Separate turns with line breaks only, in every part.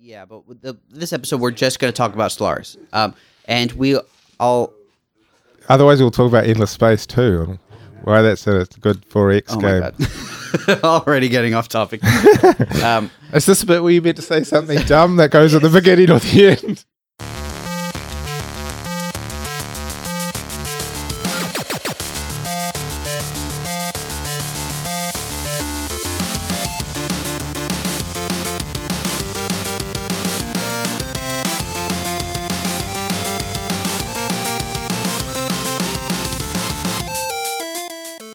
Yeah, but with the, this episode we're just going to talk about Solaris. Um, and we all.
Otherwise, we'll talk about Endless Space too. and Why that's a good 4X
Oh
game.
my god, already getting off topic. um,
Is this a bit where you're meant to say something dumb that goes at the beginning or the end?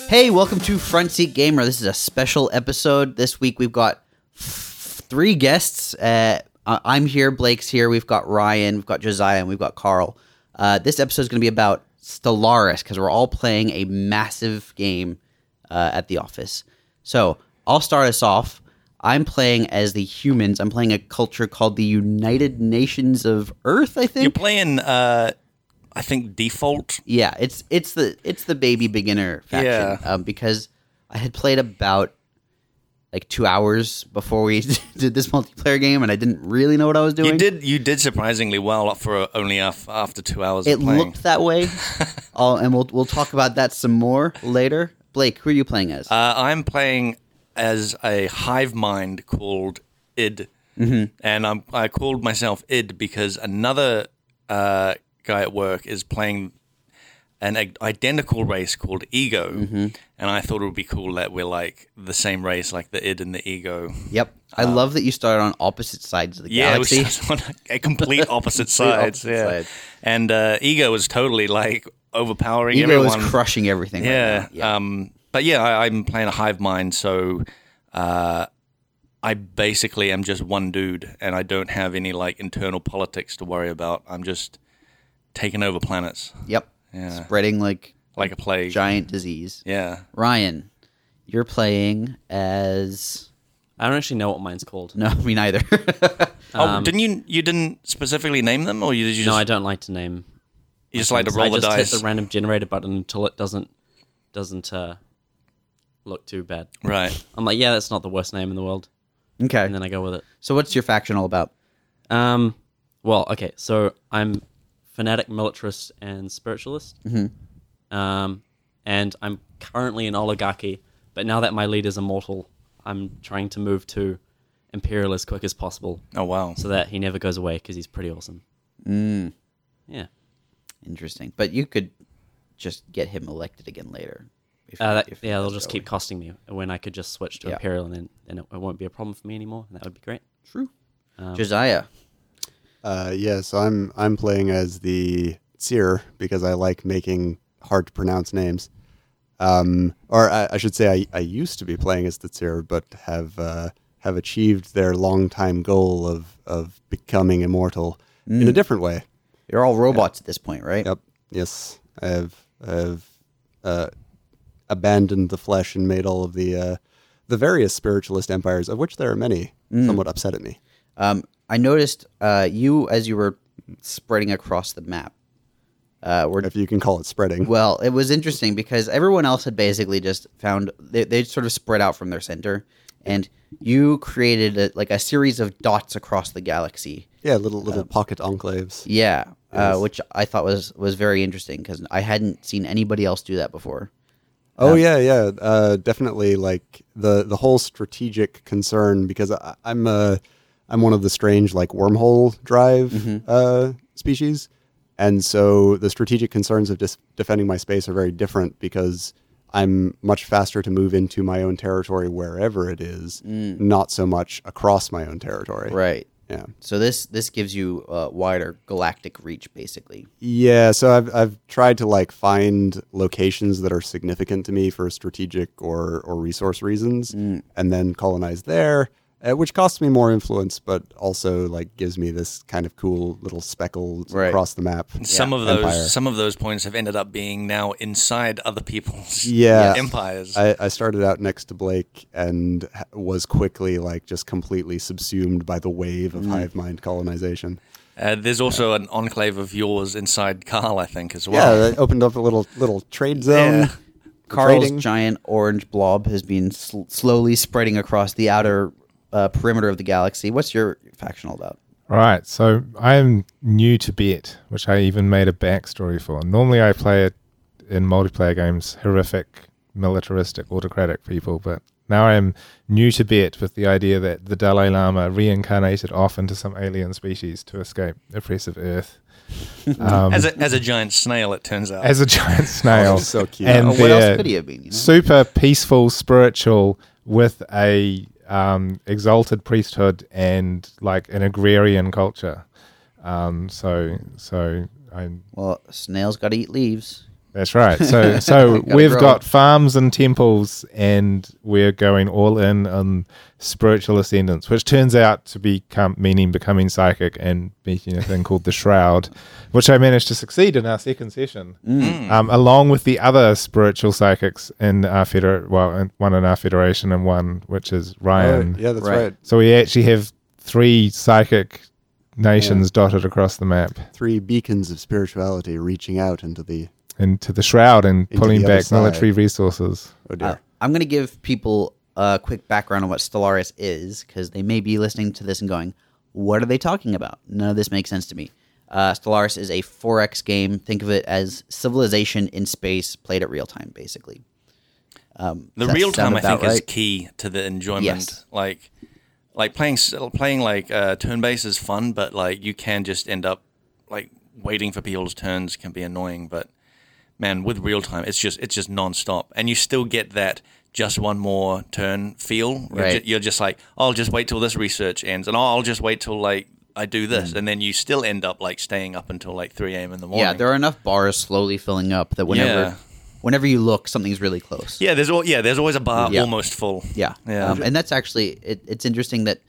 hey, welcome to Front Seat Gamer. This is a special episode. This week we've got f- three guests. Uh, I- I'm here, Blake's here. We've got Ryan, we've got Josiah, and we've got Carl. Uh, this episode is going to be about Stellaris because we're all playing a massive game uh, at the office. So I'll start us off. I'm playing as the humans. I'm playing a culture called the United Nations of Earth. I think
You're playing, uh, I think, default.
Yeah, it's it's the it's the baby beginner faction
Yeah.
um, because I had played about like two hours before we did this multiplayer game, and I didn't really know what I was doing.
You did you did surprisingly well for only af- after two hours
It
of playing.
looked that way, oh, and we'll we'll talk about that some more later. Blake, who are you playing as?
uh, I'm playing as a hive mind called Id,
Mm-hmm.
and I'm, I called myself Id because another uh, guy at work is playing an i- identical race called Ego,
Mm-hmm.
and I thought it would be cool that we're like the same race, like the Id and the Ego.
yep, I love that you started on opposite sides of the
uh, Yeah, it was
galaxy.
just on a complete opposite sides.
opposite
yeah,
sides.
and uh, ego is totally like overpowering
Ego is
everyone.
crushing everything. right
yeah.
now. yeah.
Um, but yeah, I, I'm playing a hive mind, so uh, I basically am just one dude, and I don't have any like internal politics to worry about. I'm just taking over planets
yep,
yeah.
spreading like
like a plague.
giant disease.
Yeah,
Ryan, you're playing as
I don't actually know what mine's called.
no, me neither.
oh, didn't you? You didn't specifically name them, or you did you
Um, No,
just,
I don't like to name.
you just like to
things.
roll
I
the
just
dice?
hit the random generator button until it doesn't doesn't uh, look too bad.
right.
I'm like, yeah, that's not the worst name in the world,
okay.
and then I go with it.
So what's your faction all about?
Um, well, okay, so I'm fanatic militarist and spiritualist.
Mm-hmm.
Um, and I'm currently in oligarchy, but now that my leader's immortal, I'm trying to move to imperial as quick as possible
Oh wow.
so that he never goes away because he's pretty awesome. Mm. Yeah.
Interesting. But you could just get him elected again later. If,
Uh, that,
if
yeah, they'll
that's
just keep costing me when I could just switch to
Yeah.
Imperial and then, then it, it won't be a problem for me anymore. And that would be great.
true.
Um,
Josiah.
Uh, yes, I'm I'm playing as the seer because I like making hard to pronounce names. Um, or I, I should say I, I used to be playing as the seer, but have uh, have achieved their long time goal of of becoming immortal in a different way.
You're all robots at this point, right?
Yep. Yes, I've I've uh, abandoned the flesh and made all of the uh, the various spiritualist empires, of which there are many, somewhat upset at me.
Um, I noticed uh, you as you were spreading across the map. Uh, were
If you can call it spreading.
Well, it was interesting because everyone else had basically just found they, they sort of spread out from their center, and you created a, like a series of dots across the galaxy.
yeah, little little pocket enclaves.
Yeah, uh, which I thought was was very interesting because I hadn't seen anybody else do that before.
Oh yeah, yeah, uh, definitely. Like the the whole strategic concern because I, I'm a I'm one of the strange like wormhole drive uh, species, and so the strategic concerns of dis- defending my space are very different because I'm much faster to move into my own territory wherever it is, not so much across my own territory.
Right.
Yeah.
So this this gives you uh, wider galactic reach, basically.
Yeah, so I've I've tried to like find locations that are significant to me for strategic or or resource reasons,
Mm.
and then colonize there, uh, which costs me more influence, but also like gives me this kind of cool little speckle
Right.
across the map.
Some of those
Empire.
some of those points have ended up being now inside other people's
Yeah.
empires.
I, I started out next to Blake and ha- was quickly like just completely subsumed by the wave
Mm.
of hive mind colonization.
Uh, there's also an enclave of yours inside Carl, I think, as
Yeah,
well.
that opened up a little little trade zone.
Yeah.
Carl's
Trading.
giant orange blob has been sl- slowly spreading across the outer uh, perimeter of the galaxy. What's your faction all about?
Right, so I am new to bet, which I even made a backstory for. Normally, I play it in multiplayer games, horrific, militaristic, autocratic people, but now I am new to bet with the idea that the Dalai Lama reincarnated off into some alien species to escape oppressive Earth um,
as a as a giant snail, it turns out.
as a
Oh,
giant snail.
so cute.
And
Or Uh, Oh, what
their
else could he have been? You know?
super peaceful, spiritual, with a um, exalted priesthood and like an agrarian culture. Um, so, so I'm
Well, snails got to eat leaves.
that's right. So, so we've
grow
got
it.
farms and temples, and we're going all in on spiritual ascendance, which turns out to become meaning becoming psychic and making a thing called the shroud, which I managed to succeed in our second session,
Mm.
um, along with the other spiritual psychics in our feder. Well, in- one in our federation and one which is Ryan.
Oh, yeah, that's
Right.
right.
So we actually have three psychic nations dotted across the map
Three beacons of spirituality reaching out into the.
into the shroud and
Into
pulling
the other
back military
side.
resources.
Oh dear.
Uh, I'm going to give people a quick background on what Stellaris is because they may be listening to this and going, what are they talking about? None of this makes sense to me. Uh, Stellaris is a 4X game. Think of it as civilization in space played at real time, basically. Um,
the
That
real
sound
time, I
about
think, is
right?
key to the enjoyment.
Yes.
Like, like playing s- playing like uh, turn based is fun, but like you can just end up like waiting for people's turns can be annoying. But man, with real time, it's just it's just nonstop, and you still get that just one more turn feel. You're,
Right.
ju- you're just like, "Oh, I'll just wait till this research ends, and "Oh, I'll just wait till like I do this, and then you still end up like staying up until like three a.m. in the morning.
Mm. Yeah, there are enough bars slowly filling up that whenever
Yeah.
whenever you look, something's really close.
yeah, there's al- yeah, there's always a bar
Yeah.
almost full.
Yeah.
Yeah.
Um, and that's actually, it, it's interesting that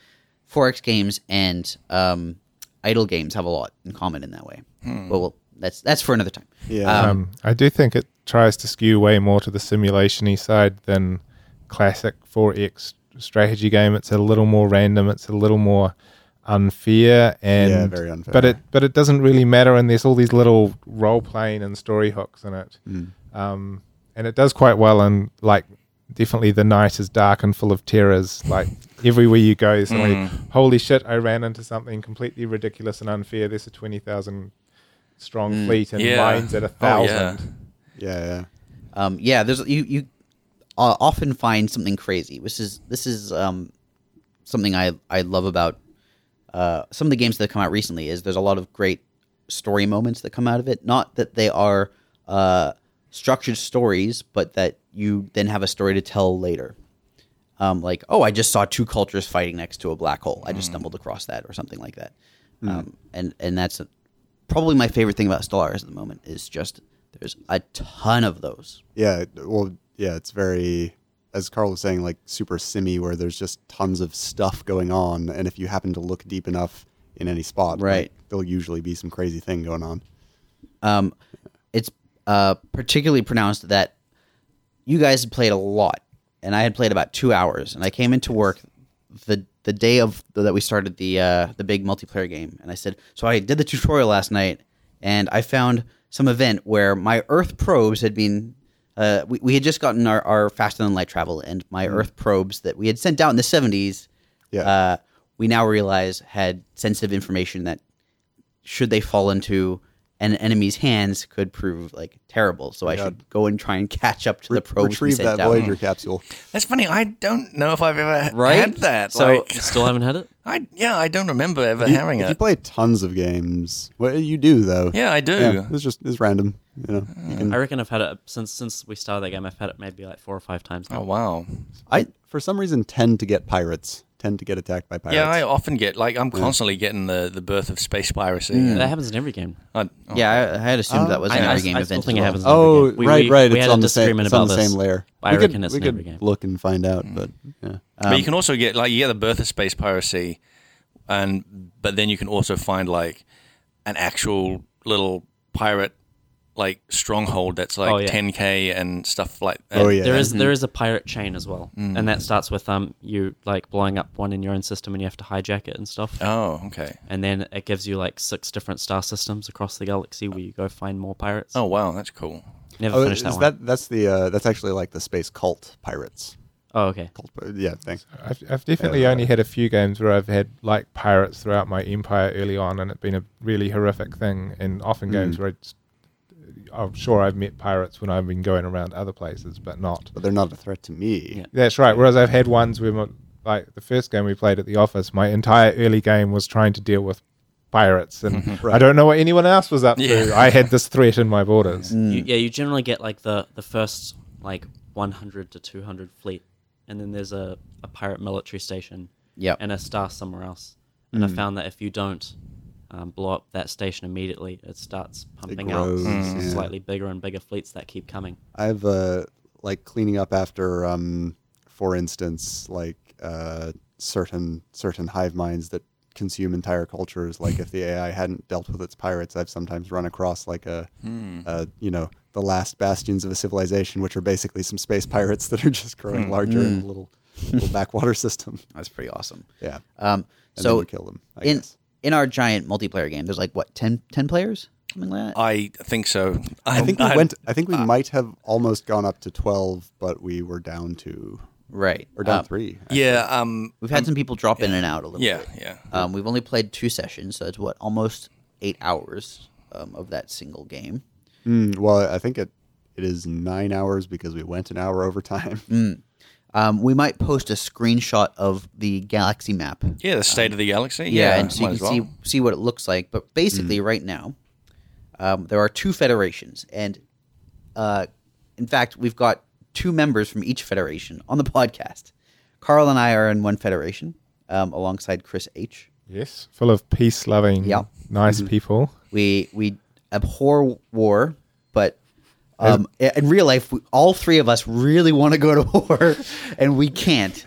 4X games and um, idle games have a lot in common in that way. But well, that's that's for another time.
Yeah.
Um,
Um, I do think it tries to skew way more to the simulation-y side than classic 4X strategy game. It's a little more random. It's a little more unfair and
Yeah, very unfair.
But it but it doesn't really matter. And there's all these little role playing and story hooks in it. Um, and it does quite well. And like definitely the night is dark and full of terrors. Like everywhere you go, somebody, holy shit, I ran into something completely ridiculous and unfair. There's a twenty thousand strong fleet and
Yeah.
mine's at a
Oh, yeah.
thousand.
yeah, yeah.
um, yeah there's you you uh, often find something crazy which is this is um, something i i love about uh, some of the games that have come out recently is there's a lot of great story moments that come out of it not that they are uh, structured stories but that you then have a story to tell later um, like oh i just saw two cultures fighting next to a black hole i just stumbled across that or something like that um, and and that's probably my favorite thing about stellaris at the moment is just there's a ton of those
Yeah, well, yeah, it's very, as Carl was saying, like super simmy, where there's just tons of stuff going on, and if you happen to look deep enough in any spot,
Right.
like, there'll usually be some crazy thing going on.
um, it's uh, particularly pronounced that you guys had played a lot, and I had played about two hours, and I came into work the the day of that we started the uh, the big multiplayer game, and I said, so I did the tutorial last night, and I found some event where my Earth probes had been. Uh, we, we had just gotten our, our faster than light travel, and my Earth probes that we had sent out in the 70s,
Yeah.
uh, we now realize had sensitive information that should they fall into an enemy's hands could prove like terrible. So I should go and try and catch up to the probes we
Retrieve
sent
that
out.
Voyager capsule.
That's funny. I don't know if I've ever
Right?
had that.
So
like,
still haven't had it.
I yeah, I don't remember ever having
If you
it.
play tons of games, well, you do though.
yeah, I do.
yeah it's just it's random. You know, you can-
I reckon I've had it since since we started that game. I've had it maybe like four or five times now.
Oh wow.
I for some reason tend to get pirates, tend to get attacked by pirates.
Yeah, I often get like I'm constantly getting the the birth of space piracy.
Mm.
That happens in every game.
I, oh,
Yeah, I, I had assumed that was
I,
an
I-
every game
I
event.
still
as
think it
well.
happens. In every
Oh,
game. We-
right,
we-
right.
We
it's
had
on
a
the same,
disagreement
it's on
about
the
this.
same layer.
I
we
reckon
could,
it's Mm.
we
in
could
every game.
look and find out, but yeah.
but you can also get like you get the birth of space piracy, and but then you can also find like an actual little pirate like stronghold that's like
Oh, yeah.
10k and stuff like. that.
Oh yeah,
There is- there is a pirate chain as well, and that starts with um you like blowing up one in your own system, and you have to hijack it and stuff.
Oh okay.
and then it gives you like six different star systems across the galaxy where you go find more pirates.
Oh wow, that's cool.
never
Oh,
finished
is
that one.
that that's the uh, that's actually like the space cult pirates.
Oh, okay.
Cult, uh, yeah, thing.
I've, I've definitely only had a few games where I've had like pirates throughout my empire early on, and it's been a really horrific thing. And often games where I just, I'm sure I've met pirates when I've been going around other places, but not.
But they're not a threat to me.
Yeah.
That's right. Whereas I've had ones where, my, like the first game we played at the office, my entire early game was trying to deal with pirates, and I don't know what anyone else was up to.
Yeah.
I had this threat in my borders.
Hmm.
You, yeah, you generally get like the the first like 100 to 200 fleet, and then there's a, a pirate military station.
Yep.
And a star somewhere else. And I
Hmm.
found that if you don't um, blow up that station immediately, it starts pumping out
grows,
s-
Mm. yeah.
slightly bigger and bigger fleets that keep coming.
I've uh, like cleaning up after, um, for instance, like uh, certain certain hive minds that consume entire cultures. Like if the AI hadn't dealt with its pirates, I've sometimes run across like a, a you know, the last bastions of a civilization, which are basically some space pirates that are just growing larger
Hmm.
in a little little backwater system.
That's pretty awesome.
Yeah,
Um,
and
so
then you kill them. I
in
guess.
in our giant multiplayer game, there's like what 10, 10 players, something like that.
I think so.
Oh,
Um,
I think we went. I think we
Ah.
might have almost gone up to twelve, but we were down to
right.
or down
Um,
three.
Yeah. Um.
We've had some people drop in and out a little.
Yeah.
bit.
Yeah.
Um, we've only played two sessions, so it's what almost eight hours um, of that single game.
Mm, well, I think it it is nine hours because we went an hour overtime.
Mm.
Um, we might post a screenshot of the galaxy map.
Yeah. The
Um,
state of the galaxy.
Yeah, and so you
might
can
as well.
see see what it looks like. But basically, right now, um, there are two federations, and uh, in fact, we've got two members from each federation on the podcast. Carl and I are in one federation, um, alongside Chris H.
Yes, full of peace loving,
Yeah.
nice people.
We we abhor war, but um, i- in real life, we, all three of us really want to go to war, and we can't.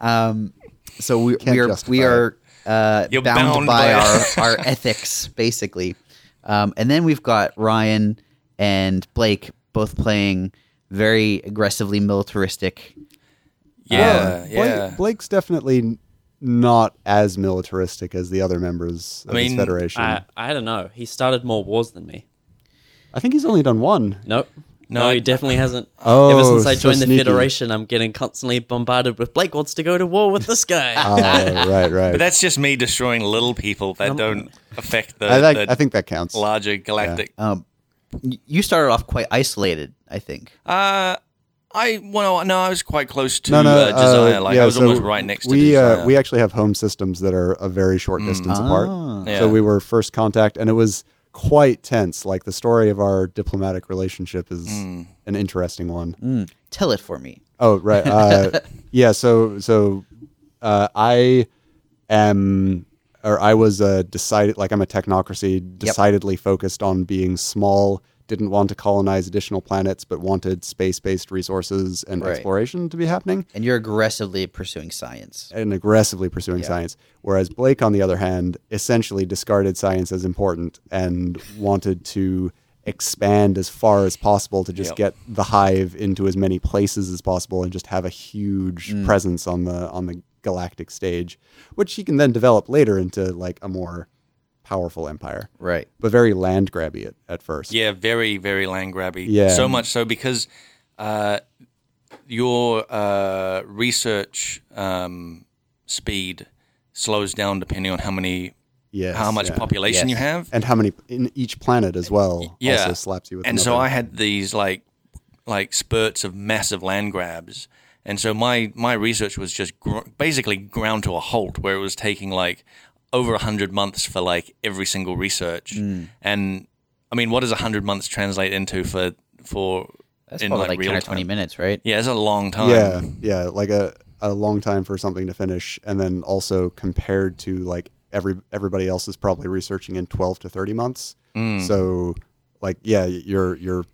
Um, so we we are
justify
we are uh,
You're
bound,
bound
by,
by-
our our ethics, basically. Um, and then we've got Ryan and Blake both playing very aggressively militaristic.
Yeah.
Um, Blake,
yeah.
Blake's definitely n- not as militaristic as the other members of his
mean,
federation.
I, I don't know. He started more wars than me.
I think he's only done one.
Nope. No,
No, I-
he definitely hasn't.
Oh,
Ever since I
so
joined the
sneaky.
Federation, I'm getting constantly bombarded with Blake wants to go to war with this guy.
Oh, right, right.
But that's just me destroying little people that don't affect the,
Um, I, like,
the
I think that counts.
larger galactic.
Um, y- you started off quite isolated, I think.
Uh, I well, no, I was quite close to
No, no,
uh, Desire.
uh,
like
yeah,
I was
so
almost right next to
we,
Desire.
Uh, we actually have home systems that are a very short distance apart.
Ah. Yeah.
So we were first contact, and it was quite tense. Like the story of our diplomatic relationship is
Mm.
an interesting one.
Tell it for me.
Oh right, uh, yeah. So so uh, I am, or I was uh, decided like I'm a technocracy, decidedly focused on being small. Didn't want to colonize additional planets, but wanted space-based resources and
Right.
exploration to be happening,
And you're aggressively pursuing science.
and aggressively pursuing science. Whereas Blake, on the other hand, essentially discarded science as important and wanted to expand as far as possible to just
Yep.
get the hive into as many places as possible and just have a huge
Mm.
presence on the on the galactic stage, which he can then develop later into like a more powerful empire,
Right.
but very land grabby at, at first.
Yeah, very, very land grabby.
Yeah.
So much so because uh, your uh, research um, speed slows down depending on how many,
Yes,
how much
yeah.
population you
Yes.
have.
and how many in each planet as well
Yeah.
also slaps you with
and so
another-
I had these like, like spurts of massive land grabs. And so my, my research was just gr- basically ground to a halt where it was taking like over 100 months for like every single research.
Hmm.
And I mean, what does 100 months translate into for, for,
That's probably like, 10 or 20
time?
minutes, right?
Yeah, it's a long time.
Yeah, yeah, like a, a long time for something to finish, and then also compared to like every everybody else is probably researching in twelve to thirty months.
Hmm.
So, like, yeah, you're you're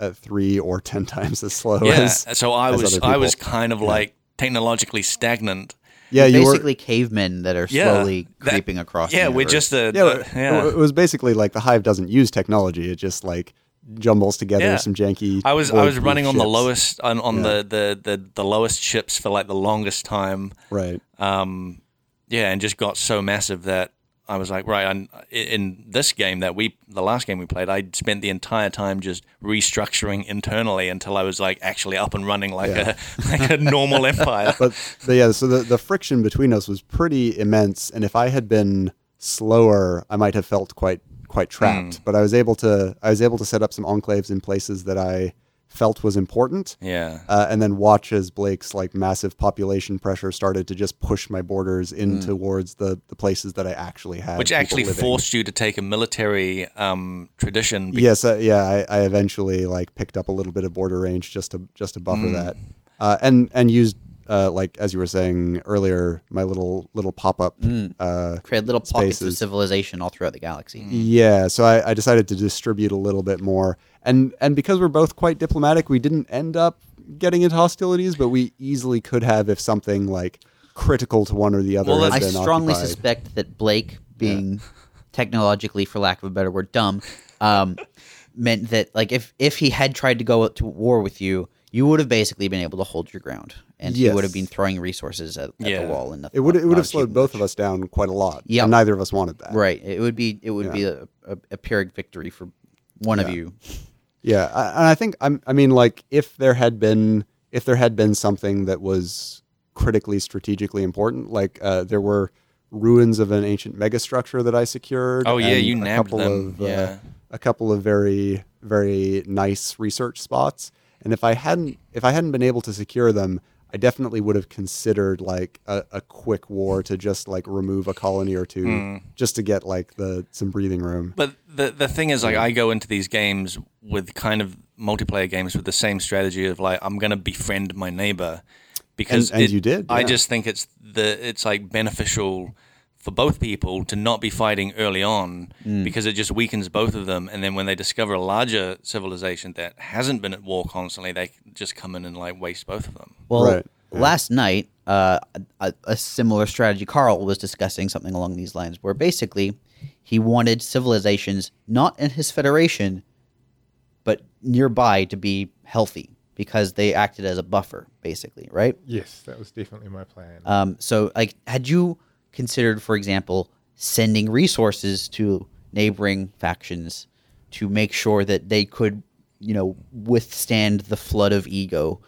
uh, three or ten times as slow
Yeah.
as
So I
as
was
other
I was
people.
kind of like technologically stagnant.
yeah you were
Basically, cavemen that are
Yeah.
slowly
That-
creeping across.
Yeah,
the
we're
universe.
just a
yeah,
uh,
it-
yeah.
It was basically like the hive doesn't use technology; it just like jumbles together
Yeah.
some janky.
I was I
board
was
proof
running on the
ships.
lowest on, on the, the, the, the lowest ships for like the longest time.
right.
Um, yeah, and just got so massive that I was like, right, I'm, in this game that we, the last game we played, I spent the entire time just restructuring internally until I was like actually up and running like a like a normal empire.
but, but yeah, so the, the friction between us was pretty immense, and if I had been slower, I might have felt quite quite
Mm.
trapped. But I was able to I was able to set up some enclaves in places that I felt was important,
yeah,
uh, and then watch as Blake's like massive population pressure started to just push my borders in towards the the places that I actually had,
Mm. which
people
actually
living.
forced you to take a military um, tradition. be-
Yes, uh, yeah, I, I eventually like picked up a little bit of border range just to just to
Mm.
buffer that, uh, and and used uh, like as you were saying earlier, my little little pop up.
Mm.
Uh,
Create little pockets of
Spaces. Mm.
civilization all throughout the galaxy.
yeah, so I, I decided to distribute a little bit more, and and because we're both quite diplomatic, we didn't end up getting into hostilities, but we easily could have if something like critical to one or the other.
Well,
had
I
been
strongly
occupied.
suspect that Blake, being technologically, for lack of a better word, dumb, um, meant that like if if he had tried to go to war with you, you would have basically been able to hold your ground, and he would have
Yes.
been throwing resources at, at
Yeah.
the wall and nothing.
It would it would
not
have slowed
achieving
both
much.
of us down quite a lot.
Yeah.
and neither of us wanted that.
Right. It would be it would be a, a, a pyrrhic victory for one of you.
Yeah, I, and I think I'm, I mean, like, if there had been if there had been something that was critically strategically important, like uh, there were ruins of an ancient megastructure that I secured.
Oh, yeah,
and
you
a
nabbed
couple
them,
Of, uh,
yeah.
a couple of very very nice research spots, and if I hadn't if I hadn't been able to secure them. I definitely would have considered like a, a quick war to just like remove a colony or two,
Hmm.
just to get like the some breathing room.
But the the thing is, like, I go into these games with kind of multiplayer games with the same strategy of like, I'm gonna befriend my neighbor because
And- and
it-
you did,
I
yeah.
just think it's the it's like beneficial for both people to not be fighting early on
Mm.
because it just weakens both of them, and then when they discover a larger civilization that hasn't been at war constantly, they just come in and like waste both of them.
Well,
Right,
last night, uh, a, a similar strategy, Carl was discussing something along these lines, where basically he wanted civilizations not in his federation, but nearby to be healthy because they acted as a buffer, basically, right?
Yes, that was definitely my plan.
Um, so, like, had you considered, for example, sending resources to neighboring factions to make sure that they could, you know, withstand the flood of ego?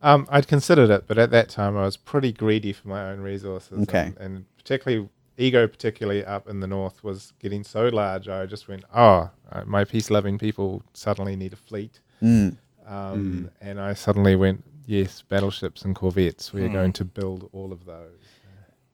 Um, I'd considered it, but at that time I was pretty greedy for my own resources.
Okay.
And, and particularly, ego, particularly up in the north, was getting so large. I just went, oh, uh, my peace loving people suddenly need a fleet.
Mm.
Mm.
Um, And I suddenly went, yes, battleships and corvettes.
Hmm.
We are going to build all of those.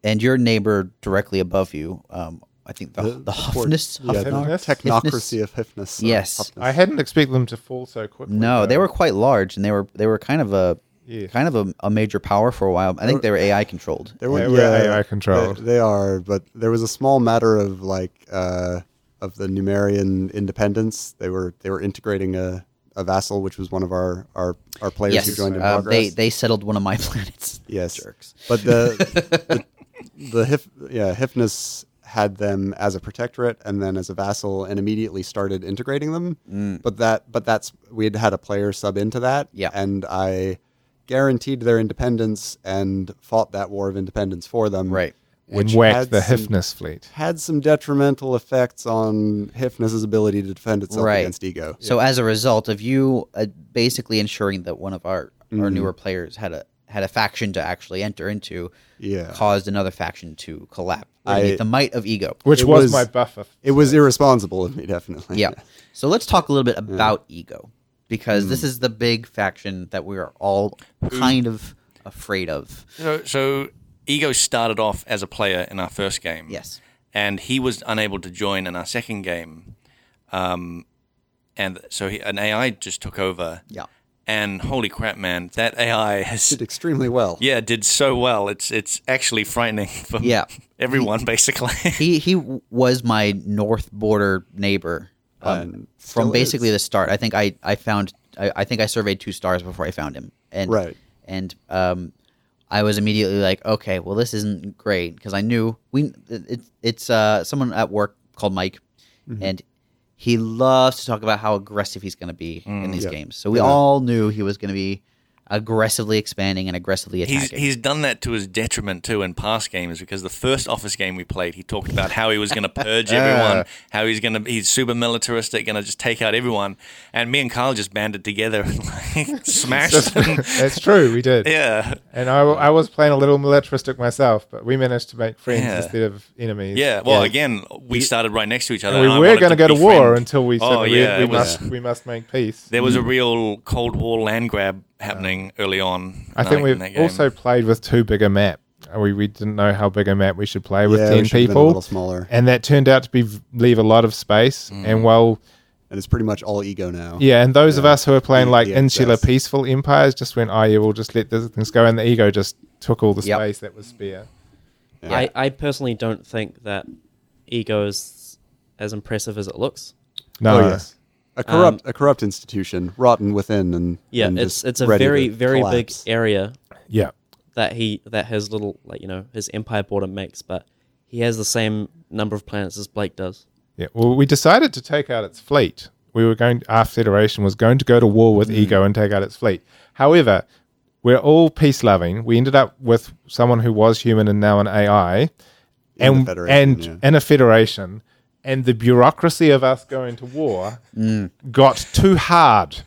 and your neighbor directly above you, um, I think the, the, Huffness,
Yeah, the
Huffnar?
Hypnus?
technocracy of Hypnus. uh,
Yes.
Hypnus.
I hadn't expected them to fall so quickly.
No, they
though.
were quite large, and they were they were kind of a
Yes.
kind of a, a major power for a while. I think they were AI controlled.
There were,
They were AI controlled.
They, they are, but there was a small matter of like uh, of the Numerian independence. They were they were integrating a, a vassal, which was one of our our, our players who
Yes,
joined in
uh, they
progress.
they settled one of my planets.
yes,
jerks.
But the the, the Hif, yeah Hypnus had them as a protectorate and then as a vassal, and immediately started integrating them. But that but that's we had had a player sub into that,
Mm. Yeah.
and I guaranteed their independence and fought that war of independence for them,
Right.
And
which
whacked
had
the
some-
Hifness fleet.
had some detrimental effects on Hifness's ability to defend itself
Right.
against ego.
So as a result of you uh, basically ensuring that one of our
Mm-hmm.
our newer players had a had a faction to actually enter into,
Yeah.
caused another faction to collapse.
I-
the might of ego.
Which
It
was,
was-
my buffer.
It was irresponsible of me, definitely.
yeah. Mm. So let's talk a little bit about ego because this is the big faction that we are all kind of afraid of.
So, so Ego started off as a player in our first game.
Yes.
And he was unable to join in our second game. Um, and so he, an AI just took over.
Yeah.
And holy crap, man, that AI has
Did extremely well.
yeah did so well. It's it's actually frightening for
Yeah.
everyone basically.
He he was my north border neighbor um, from
still
basically
is.
the start. I think I I found I, I think I surveyed two stars before I found him. And
Right.
and um I was immediately like, okay, well this isn't great because I knew we it, it's uh someone at work called Mike
Mm-hmm.
and he
Mm,
loves to talk about how aggressive he's going to be in these games. So we all knew he was going to be aggressively expanding and aggressively
He's,
attacking.
he's done that to his detriment too in past games because the first office game we played, he talked about how he was going to purge everyone, how he's going to he's super militaristic, going to just take out everyone, and me and Carl just banded together and like smashed them.
That's true. We did.
Yeah,
And I, I was playing a little militaristic myself, but we managed to make friends
Yeah.
instead of enemies.
yeah. Well, again, we started right next to each other.
And we
and I
were
wanted
going to go to
be
war
friends.
until we said
Oh,
we,
yeah,
we
it was-
must we must make peace.
There was a real Cold War land grab happening early on.
I
in
think
that- in that
we've
game.
also played with too big a map. Uh, We, we didn't know how big a map we should play with
Yeah, we
ten
should've been a
people,
little smaller.
and that turned out to be v- leave a lot of space.
Mm.
And while
and it's pretty much all ego now.
yeah, and those of us who were playing
The-
like
the
insular
excess.
peaceful empires just went, oh yeah, we'll just let these things go, and the ego just took all the
Yep.
space that was spare.
Oh,
I, I personally don't think that ego is as impressive as it looks.
No,
Oh, yes. a corrupt a corrupt institution, rotten within, and
Um, Yeah,
and
it's
just
it's a
ready
very
to
very
collapse.
big area
yeah,
that he that his little like you know his empire border makes, but he has the same number of planets as Blake does.
yeah. Well, we decided to take out its fleet. We were going. Our federation was going to go to war
Mm.
with ego and take out its fleet. However, we're all peace loving. We ended up with someone who was human and now an AI.
In the
and
Federation,
and
yeah.
and a federation, and the bureaucracy of us going to war got too hard.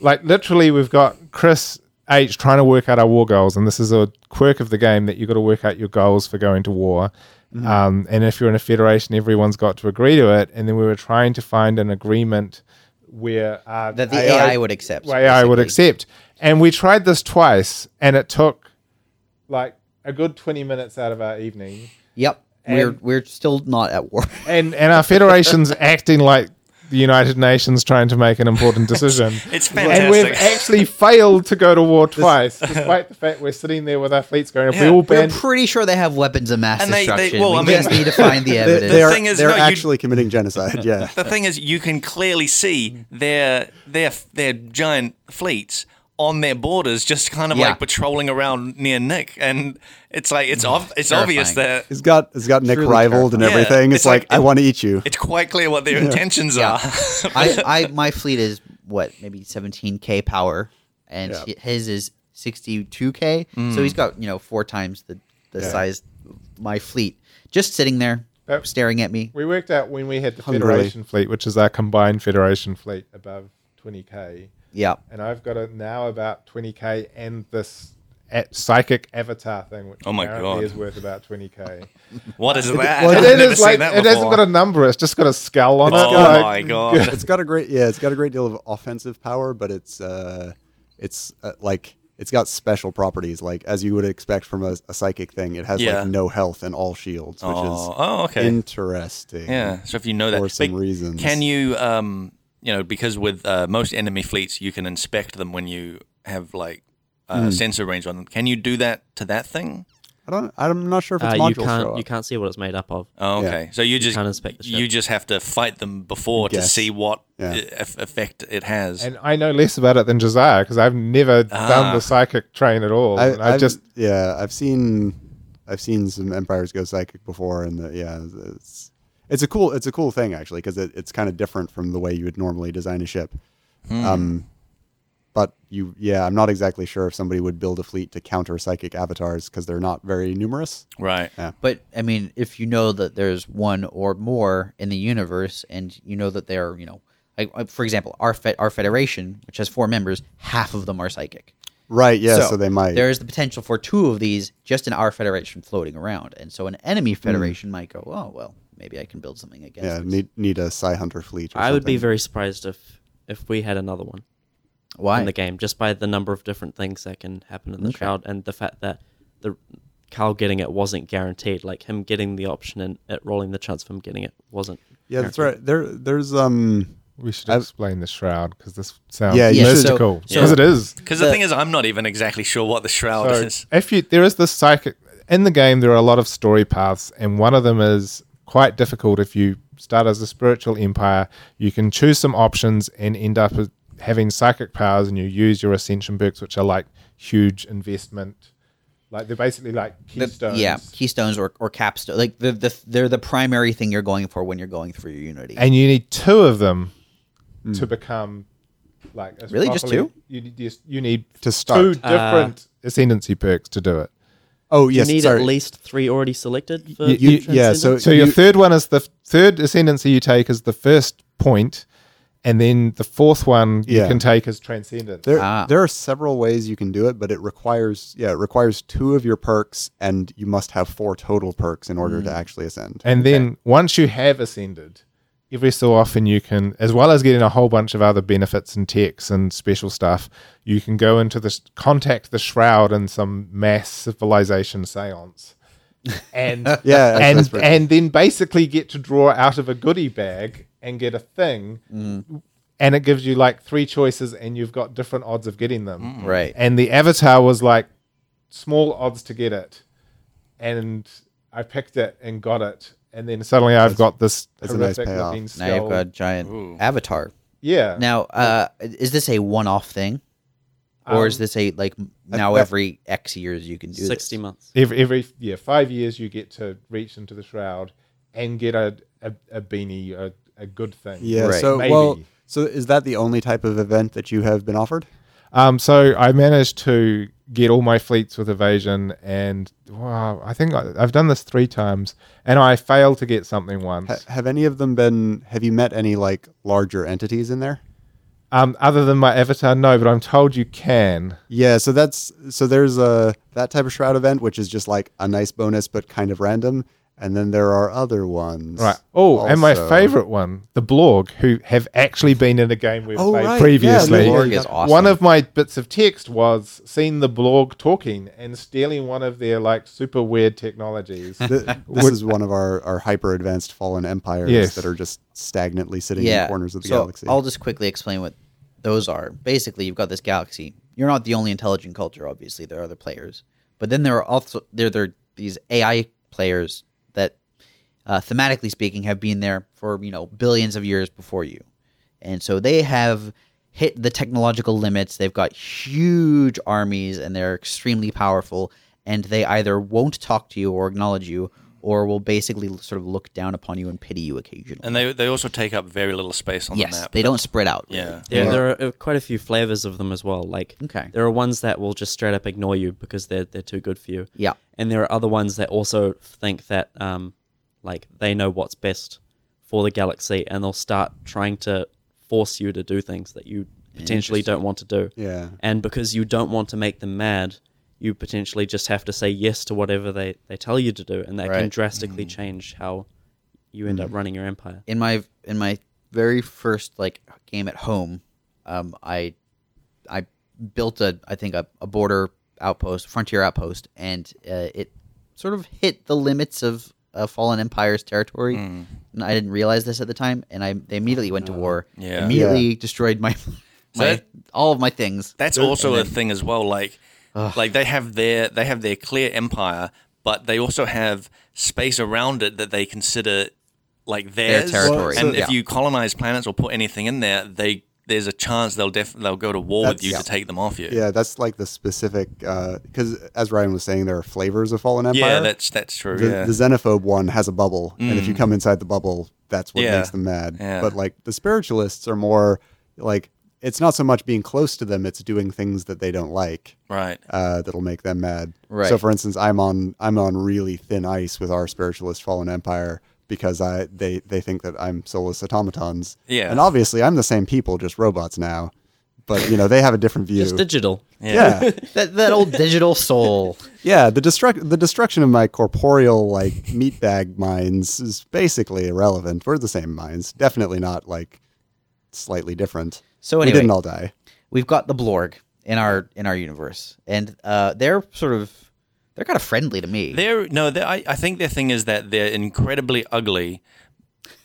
Like literally, we've got Chris H trying to work out our war goals, and this is a quirk of the game that you've got to work out your goals for going to war.
Mm-hmm.
Um, and if you're in a federation, everyone's got to agree to it. And then we were trying to find an agreement where uh,
that the AI, would accept.
way I would
basically.
accept. And we tried this twice, and it took like a good twenty minutes out of our evening
Yep. We're
And-
we're still not at war.
and and our federation's acting like the United Nations trying to make an important decision.
It's
And we've
fantastic.
actually failed to go to war twice, despite the fact we're sitting there with our fleets going. If we
Yeah.
all
We're
banned,
pretty sure they have weapons of mass
And they- they-
destruction.
well,
we
I mean-
just need to find the
They,
evidence.
they are
thing is,
they're
no, you-
actually committing genocide. Yeah,
The thing is, you can clearly see their their their giant fleets on their borders, just kind of
Yeah.
like patrolling around near Nick, and it's like it's ob- it's
Terrifying.
obvious that
he's got he's got Nick
Truly
rivaled
terrifying.
and
Yeah,
everything. it's,
it's
like,
like-
I want to eat you.
it's quite clear what their intentions are.
I, I my fleet is what maybe 17k power, and
Yeah.
hi- his is 62k. So he's got you know four times the the size my fleet just sitting there
Yep.
staring at me.
we worked out when we had the
Hungrily.
federation fleet, which is our combined federation fleet above twenty k,
Yeah,
and I've got a, now about twenty k and this. At psychic avatar thing, which
Oh my
apparently
God.
is worth about twenty k.
what is that?
well,
I've
it
it
never
is
seen
like
that
it hasn't
before.
got a number; it's just got a skull on it.
Oh
like-
my god!
It's got a great yeah, it's got a great deal of offensive power, but it's uh, it's uh, like it's got special properties like as you would expect from a, a psychic thing. It has
Yeah.
like no health and all shields, which
Oh,
is
oh, okay.
interesting.
Yeah. So if you know that,
for
but
some reasons.
can you, um, you know, because with uh, most enemy fleets, you can inspect them when you have like uh,
Hmm.
sensor range on them. Can you do that to that thing?
I don't. I'm not sure if it's
Uh, you
module show
can't
up.
you can't see what it's made up of.
Oh,
Yeah.
okay. So you just
can't inspect the ship.
you just have to fight them before to
Guess.
see what
Yeah.
e- eff- effect it has.
And I know less about it than Josiah because I've never done the psychic train at all. I, I
I've-
just
yeah, I've seen I've seen some empires go psychic before, and the, yeah, it's it's a cool it's a cool thing actually because it, it's kind of different from the way you would normally design a ship.
Hmm.
Um, but you, yeah, I'm not exactly sure if somebody would build a fleet to counter psychic avatars because they're not very numerous.
right.
but I mean, if you know that there's one or more in the universe, and you know that they are you know, like like, for example, our fe- our federation, which has four members, half of them are psychic.
Right? Yeah, so, they might.
There is the potential for two of these just in our federation floating around, and so an enemy federation might go, "Oh well, maybe I can build something against."
Hmm. Yeah,
this."
need need a psi hunter fleet. Or
I would be
something.
very surprised if if we had another one
Why?
in the game, just by the number of different things that can happen in the crowd and the fact that the Carl getting it wasn't guaranteed. Like him getting the option and it rolling the chance of him getting it wasn't.
Yeah, that's right. There, there's um.
we should
I've-
explain the shroud because this sounds
Yeah, you should.
mystical
So-
because
so-
it is.
Because the, thing is, I'm not even exactly sure what the shroud
So
Oh, is.
if you there is this psychic in the game, there are a lot of story paths, and one of them is quite difficult. If you start as a spiritual empire, you can choose some options and end up with having psychic powers, and you use your ascension perks, which are like huge investment. Like they're basically like keystones.
yeah, keystones or, or capstone. Like the, the they're the primary thing you're going for when you're going through your Unity.
Hmm. and you need two of them to become Like it's
Really? Just
properly-
two?
You, need- you, you need
To start.
two different ascendancy perks to do it.
Oh yes,
you need
sorry.
at least three already selected for
You- you-
transcendent?
yeah, so
So
you-
your third one is the f- third ascendancy you take is the first point, and then the fourth one you
Yeah.
can take is transcendence.
There,
Ah.
there are several ways you can do it, but it requires yeah, it requires two of your perks, and you must have four total perks in order
Mm.
to actually ascend.
And then once you have ascended, every so often you can, as well as getting a whole bunch of other benefits and techs and special stuff, you can go into this, contact the shroud in some mass civilization seance. And
Yeah, that's- that's
and
pretty-
and then basically get to draw out of a goodie bag and get a thing,
Mm.
and it gives you like three choices, and you've got different odds of getting them.
Mm.
Right.
And the avatar was like small odds to get it. And I picked it and got it. And then suddenly I've got this
that's a nice
horrific
payoff.
looking
Now you've
skull.
got a giant avatar.
yeah.
Now, uh, is this a one-off thing, or is this a like now
that-
every X years you can do this?
sixty months.
every, every yeah, five years you get to reach into the shroud and get a, a, a beanie, a, a good thing.
Yeah.
Right.
So
Maybe.
well, so is that the only type of event that you have been offered?
Um, so I managed to get all my fleets with evasion, and wow, I think I, I've done this three times, and I failed to get something once.
Ha- have any of them been? Have you met any like larger entities in there?
Um, other than my avatar, no, but I'm told you can.
Yeah, so that's so there's a that type of shroud event, which is just like a nice bonus, but kind of random. And then there are other ones,
Right. Oh, and my
also.
favorite one, the Blorg, who have actually been in a game we've
Oh,
played
right.
previously.
Yeah,
Blorg
yeah,
is
yeah.
awesome.
One of my bits of text was seeing the Blorg talking and stealing one of their like super weird technologies.
Th- this is one of our, our hyper advanced fallen empires
Yes.
that are just stagnantly sitting
yeah.
in corners of the
so
galaxy.
I'll just quickly explain what those are. Basically, you've got this galaxy. You're not the only intelligent culture, obviously. There are other players, but then there are also there there are these AI players that, uh, thematically speaking, have been there for you know billions of years before you, and so they have hit the technological limits. They've got huge armies, and they're extremely powerful. And they either won't talk to you or acknowledge you, or will basically sort of look down upon you and pity you occasionally.
And they they also take up very little space on the
Yes,
map.
they don't spread out.
yeah.
Yeah, there are uh, quite a few flavors of them as well. Like,
Okay.
there are ones that will just straight up ignore you because they're they're too good for you.
Yeah.
and there are other ones that also think that um, like they know what's best for the galaxy, and they'll start trying to force you to do things that you potentially don't want to do.
yeah,
And because you don't want to make them mad, you potentially just have to say yes to whatever they, they tell you to do, and that can
Right.
drastically
Mm.
change how you end up running your empire.
In my in my very first like game at home, um, I I built a I think a, a border outpost, frontier outpost, and uh, it sort of hit the limits of uh, Fallen Empire's territory.
Hmm.
And I didn't realize this at the time, and I they immediately went to war.
Uh, Yeah.
immediately destroyed my my
that-
all of my things.
That's also a thing as well. Like, like they have their they have their clear empire, but they also have space around it that they consider like theirs.
territory.
And
Well,
if
so-
you colonize planets or put anything in there, they there's a chance they'll def- they'll go to war with
That's-
you
yeah.
to take them off you.
yeah, that's like the specific because as Ryan was saying, there are flavors of fallen empire.
Yeah, that's that's true.
the,
yeah. Mm.
the xenophobe one has a bubble, and if you come inside the bubble, that's what
Yeah.
makes them mad.
Yeah.
But like the spiritualists are more like it's not so much being close to them; it's doing things that they don't like.
right.
uh, that'll make them mad.
Right.
So, for instance, I'm on I'm on really thin ice with our spiritualist Fallen Empire because I they they think that I'm soulless automatons.
Yeah.
And obviously, I'm the same people, just robots now. But you know, they have a different view.
It's digital.
yeah,
That that old digital soul.
yeah. The destruct the destruction of my corporeal like meatbag minds is basically irrelevant. We're the same minds, definitely not like slightly different.
So
we
anyway,
didn't all die.
we've got the Blorg in our in our universe, and uh, they're sort of they're kind of friendly to me.
They're no. They're, I I think their thing is that they're incredibly ugly,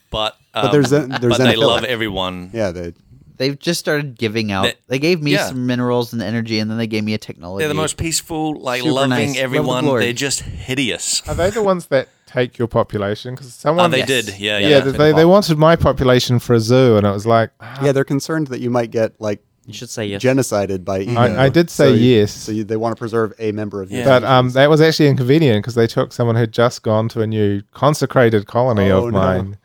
but um,
they're zen- they're
but they
xenophobic.
love everyone.
Yeah, they.
They've just started giving out.
They-
They, gave me
yeah.
some minerals and energy, and then they gave me a technology.
They're the most peaceful, like
Super
loving
nice. Love the
everyone.
glory.
they're just hideous.
Are they the ones that take your population? Because
Oh,
someone
they
Yes.
did. Yeah,
yeah,
yeah.
they, they wanted my population for a zoo, and it was like
Uh,
Yeah, they're concerned that you might get like
You should say yes.
genocided by ego.
I did say
you-
yes.
So you, they want to preserve a member of your
Yeah.
But um, that was actually inconvenient because they took someone who'd just gone to a new consecrated colony
Oh,
of
no.
mine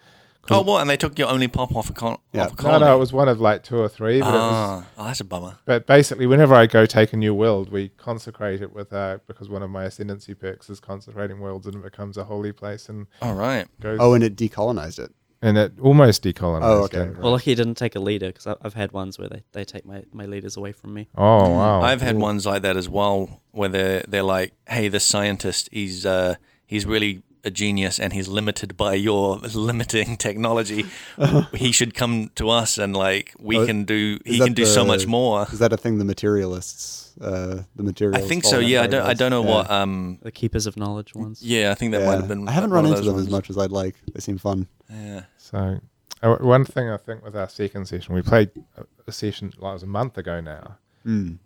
Oh, well, and they took your only pop off a, con-
Yeah.
off
No,
a colony.
no, it was one of like two or three, but it was
ah, oh, that's a bummer.
But basically, whenever I go take a new world, we consecrate it with uh, because one of my ascendancy perks is consecrating worlds, and it becomes a holy place and
All right.
goes
Oh, and it decolonized it.
and it almost decolonized.
Oh, okay.
it.
Well, lucky I didn't take a leader because I've had ones where they, they take my, my leaders away from me.
Oh wow!
I've had ones like that as well, where they're they're like, "Hey, this scientist, he's uh, he's really a genius, and he's limited by your limiting technology. he should come to us, and like we
Oh,
can do, he
Is that
can do so
the-
much more."
Is that a thing the materialists, uh, the
I
materialists?
think
fall
so.
in
Yeah, I
love
don't, I
with?
don't know
Yeah.
what. Um,
The keepers of knowledge ones.
yeah, I think that
Yeah.
might have been.
I haven't
one
run
of
into
those
them
ones.
as much as I'd like. They seem fun.
Yeah.
so uh, one thing I think with our second session, we played a- a session like it was a month ago now,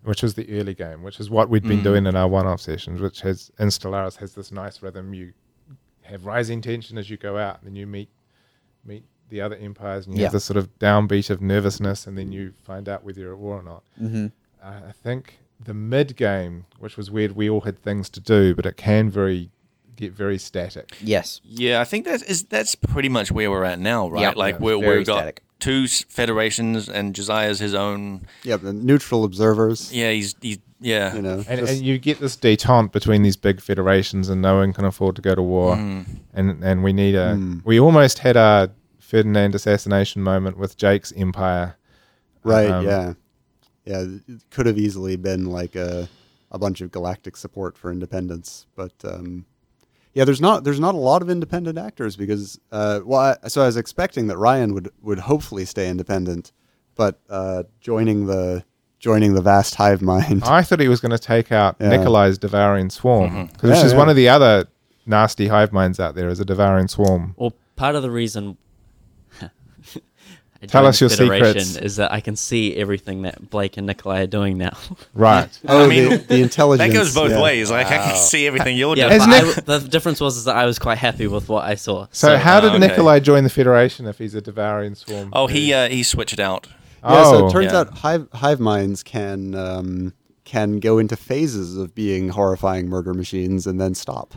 which was the early game, which is what we'd been doing in our one-off sessions, which has in Stellaris has this nice rhythm. You have rising tension as you go out, and then you meet meet the other empires, and you
Yeah.
have this sort of downbeat of nervousness, and then you find out whether you're at war or not. Mm-hmm. I I think the mid game, which was weird, we all had things to do, but it can very get very static.
Yes.
Yeah, I think that's is that's pretty much where we're at now, right?
Yeah,
like
yeah,
we're,
very
we've got
static.
two s- federations, and Josiah's his own.
Yeah, the neutral observers.
Yeah, he's he's yeah.
You know,
And,
just-
and you get this detente between these big federations, and no one can afford to go to war. And and we need a.
Hmm.
We almost had a Ferdinand assassination moment with Jake's empire.
right?
um,
yeah, yeah. It could have easily been like a a bunch of galactic support for independence, but um, yeah, there's not there's not a lot of independent actors because uh, well, I, so I was expecting that Ryan would would hopefully stay independent, but uh, joining the joining the vast hive mind.
I thought he was going to take out
Yeah.
Nikolai's devouring swarm, 'cause which
Yeah,
is
yeah.
one of the other nasty hive minds out there. Is a devouring swarm.
Well, part of the reason. I
Tell
joined
us your
Federation
secrets.
Is that I can see everything that Blake and Nikolai are doing now.
Right.
oh,
I mean,
the, the
That
intelligence
goes both
yeah.
ways. Like I can see everything you're
yeah,
doing.
but
Isn't
I
it-
w- the difference was is that I was quite happy with what I saw. um,
So, how did
okay.
Nikolai join the Federation if he's a devouring swarm?
Oh, he uh, he switched it out.
uh, Yeah, so
Oh.
it turns
Yeah.
out hive hive minds can um, can go into phases of being horrifying murder machines and then stop.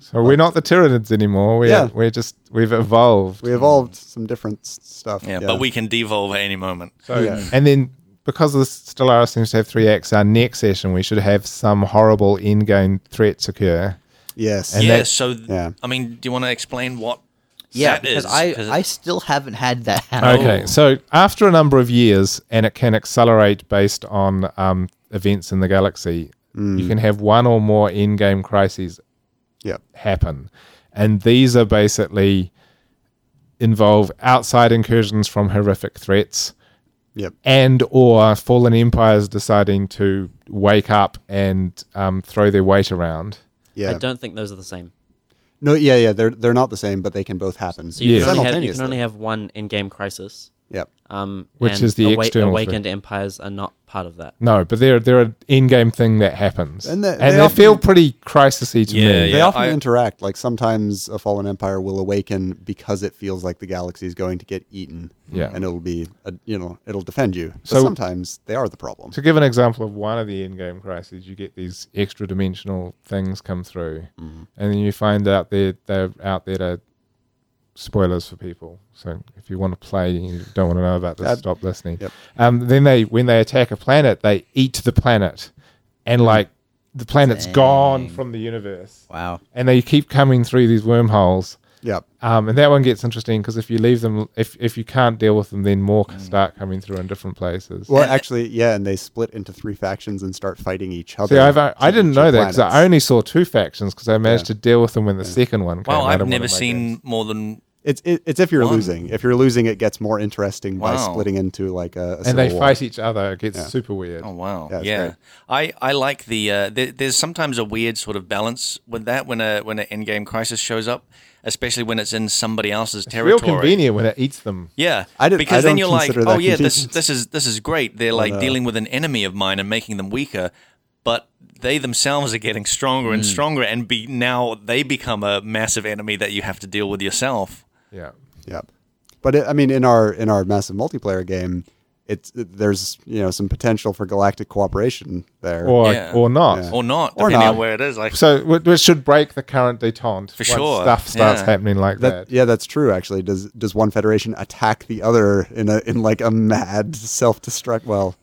so we're not the Tyranids anymore. We're
Yeah.
we're just we've evolved.
We evolved some different s- stuff.
Yeah, but we can devolve at any moment.
So,
Yeah.
and then because the Stellaris seems to have three acts, our next session we should have some horrible end game threats occur.
yes.
yeah.
that-
so
Yeah.
I mean, do you want to explain what?
Yeah,
that
because
is?
I
'Cause-
I still haven't had that. happen.
Okay, so after a number of years, and it can accelerate based on um, events in the galaxy, you can have one or more end game crises
yeah.
happen. And these are basically involve outside incursions from horrific threats
Yep.
and or fallen empires deciding to wake up and um, throw their weight around.
Yeah.
I don't think those are the same.
no. Yeah. Yeah. They're they're not the same, but they can both happen
So you,
Yeah.
can, only have, you can
Simultaneously.
only have one in-game crisis.
Yep.
Um,
Which
and
is the
awa-
external threat.
awakened empires are not part of that.
No, but they're they're an in-game thing that happens,
And
and
they-
they,
they often-
feel pretty crisisy to
Yeah,
me.
They often
I-
interact. Like sometimes a fallen empire will awaken because it feels like the galaxy is going to get eaten.
Yeah.
And it'll be, a, you know, it'll defend you. But
So-
sometimes they are the problem.
To give an example of one of the in-game crises, you get these extra-dimensional things come through,
Mm-hmm.
and then you find out they're they're out there to spoilers for people. So if you want to play, and you don't want to know about this,
That-
stop listening.
yep.
Um, then they when they attack a planet, they eat the planet,
Mm.
and like the planet's gone from the universe,
Wow.
and they keep coming through these wormholes.
Yep.
Um, and that one gets interesting because if you leave them, if if you can't deal with them, then more
Mm.
can start coming through in different places.
Well, actually, yeah, and they split into three factions and start fighting each other.
See, I've, I I
to
didn't
each
know
of
that because I
planets.
only saw two factions because I managed to deal with them when the second one came.
Wow,
out
I've
of one
never
of my
seen
games.
more than.
It's it, it's if you're
One.
losing. If you're losing, it gets more interesting by
Wow.
splitting into like a. a civil
And they
war.
fight each other. It gets super weird.
Oh wow!
Yeah,
Yeah,
it's great.
I, I like the. Uh, there, there's sometimes a weird sort of balance with that when a when an end game crisis shows up, especially when it's in somebody else's
Real
territory.
convenient when it eats them.
Yeah,
I don't-
because
I don't
then you're like,
consider
oh
that
yeah, this
convenient. Oh,
this is this is great. They're like dealing with an enemy of mine and making them weaker, but they themselves are getting stronger
Hmm.
and stronger, and be now they become a massive enemy that you have to deal with yourself.
Yeah.
Yep. But it, I mean, in our in our massive multiplayer game, it's there's you know some potential for galactic cooperation there.
or
Yeah.
or not.
Yeah.
or not,
Or
depending
not.
on where it is. Like,
So wh- which should break the current detente
For sure,
Stuff starts
yeah.
happening like that.
that, yeah, that's true. Actually, does does one federation attack the other in a in like a mad self destruct? Well,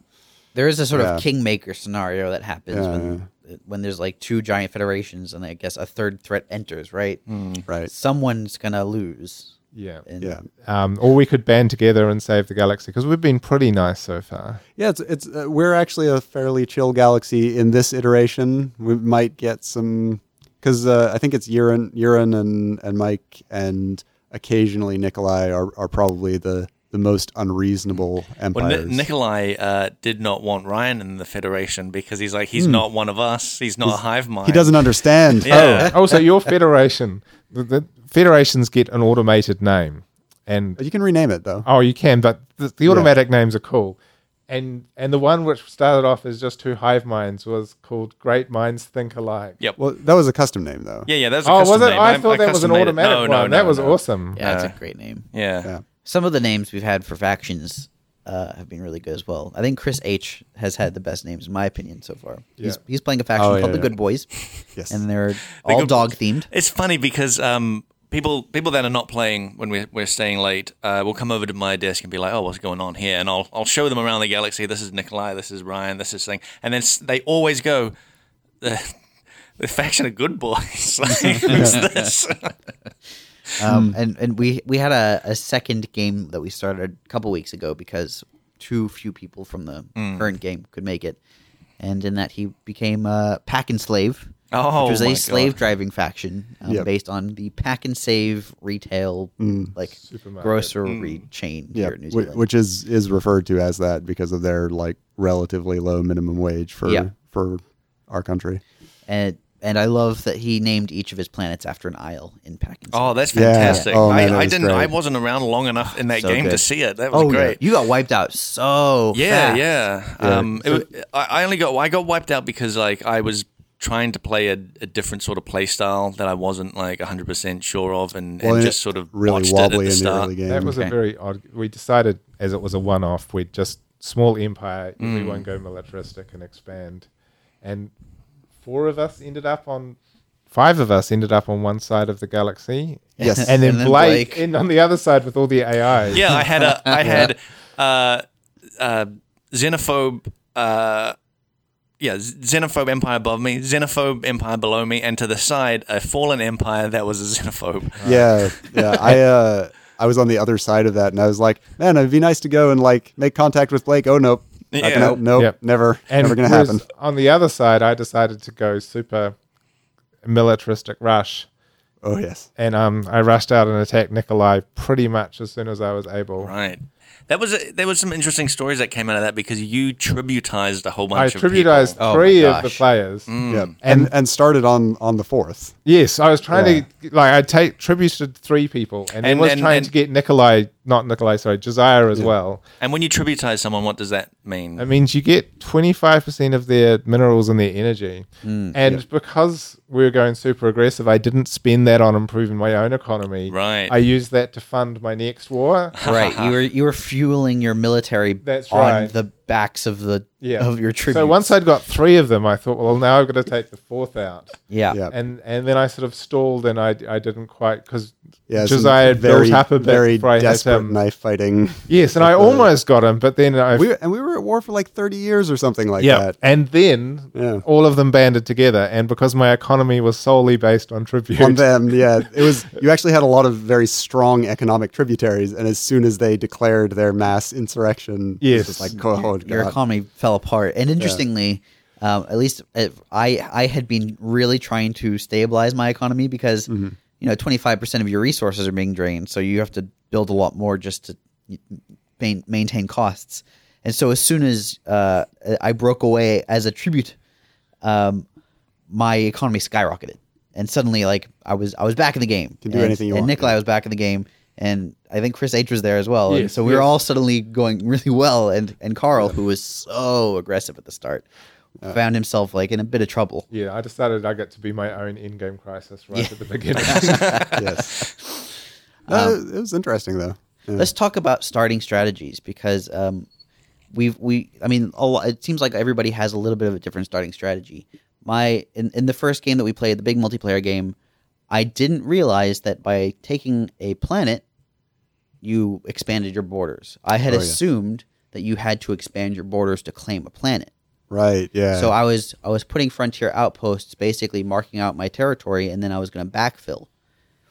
There is a sort
Yeah.
of kingmaker scenario that happens when when there's like two giant federations and I guess a third threat enters, right?
Hmm.
right.
Someone's gonna lose.
Yeah.
And
Yeah,
Um, or we could band together and save the galaxy because we've been pretty nice so far.
yeah. It's it's uh, we're actually a fairly chill galaxy in this iteration. We might get some because uh, I think it's Urin, Urin, and and Mike, and occasionally Nikolai are, are probably the the most unreasonable
well,
empires.
Ni- Nikolai uh, did not want Ryan in the Federation because he's like, he's not one of us. He's not a hive mind.
Hmm. he doesn't understand.
Yeah.
Oh, so your federation, the, the federations get an automated name, and
You can rename it though.
oh, you can, but the, the automatic names are cool. And and the one which started off as just two hive minds was called Great Minds Think Alike.
Yep.
Well, that was a custom name though.
yeah, yeah. That's a
Oh, was
custom
it?
name.
I thought that was an
custom made it.
automatic
No,
one.
no, no,
that was
no.
awesome.
yeah,
Yeah.
it's a great name.
Yeah.
Yeah.
Some of the names we've had for factions uh, have been really good as well. I think Chris H has had the best names in my opinion so far. He's
Yeah.
he's playing a faction
Oh,
called
yeah,
the
yeah.
Good Boys,
Yes.
and they're all
Good
dog themed.
It's funny because um, people people that are not playing when we're, we're staying late uh, will come over to my desk and be like, "Oh, what's going on here?" And I'll I'll show them around the galaxy. This is Nikolai. This is Ryan. This is thing. And then s- they always go, "The, the faction of good boys." like, who's this?
Hmm.
Um, and and we we had a, a second game that we started a couple weeks ago because too few people from the
Hmm.
current game could make it, and in that he became a pack and slave,
Oh,
which was
my
a
God.
slave driving faction um,
Yep. Hmm.
based on the pack and save retail like grocery
Hmm.
chain
Yeah,
here in New
whi-
Zealand.
which is is referred to as that because of their like relatively low minimum wage for
Yeah.
for our country.
and and I love that he named each of his planets after an isle in pack and slave.
Oh, that's
Yeah.
fantastic!
Oh,
I,
man, that
I
was
didn't.
great.
I
Oh,
wasn't around long enough in that
So
game to
good.
see it. That was Oh,
Oh,
great.
you got wiped out so
Yeah,
fast.
yeah. Um, it wa- I I only got I got wiped out because like I was trying to play a, a different sort of play style that I wasn't like 100% sure of and,
Well,
and
it-
just sort of
Really
botched it at
wobbly
the
in the
start.
early game.
That was
Okay.
a very odd. We decided as it was a one-off, we'd just small empire,
Mm.
everyone go militaristic and expand, and four of us ended up on. Five of us ended up on one side of the galaxy,
Yes.
and then,
And then
Blake,
Blake.
in on the other side with all the AI.
Yeah, I had a I had uh, uh, xenophobe uh, yeah, z- xenophobe empire above me, xenophobe empire below me, and to the side a fallen empire that was a xenophobe.
yeah, yeah. I uh, I was on the other side of that, and I was like, man, it'd be nice to go and like make contact with Blake. Oh nope, Not
Yeah.
gonna- nope,
Yep.
never,
and
never gonna
whereas
happen.
On the other side, I decided to go super militaristic rush,
Oh yes,
and um, I rushed out and attacked Nikolai pretty much as soon as I was able.
Right. That was a, there was some interesting stories that came out of that because you tributized a whole
I
bunch of people.
tributized
Oh my
three of the
gosh.
players.
Hmm. Mm.
yeah, and and started on on the fourth.
Yes, I was trying to like I take tributed three people, and, then
And-
was
and-
trying
and-
to get Nikolai, not Nikolai, sorry, Josiah as well.
And when you tributize someone, what does that mean?
It means you get twenty five percent of their minerals and their energy, and because we were going super aggressive, I didn't spend that on improving my own economy.
Right.
I used that to fund my next war.
right. You were you were fueling your military
That's
on
right.
the backs of the
Yeah,
of your tribute.
So once I'd got three of them, I thought, well, now I've got to take the fourth out.
yeah.
Yeah,
and and then I sort of stalled, and I I didn't quite because
yeah. some
Josiah had built up a bit
very
before I hit
desperate uh,
him.
knife fighting.
Yes, and I almost got him, but then I
We were- and we were at war for like thirty years or something like
yeah,
that.
and then
Yeah.
all of them banded together, and because my economy was solely based on tribute,
on them. Yeah, it was. You actually had a lot of very strong economic tributaries, and as soon as they declared their mass insurrection,
Yes.
it was like oh
Your
god,
economy fell apart. And interestingly, um, at least uh, I I had been really trying to stabilize my economy because
Mm-hmm.
you know twenty five percent of your resources are being drained, so you have to build a lot more just to main, maintain costs. And so as soon as uh, I broke away as a tribute, um, my economy skyrocketed, and suddenly like I was I was back in the game.
Can do
And-
anything you
and
want.
Nikolai was back in the game, and I think Chris H was there as well. and
Yes,
so we were
yes.
all suddenly going really well, and and Carl, who was so aggressive at the start,
Uh,
found himself like in a bit of trouble.
yeah, I decided I got to be my own in-game crisis right at the beginning.
yes. No, it Uh, was interesting though. Yeah.
Let's talk about starting strategies because um, we've we I mean a lot, it seems like everybody has a little bit of a different starting strategy. My in, in the first game that we played, the big multiplayer game, I didn't realize that by taking a planet, you expanded your borders. I had assumed that you had to expand your borders to claim a planet.
Right. Yeah.
So uh, I was I was putting frontier outposts, basically marking out my territory, and then I was going to backfill,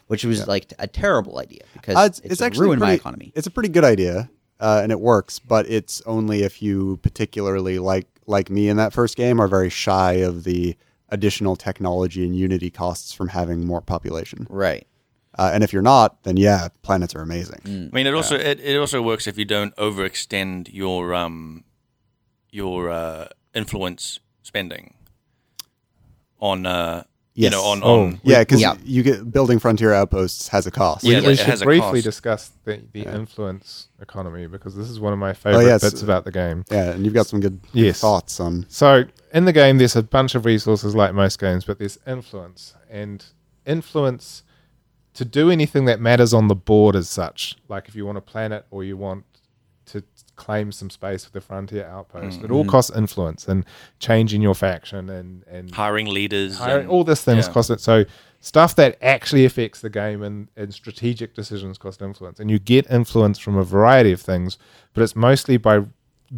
which was like a terrible idea because
Uh,
it's, actually ruined my
pretty-
economy.
It's a pretty good idea, uh, and it works. But it's only if you particularly like like me in that first game are very shy of the additional technology and Unity costs from having more population.
Right.
Uh, and if you're not, then yeah, planets are amazing.
Mm.
I mean, it also it, it also works if you don't overextend your um your uh, influence spending on uh
Yes.
you know on
Oh.
on
Yeah, because
Yeah.
you get building frontier outposts has a cost.
Yeah,
we
it
should
has a
briefly
cost.
discuss the, the influence economy because this is one of my
Oh,
favorite
yes.
bits about the game.
Yeah, and you've got some good
Yes.
thoughts on.
So in the game, there's a bunch of resources like most games, but there's influence and influence to do anything that matters on the board as such. Like if you want a planet or you want to claim some space with the frontier outpost, it all costs influence and changing your faction and and
hiring leaders.
hiring,
and-
Oh. all this things
yeah.
cost it. So stuff that actually affects the game and, and strategic decisions cost influence. And you get influence from a variety of things, but it's mostly by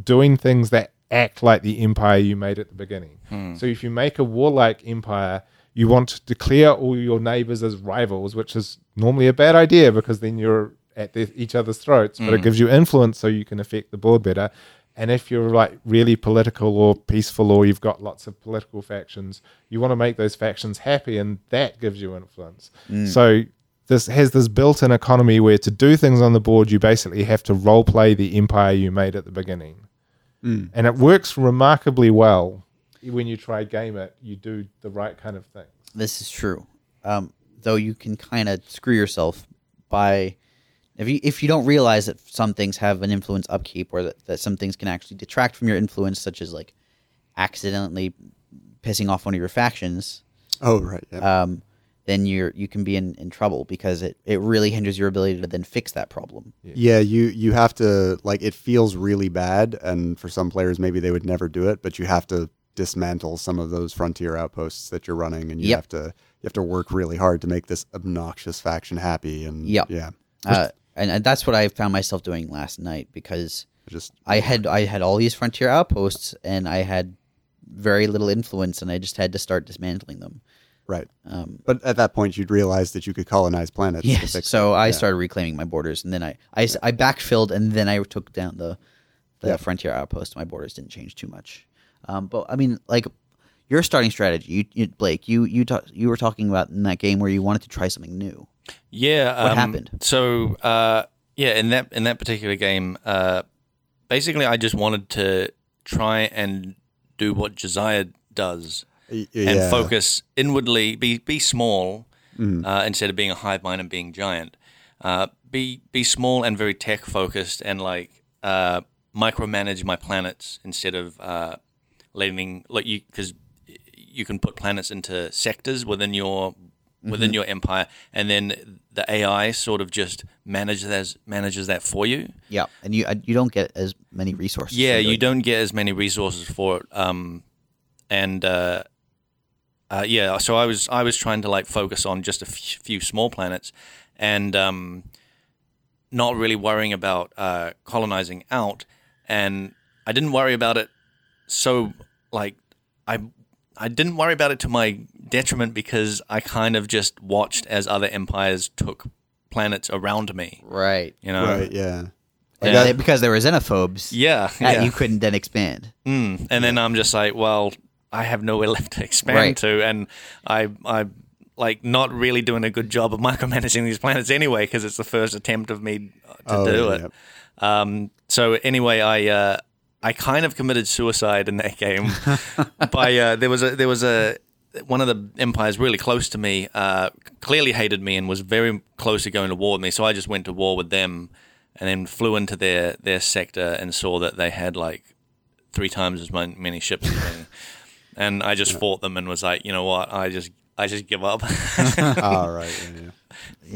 doing things that act like the empire you made at the beginning. So if you make a warlike empire, you want to declare all your neighbors as rivals, which is normally a bad idea because then you're at the, each other's throats, but it gives you influence so you can affect the board better. And if you're like really political or peaceful, or you've got lots of political factions, you want to make those factions happy, and that gives you influence.
Mm.
So this has this built-in economy where to do things on the board, you basically have to role play the empire you made at the beginning,
Mm.
and it works remarkably well. When you try game it, you do the right kind of thing.
This is true. Um, though you can kind of screw yourself by if you if you don't realize that some things have an influence upkeep or that, that some things can actually detract from your influence, such as like accidentally pissing off one of your factions,
Oh, right. Yeah.
um, then you're you can be in, in trouble because it, it really hinders your ability to then fix that problem.
Yeah, you you have to like it feels really bad, and for some players maybe they would never do it, but you have to dismantle some of those frontier outposts that you're running, and you
Yep.
have to you have to work really hard to make this obnoxious faction happy, and
Yep.
yeah,
Uh, and, and that's what I found myself doing last night because
just
I had I had all these frontier outposts and I had very little influence and I just had to start dismantling them.
right.
Um,
But at that point, you'd realize that you could colonize planets. to
yes,
fix
so
it.
I
Yeah.
started reclaiming my borders and then I I, s- I backfilled and then I took down the the
Yeah.
frontier outpost. My borders didn't change too much, um, but I mean like. Your starting strategy, you, you Blake, you you ta- you were talking about in that game where you wanted to try something new.
Yeah. What
happened?
So uh, yeah, in that in that particular game, uh, basically, I just wanted to try and do what Josiah does
Y-
and
yeah.
focus inwardly. Be be small uh, instead of being a hive mind and being giant. Uh, be be small and very tech focused and like uh, micromanage my planets instead of uh, letting like you because you can put planets into sectors within your within your empire and then the AI sort of just manages that, manages that for you.
Yeah, and you you don't get as many resources.
Yeah,
from doing
you don't get as many resources for it. Um, and uh, uh, yeah, so I was I was trying to like focus on just a f- few small planets, and um, not really worrying about uh, colonizing out. And I didn't worry about it. So like I. I didn't worry about it to my detriment because I kind of just watched as other empires took planets around me.
Right.
You know,
right. Yeah,
And
Yeah.
they- because they were xenophobes.
yeah,
That
yeah.
you couldn't then expand.
Mm. And then I'm just like, well, I have nowhere left to expand
Right.
to, and I, I like not really doing a good job of micromanaging these planets anyway, because it's the first attempt of me uh, to
Oh,
do
yeah.
it. Um, so anyway, I, uh, I kind of committed suicide in that game. by uh, there was a there was a one of the empires really close to me uh, clearly hated me and was very close to going to war with me. So I just went to war with them, and then flew into their their sector and saw that they had like three times as mon- many ships as me. And I just fought them and was like, you know what? I just I just give up.
all Ah, right. Yeah, yeah.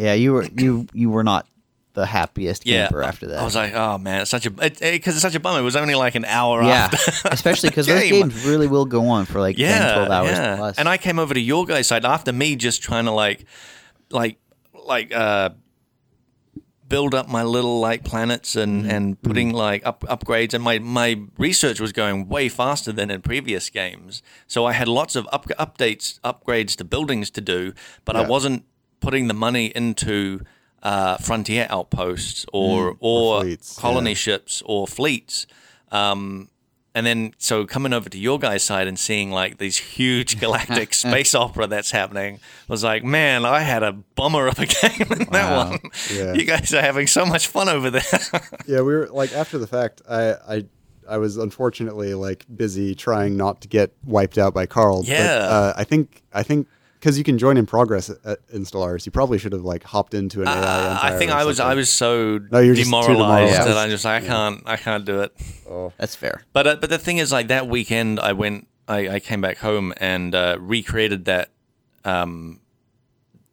Yeah, you were you you were not the the happiest
yeah.
camper after that.
I was like, oh man, it's such a because it, 'cause it's such a bummer. It was only like an hour
yeah,
after.
especially because those
Game.
games really will go on for like 10, 12 hours plus.
And I came over to your guys' side after me just trying to like, like, like, uh, build up my little like planets and
Mm-hmm.
and putting like up upgrades and my my research was going way faster than in previous games. So I had lots of up, updates, upgrades to buildings to do, but I wasn't putting the money into. Uh, frontier outposts
Mm.
or or
fleets,
colony ships or fleets and then so coming over to your guys' side and seeing like these huge galactic space opera that's happening was like, man, I had a bummer of a game in that one.
Yeah.
You guys are having so much fun over there.
yeah, we were like after the fact. I I I was unfortunately like busy trying not to get wiped out by Carl.
Yeah.
but, uh, I think I think because you can join in progress at, at Stellaris, you probably should have like hopped into an AI.
Uh, I
empire
think
or
I was I
something.
was so
No, you're just too
demoralized
demoralized.
that I'm just like I can't I can't do it.
That's fair.
But uh, but the thing is, like that weekend, I went, I, I came back home and uh, recreated that, um,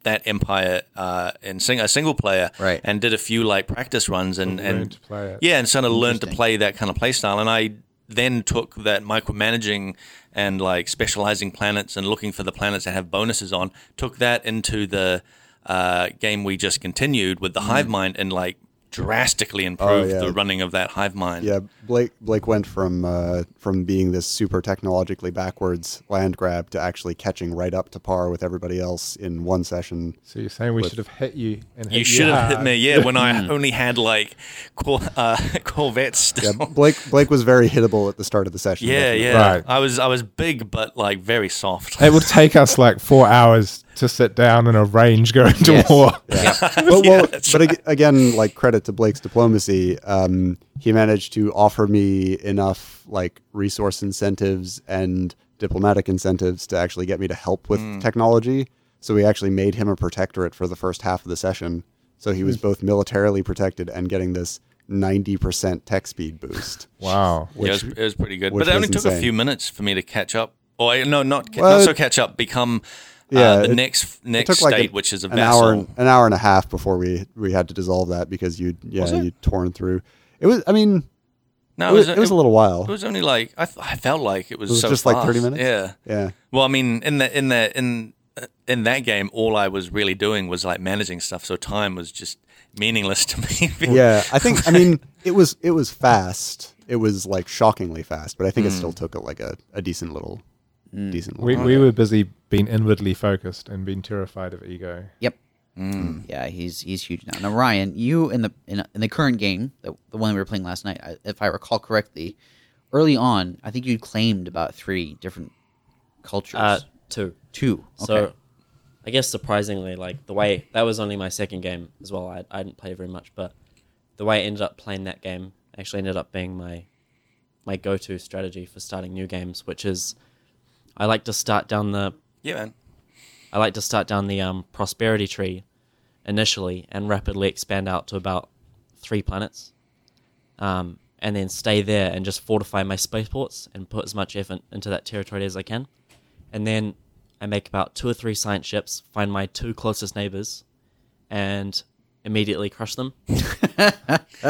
that empire uh, in sing- a single player,
Right.
And did a few like practice runs and
learn
and
to play it.
yeah, and sort of learned to play that kind of play style. And I then took that micromanaging and like specializing planets and looking for the planets that have bonuses on, took that into the uh, game we just continued with the hive mind and like drastically improved
yeah.
the running of that hive mind.
Yeah, Blake Blake went from uh, from being this super technologically backwards land grab to actually catching right up to par with everybody else in one session.
So you're saying we should have hit you? And hit
You should have hit
hard.
me, yeah, when I only had like cor- uh, Corvettes
Yeah,
still.
Blake Blake was very hittable at the start of the session.
Yeah, yeah.
definitely.
Right.
I was I was big but like very soft.
It would take us like four hours to sit down and arrange going to
Yes.
war.
But, well, but ag- again, like credit to Blake's diplomacy, um, he managed to offer me enough like resource incentives and diplomatic incentives to actually get me to help with
Hmm.
technology. So we actually made him a protectorate for the first half of the session. So he was
Hmm.
both militarily protected and getting this ninety percent tech speed boost.
Wow.
yeah, it was, it was pretty good.
which
But it only
was
took a
insane.
few minutes for me to catch up. Or I- no, not ca-
Well,
not so
it-
catch up. Become
Yeah,
uh, the
it-
next
It
next
took
state,
like an-
which is a
an hour,
vassal.
an hour and a half before we we had to dissolve that because you yeah you torn through. It was I mean
No,
it was, it was a little while.
It was only like I, th- I felt like it was,
It was
so
just like 30
fast.
minutes?
Yeah.
yeah.
Well, I mean, in the in the in uh, in that game, all I was really doing was like managing stuff, so time was just meaningless to me.
yeah i think i mean it was it was fast it was like shockingly fast but i
Mm.
think it still took a, like a, a decent little decent
We,
little
we were busy being inwardly focused and being terrified of ego.
Yep. Mm, Yeah, he's he's huge now. Now, Ryan, you in the in, in the current game, the, the one we were playing last night, I, if I recall correctly, early on, I think you claimed about three different cultures.
Uh, two.
Two. Okay.
So, I guess surprisingly, like the way that was only my second game as well. I, I didn't play very much, but the way I ended up playing that game actually ended up being my my go to strategy for starting new games, which is I like to start down the
yeah, man.
I like to start down the um, prosperity tree initially and rapidly expand out to about three planets, um, and then stay there and just fortify my spaceports and put as much effort into that territory as I can, and then I make about two or three science ships, find my two closest neighbors, and immediately crush them.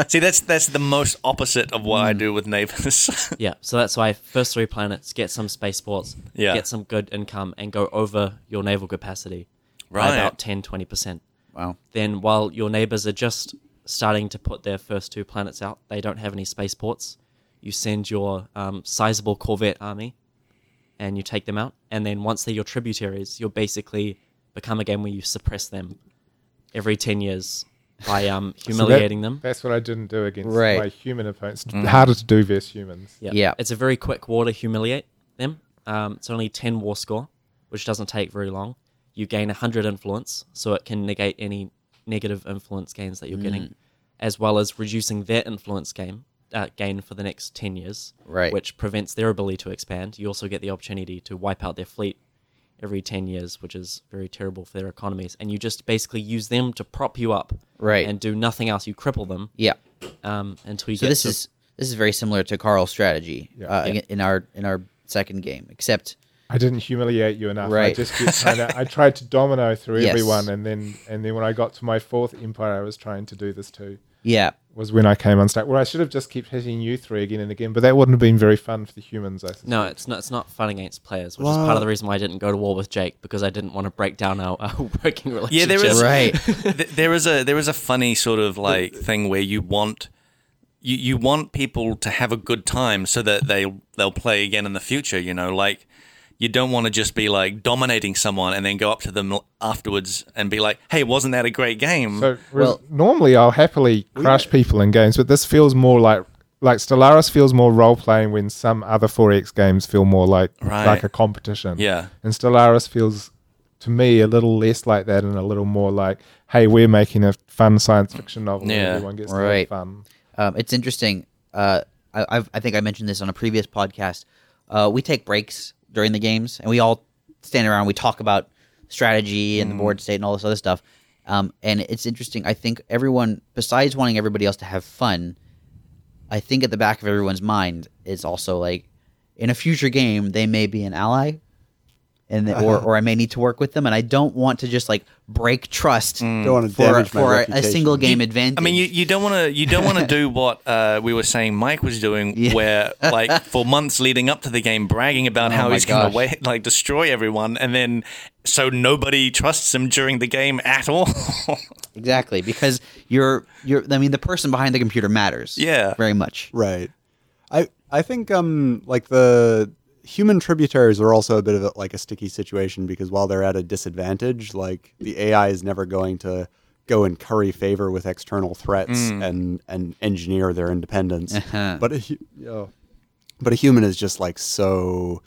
See, that's that's the most opposite of
Hmm.
what I do with neighbors.
yeah, so that's why first three planets get some spaceports,
Yeah.
get some good income, and go over your naval capacity
Right.
by about 10 20 percent.
wow.
then while your neighbors are just starting to put their first two planets out, they don't have any spaceports. You send your um, sizable corvette army, and you take them out. And then once they're your tributaries, you'll basically become a game where you suppress them every ten years by um,
So that-
humiliating them. Mm-hmm.
That's what I didn't do against
Right.
my human opponents. It's Harder to do versus humans.
Yeah.
Yeah.
It's a very quick war to humiliate them. Um, it's only 10 war score, which doesn't take very long. You gain 100 influence, so it can negate any negative influence gains that you're
Mm.
getting, as well as reducing their influence game, uh, gain for the next 10 years,
Right.
which prevents their ability to expand. You also get the opportunity to wipe out their fleet every 10 years, which is very terrible for their economies. And you just basically use them to prop you up
Right.
and do nothing else. You cripple them
Yeah.
um, until you
So
get
this
to-
is this is very similar to Carl's strategy uh, in our in our second game, except
I didn't humiliate you enough. I
Right.
just kept trying to, I tried to domino through
Yes.
everyone, and then and then when I got to my fourth empire, I was trying to do this too.
Yeah.
Was when I came unstuck. Well, I should have just kept hitting you three again and again, but that wouldn't have been very fun for the humans. I think.
No, it's not. It's not fun against players, which is part of the reason why I didn't go to war with Jake because I didn't want to break down our, our working relationship.
Yeah, there is
Right.
th- there is a there is a funny sort of like thing where you want you, you want people to have a good time so that they they'll play again in the future. You know, like you don't want to just be like dominating someone and then go up to them afterwards and be like, "Hey, wasn't that a great game?"
So
Well-
well, normally I'll happily crush people in games, but this feels more like like Stellaris feels more role playing when some other 4X games feel more like
Right.
like a competition.
Yeah.
And Stellaris feels to me a little less like that and a little more like, hey, we're making a fun science fiction novel.
Yeah.
Yeah. Everyone gets to
Right.
have fun.
Um, it's interesting. Uh, I, I've, I think I mentioned this on a previous podcast. Uh, we take breaks during the games, and we all stand around. We talk about strategy
Mm.
and the board state and all this other stuff. Um, and it's interesting. I think everyone, besides wanting everybody else to have fun, I think at the back of everyone's mind is also like, in a future game, they may be an ally, and the, or or I may need to work with them, and I don't want to just like break trust
Mm.
Don't want to
Mm. for
damage my
for a, a
reputation.
single game advantage.
I mean, you, you don't want to you don't want to do what uh, we were saying Mike was doing,
Yeah.
where like for months leading up to the game, bragging about how
my
he's going
gosh.
to wa like destroy everyone, and then so nobody trusts him during the game at all.
Exactly, because you're you're. I mean, the person behind the computer matters.
Yeah.
very much.
Right. I I think um like the human tributaries are also a bit of a, like a sticky situation because while they're at a disadvantage, like the AI is never going to go and curry favor with external threats
Mm.
and and engineer their independence.
Uh-huh.
But a, hu- oh. but a human is just like so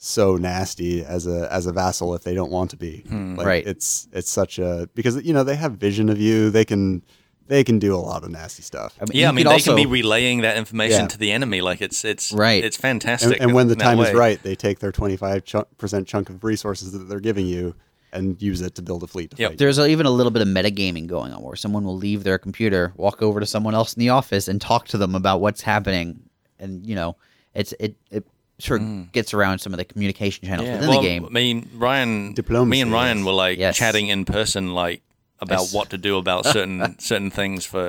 so nasty as a as a vassal if they don't want to be. Like,
Right.
It's it's such a because you know they have vision of you. They can they can do a lot of nasty stuff.
yeah, I
You
mean,
could
they
also-
can be relaying that information
Yeah.
to the enemy. Like it's it's
Right.
It's
and,
fantastic.
and when the
in that
time is
way.
right, they take their 25 chu- percent chunk of resources that they're giving you and use it to build a fleet. To
Yep.
fight.
There's even a little bit of metagaming going on, where someone will leave their computer, walk over to someone else in the office, and talk to them about what's happening, and you know, it's it it sort of gets around some of the communication channels within
Mm. well,
the game.
I mean, Ryan,
Diplomacy,
me and Ryan
yes.
were like
Yes.
chatting in person, like about what to do about certain certain things
Oh,
for.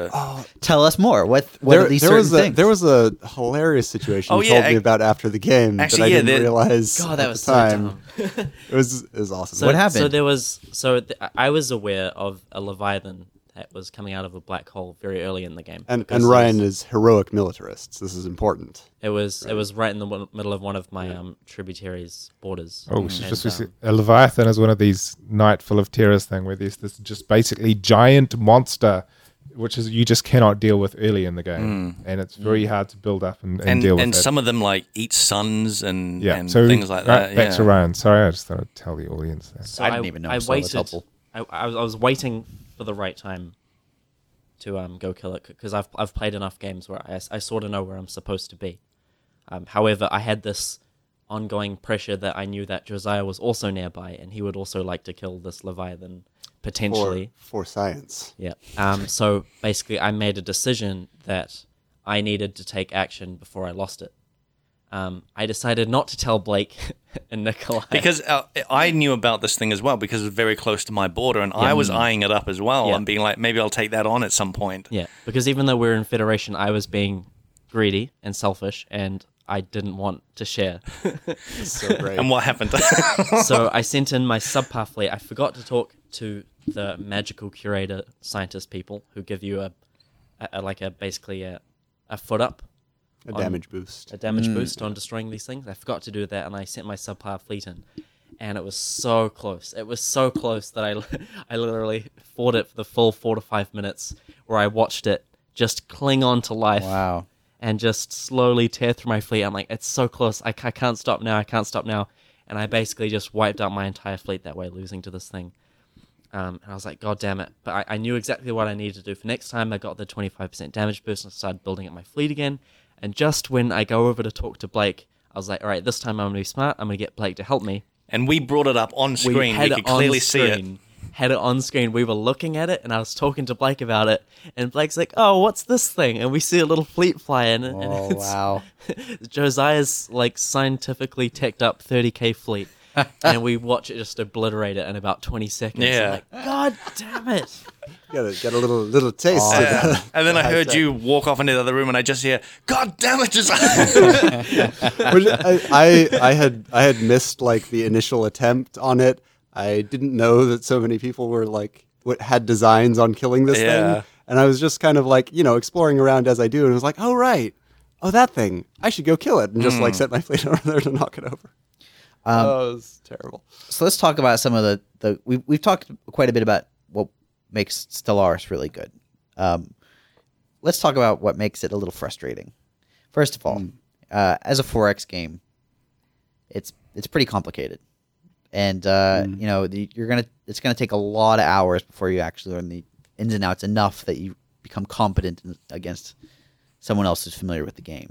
Tell us more. What what
There,
are these
there
certain
was a,
things?
there was a hilarious situation
Oh,
you
yeah,
told me
ac-
about after the game
actually,
that I
yeah,
didn't
there-
realize
God,
at
that
the
was so
time. it was it was awesome.
So,
What happened?
So there was. So th- I was aware of a leviathan that was coming out of a black hole very early in the game.
and
because
and
it was-
Ryan is heroic militarists. This is important.
It was it was right in the w- middle of one of my um, tributaries' borders.
Oh, we should
And,
just we see-
um,
a Leviathan is one of these night full of terrors thing where there's this just basically giant monster which is you just cannot deal with early in the game. And it's very hard to build up and, Hmm. and,
and
deal with
and
it.
some of them like eat suns and
yeah,
and
so
things like
right,
that.
Back
yeah.
to Ryan. Sorry, I just thought I'd tell the audience that.
so
I didn't even know, so that's
waited.
helpful.
I, I was I was waiting for the right time to um go kill it because I've I've played enough games where I, I sort of know where I'm supposed to be. Um, however, I had this ongoing pressure that I knew that Josiah was also nearby and he would also like to kill this leviathan
For,
potentially.
for science.
Yeah. Um, so basically, I made a decision that I needed to take action before I lost it. Um, I decided not to tell Blake and Nikolai.
Because uh, I knew about this thing as well because it was very close to my border, and I was eyeing it up as well
Yeah.
and being like, maybe I'll take that on at some point.
yeah, because even though we were in Federation, I was being greedy and selfish, and I didn't want to share.
So great.
And what happened?
so I sent in my subpar fleet. I forgot to talk to the magical curator scientist people who give you a, a, a like a basically a, a foot up
a damage boost.
a damage boost on destroying these things. I forgot to do that, and I sent my subpar fleet in, and it was so close. It was so close that I, I literally fought it for the full four to five minutes, where I watched it just cling on to life
wow.
and just slowly tear through my fleet. I'm like, it's so close. I, ca- I can't stop now. I can't stop now. And I basically just wiped out my entire fleet that way, losing to this thing. Um, and I was like, God damn it. But I, I knew exactly what I needed to do for next time. I got the 25% damage boost and I started building up my fleet again. And just when I go over to talk to Blake, I was like, all right, this time I'm going to be smart. I'm going to get Blake to help me.
and we brought it up on screen. We,
had
could
it on
clearly see it.
screen. had it on screen. We were looking at it, and I was talking to Blake about it, and Blake's like, "Oh, what's this thing?" And we see a little fleet fly in, and
Oh
it's
wow!
Josiah's like scientifically teched up 30k fleet, and we watch it just obliterate it in about 20 seconds. I'm
Yeah.
like, God damn it!
Got a, got a little little taste. of
Yeah.
the-
And then I heard you walk off into the other room, and I just hear, "God damn it, Josiah!"
Which I, I I had I had missed like the initial attempt on it. I didn't know that so many people were like what had designs on killing this
Yeah.
thing. And I was just kind of like, you know, exploring around as I do and I was like, oh right. Oh that thing. I should go kill it and just like set my fleet over there to knock it over. oh, it was terrible.
So let's talk about some of the the we we've talked quite a bit about what makes Stellaris really good. Um, let's talk about what makes it a little frustrating. First of all, uh, as a 4X game, it's it's pretty complicated, and uh, you know the, you're gonna it's gonna take a lot of hours before you actually learn the ins and outs enough that you become competent in, against someone else who's familiar with the game.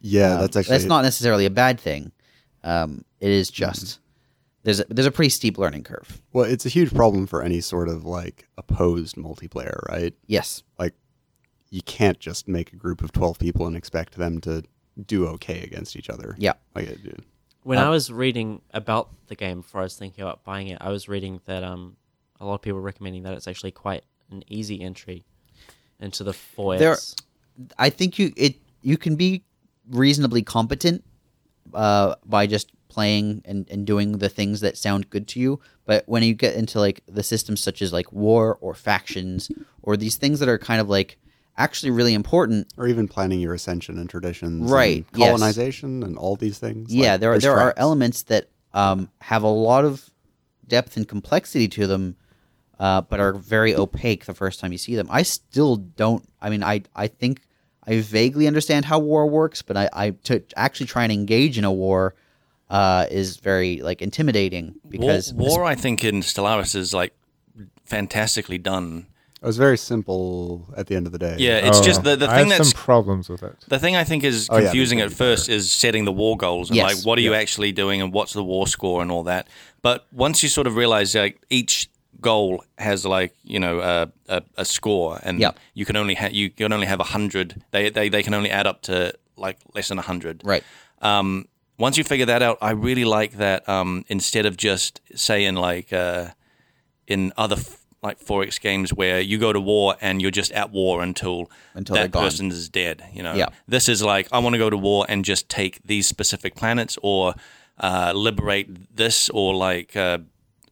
Yeah,
Um,
that's actually
that's not necessarily a bad thing. Um, it is just there's a, there's a pretty steep learning curve.
well, it's a huge problem for any sort of like opposed multiplayer, right?
Yes,
Like you can't just make a group of twelve people and expect them to do okay against each other.
yeah,
Like it,
When
Uh,
I was reading about the game before I was thinking about buying it, I was reading that um a lot of people were recommending that it's actually quite an easy entry into the 4X.
There- I think you it you can be reasonably competent uh, by just playing and, and doing the things that sound good to you. But when you get into like the systems such as like war or factions or these things that are kind of like actually really important,
or even planning your ascension and traditions,
Right,
and
yes.
colonization, and all these things.
yeah,
Like,
there are
there's
there are
tracks.
elements that um, have a lot of depth and complexity to them, uh, but are very opaque the first time you see them. I still don't. I mean, I I think I vaguely understand how war works, but I, I to actually try and engage in a war uh, is very like intimidating
war,
because
war, I think, in Stellaris is like fantastically done.
It was very simple at the end of the day.
Yeah, it's
Oh,
just the, the
I
thing
have
that's
some problems with it.
the thing I think is
Oh, yeah,
confusing
they
at
can be
first is setting the war goals and
Yes.
like what are you actually doing and what's the war score and all that. But once you sort of realize like each goal has like you know a, a, a score and
Yeah.
you can only ha- you can only have a hundred. They, they they can only add up to like less than a hundred.
right.
Um, once you figure that out, I really like that. Um, instead of just saying like uh, in other f- like forex games where you go to war and you're just at war until
Until they're
that
gone.
person is dead. You know,
Yeah.
this is like I want to go to war and just take these specific planets or uh, liberate this or like. Uh,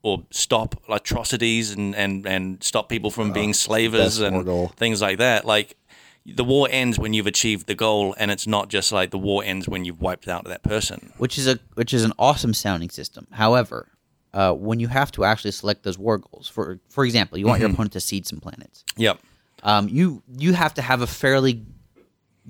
or stop atrocities and, and, and stop people
Uh,
from being slavers
best war goal.
and things like that. Like the war ends when you've achieved the goal, and it's not just like the war ends when you've wiped out that person.
which is a which is an awesome sounding system. However, uh, when you have to actually select those war goals, for for example, you want your opponent to seed some planets.
Yep.
um, you you have to have a fairly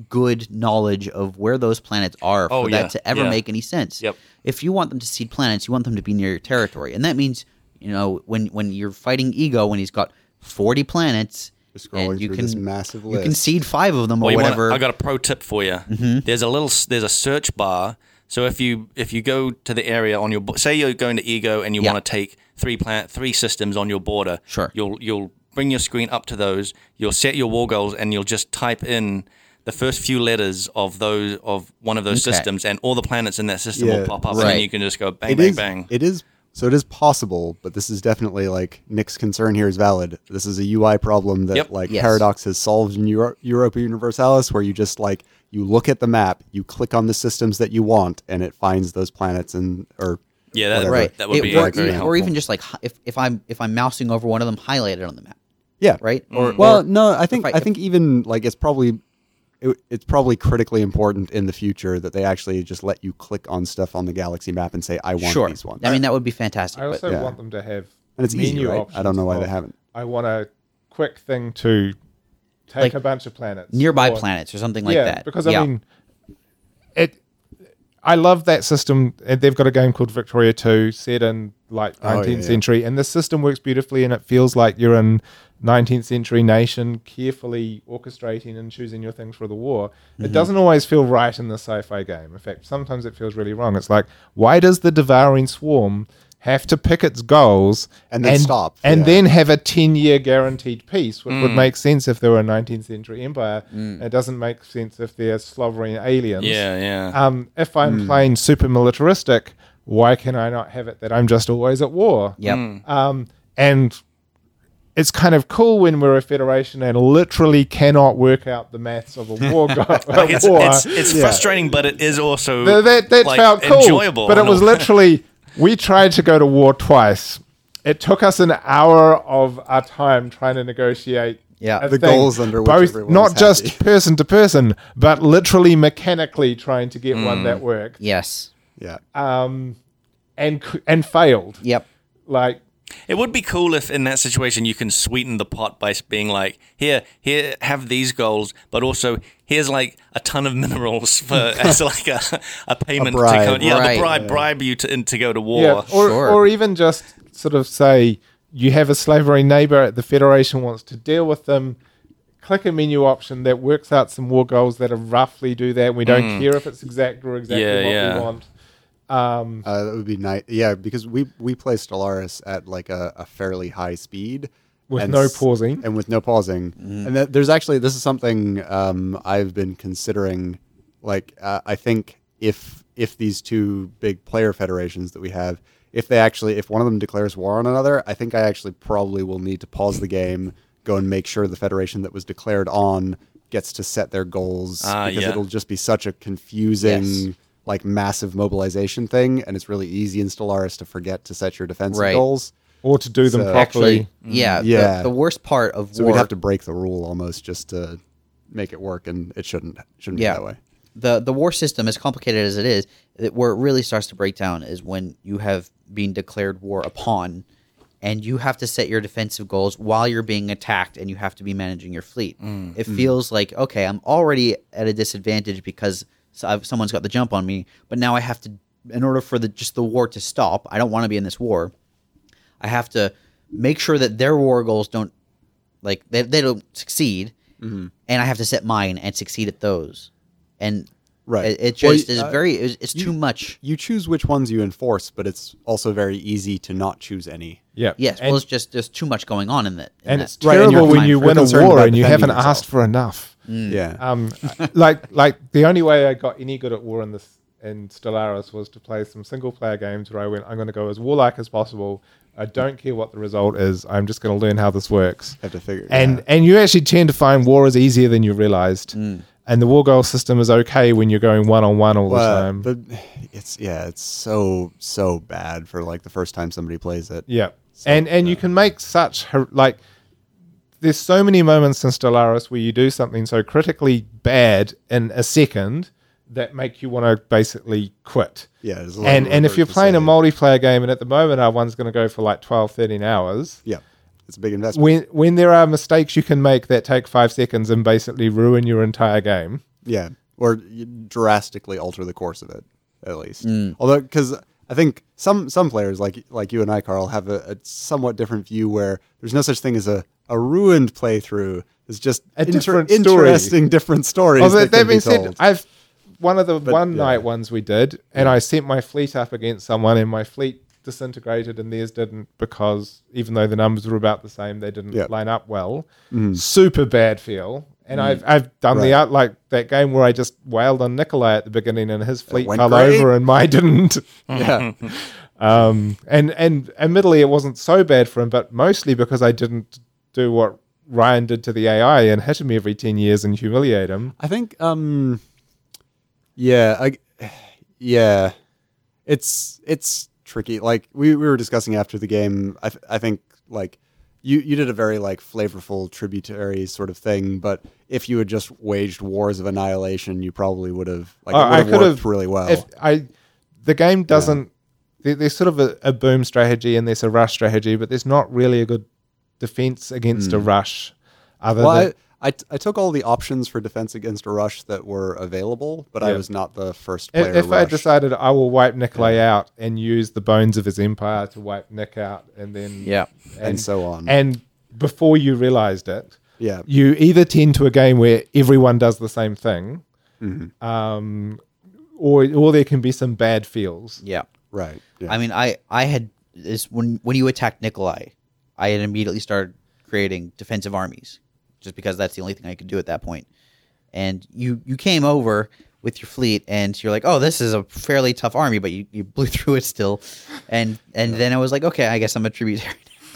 good knowledge of where those planets are for
Oh,
that
yeah,
to ever
yeah.
make any sense.
Yep.
If you want them to seed planets, you want them to be near your territory, and that means you know when when you're fighting ego when he's got forty planets.
Just scrolling
and you
through
can,
this massive
You can
list.
seed five of them or
Well, you wanna-
whatever. Mm-hmm.
I got a pro tip for you. There's a little. s- There's a search bar. So if you if you go to the area on your bo- say you're going to Ego and you
Yeah.
want to take three plant three systems on your border,
Sure.
You'll you'll bring your screen up to those. You'll set your war goals and you'll just type in the first few letters of those of one of those
Okay.
systems, and all the planets in that system will
Yeah,
pop up, and
right.
then you can just go bang
It
bang
is-
bang.
It is so it is possible, but this is definitely like Nick's concern here is valid. This is a UI problem that
Yep.
like
Yes.
Paradox has solved in Euro- Europa Universalis, where you just like you look at the map, you click on the systems that you want, and it finds those planets and or
Yeah, that-
whatever.
right.
that would
It-
be
or,
very
or
helpful.
even just like hi- if, if I'm if I'm mousing over one of them, highlight it on the map,
Yeah,
right?
Mm.
Mm-hmm. Or
well
or-
no i think
I-
i, think even like it's probably it, it's probably critically important in the future that they actually just let you click on stuff on the galaxy map and say i want
sure.
these ones
I mean that would be fantastic.
I
but-
also
yeah.
want them to have
And it's easy,
menu
right? I
options
don't know why they
of,
haven't.
I want a quick thing to take
Like,
a bunch of planets,
nearby
or-
planets or something like
yeah,
that.
because I mean, it. I love that system. And They've got a game called Victoria Two, set in like
Oh, yeah,
nineteenth
yeah.
century, and the system works beautifully, and it feels like you're in nineteenth century nation, carefully orchestrating and choosing your things for the war.
Mm-hmm.
It doesn't always feel right in the sci-fi game. In fact, sometimes it feels really wrong. It's like, why does the devouring swarm have to pick its goals
And then stop,
and
yeah.
then have a 10 year guaranteed peace, which
Mm.
would make sense if they were a 19th century empire. It doesn't make sense if they're slobbering aliens.
Yeah, yeah.
Um, if I'm playing super militaristic, why can I not have it that I'm just always at war?
Yep.
Mm.
Um, and it's kind of cool when we're a federation and literally cannot work out the maths of a war. Go- a
It's
war.
it's, it's frustrating, but it is also
Th- that that
like,
felt cool,
enjoyable.
but it
and
was
all.
literally we tried to go to war twice. It took us an hour of our time trying to negotiate.
Yeah.
a
The
thing,
goals under which
both
everyone
not
was
just
happy.
person to person, but literally mechanically trying to get
Mm.
one that worked
Yes.
Yeah.
and c- and failed.
Yep.
Like
It would be cool if, in that situation, you can sweeten the pot by being like, "Here, here, have these goals, but also here's like a ton of minerals for as like a, a payment
bribe.
to come, yeah,
Right.
the bribe bribe you to in- to go to war."
Yeah, or,
Sure.
or even just sort of say you have a slavery neighbor, the Federation wants to deal with them. Click a menu option that works out some war goals that are roughly do that. We don't care if it's exact or exactly
Yeah,
what
yeah.
we want.
Uh, that would be nice. Yeah, because we we play Stellaris at like a, a fairly high speed
With
and
no
s-
pausing.
and with no pausing.
Mm.
And that, there's actually this is something um, I've been considering. Like uh, I think if if these two big player federations that we have, if they actually if one of them declares war on another, I think I actually probably will need to pause the game, go and make sure the federation that was declared on gets to set their goals
Ah,
because
yeah.
it'll just be such a confusing
Yes.
like massive mobilization thing, and it's really easy in Stellaris to forget to set your defensive
Right.
goals.
Or to do them
So-
properly.
Actually, yeah. the-
Yeah.
The, worst part of
So
war.
we'd have to break the rule almost just to make it work, and it shouldn't shouldn't
yeah.
be that way.
The the war system, as complicated as it is, it, where it really starts to break down is when you have been declared war upon, and you have to set your defensive goals while you're being attacked, and you have to be managing your fleet. It
Mm.
feels like okay, I'm already at a disadvantage because s- I've, someone's got the jump on me, but now I have to, in order for the just the war to stop, I don't want to be in this war. I have to make sure that their war goals don't like they, they don't succeed,
Mm-hmm.
and I have to set mine and succeed at those. And
Right.
it, it
Well,
just is
uh,
very it's, it's too much.
You choose which ones you enforce, but it's also very easy to not choose any.
Yeah.
Yes,
And,
well, it's just there's too much going on in it. in
and
that
it's
Right, and
terrible
you're
when
fine.
you
You're
win a
concerned
war
about
and you
defending
haven't
yourself.
asked for enough.
Hmm.
Yeah.
Um, like like the only way I got any good at war in this in Stellaris was to play some single player games where I went, I'm going to go as warlike as possible. I don't care what the result is. I'm just going to learn how this works.
have to figure.
And
yeah. Mm.
and you actually tend to find war is easier than you realized. And the war goal system is okay when you're going one on one all the
Well,
time.
but it's yeah, it's so so bad for like the first time somebody plays it.
Yeah, and and you can make such hor- like there's so many moments in Stellaris where you do something so critically bad in a second that make you want to basically quit.
Yeah, there's a lot
And
of
and if
reverb
you're
to
playing a
save.
multiplayer game, and at the moment our one's going to go for like 12, 13 hours.
Yeah, it's a big investment.
When when there are mistakes you can make that take five seconds and basically ruin your entire game.
Yeah, or you drastically alter the course of it, at least. Although, because I think some some players like like you and I, Carl, have a, a somewhat different view where there's no such thing as a a ruined playthrough. It's just
A different story.
interesting different stories.
Although
that,
that,
can be
being said,
told.
I've one of the one
yeah.
night ones we did, and I sent my fleet up against someone, and my fleet disintegrated, and theirs didn't because even though the numbers were about the same, they didn't
Yeah. Mm.
line up well. Super bad feel. And I've I've done the
Right.
out like that game where I just wailed on Nikolai at the beginning and his fleet
went
fell
great.
over and mine didn't.
yeah,
Um, and and admittedly, it wasn't so bad for him, but mostly because I didn't do what Ryan did to the AI and hit him every ten years and humiliate him.
I think um, yeah, I, yeah, it's it's tricky. Like we, we were discussing after the game, I th- I think like you you did a very like flavorful tributary sort of thing, but if you had just waged wars of annihilation, you probably would have like it
Oh,
would
I
have
could
worked
have
really well.
If I, the game doesn't. there- There's sort of a, a boom strategy and there's a rush strategy, but there's not really a good defense against a rush. Other
well,
than
I, I, t- I took all the options for defense against a rush that were available, but I
Yeah.
was not the first player.
if, if I
rushed.
decided I will wipe Nikolai out and use the bones of his empire to wipe Nick out, and then
yeah.
and, so on.
and before you realized it,
yeah,
you either tend to a game where everyone does the same thing, um, or or there can be some bad feels.
Yeah.
right. Yeah.
I mean, I I had is when when you attacked Nikolai, I had immediately started creating defensive armies, just because that's the only thing I could do at that point. And you you came over with your fleet, and you're like, oh, this is a fairly tough army, but you, you blew through it still, and and then I was like, okay, I guess I'm a tributary.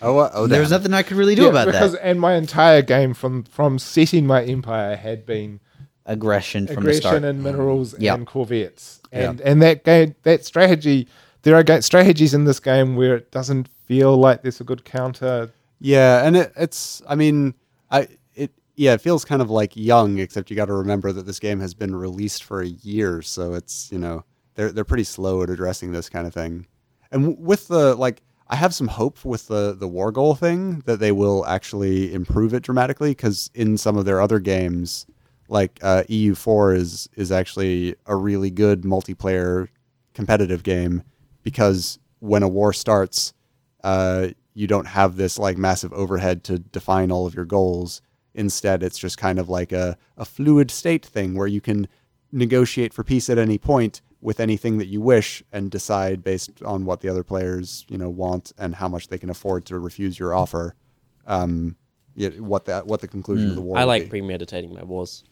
Oh, uh, oh,
there was nothing I could really do
Yeah,
about
because,
that
And my entire game from from setting my empire had been
aggression from the start. Mm.
aggression and minerals
Yeah.
and corvettes, and and that game that strategy. There are ga- strategies in this game where it doesn't feel like there's a good counter.
Yeah, and it, it's I mean, I it yeah, it feels kind of like young, except you got to remember that this game has been released for a year, so it's you know they're they're pretty slow at addressing this kind of thing. And w- with the like, I have some hope with the the war goal thing that they will actually improve it dramatically because in some of their other games, like uh, EU4 is is actually a really good multiplayer competitive game because when a war starts, uh, you don't have this like massive overhead to define all of your goals. Instead, it's just kind of like a, a fluid state thing where you can negotiate for peace at any point with anything that you wish and decide based on what the other players you know want and how much they can afford to refuse your offer. Um, yeah, what that what the conclusion of the war.
Hmm. I
will
like
be.
premeditating my wars.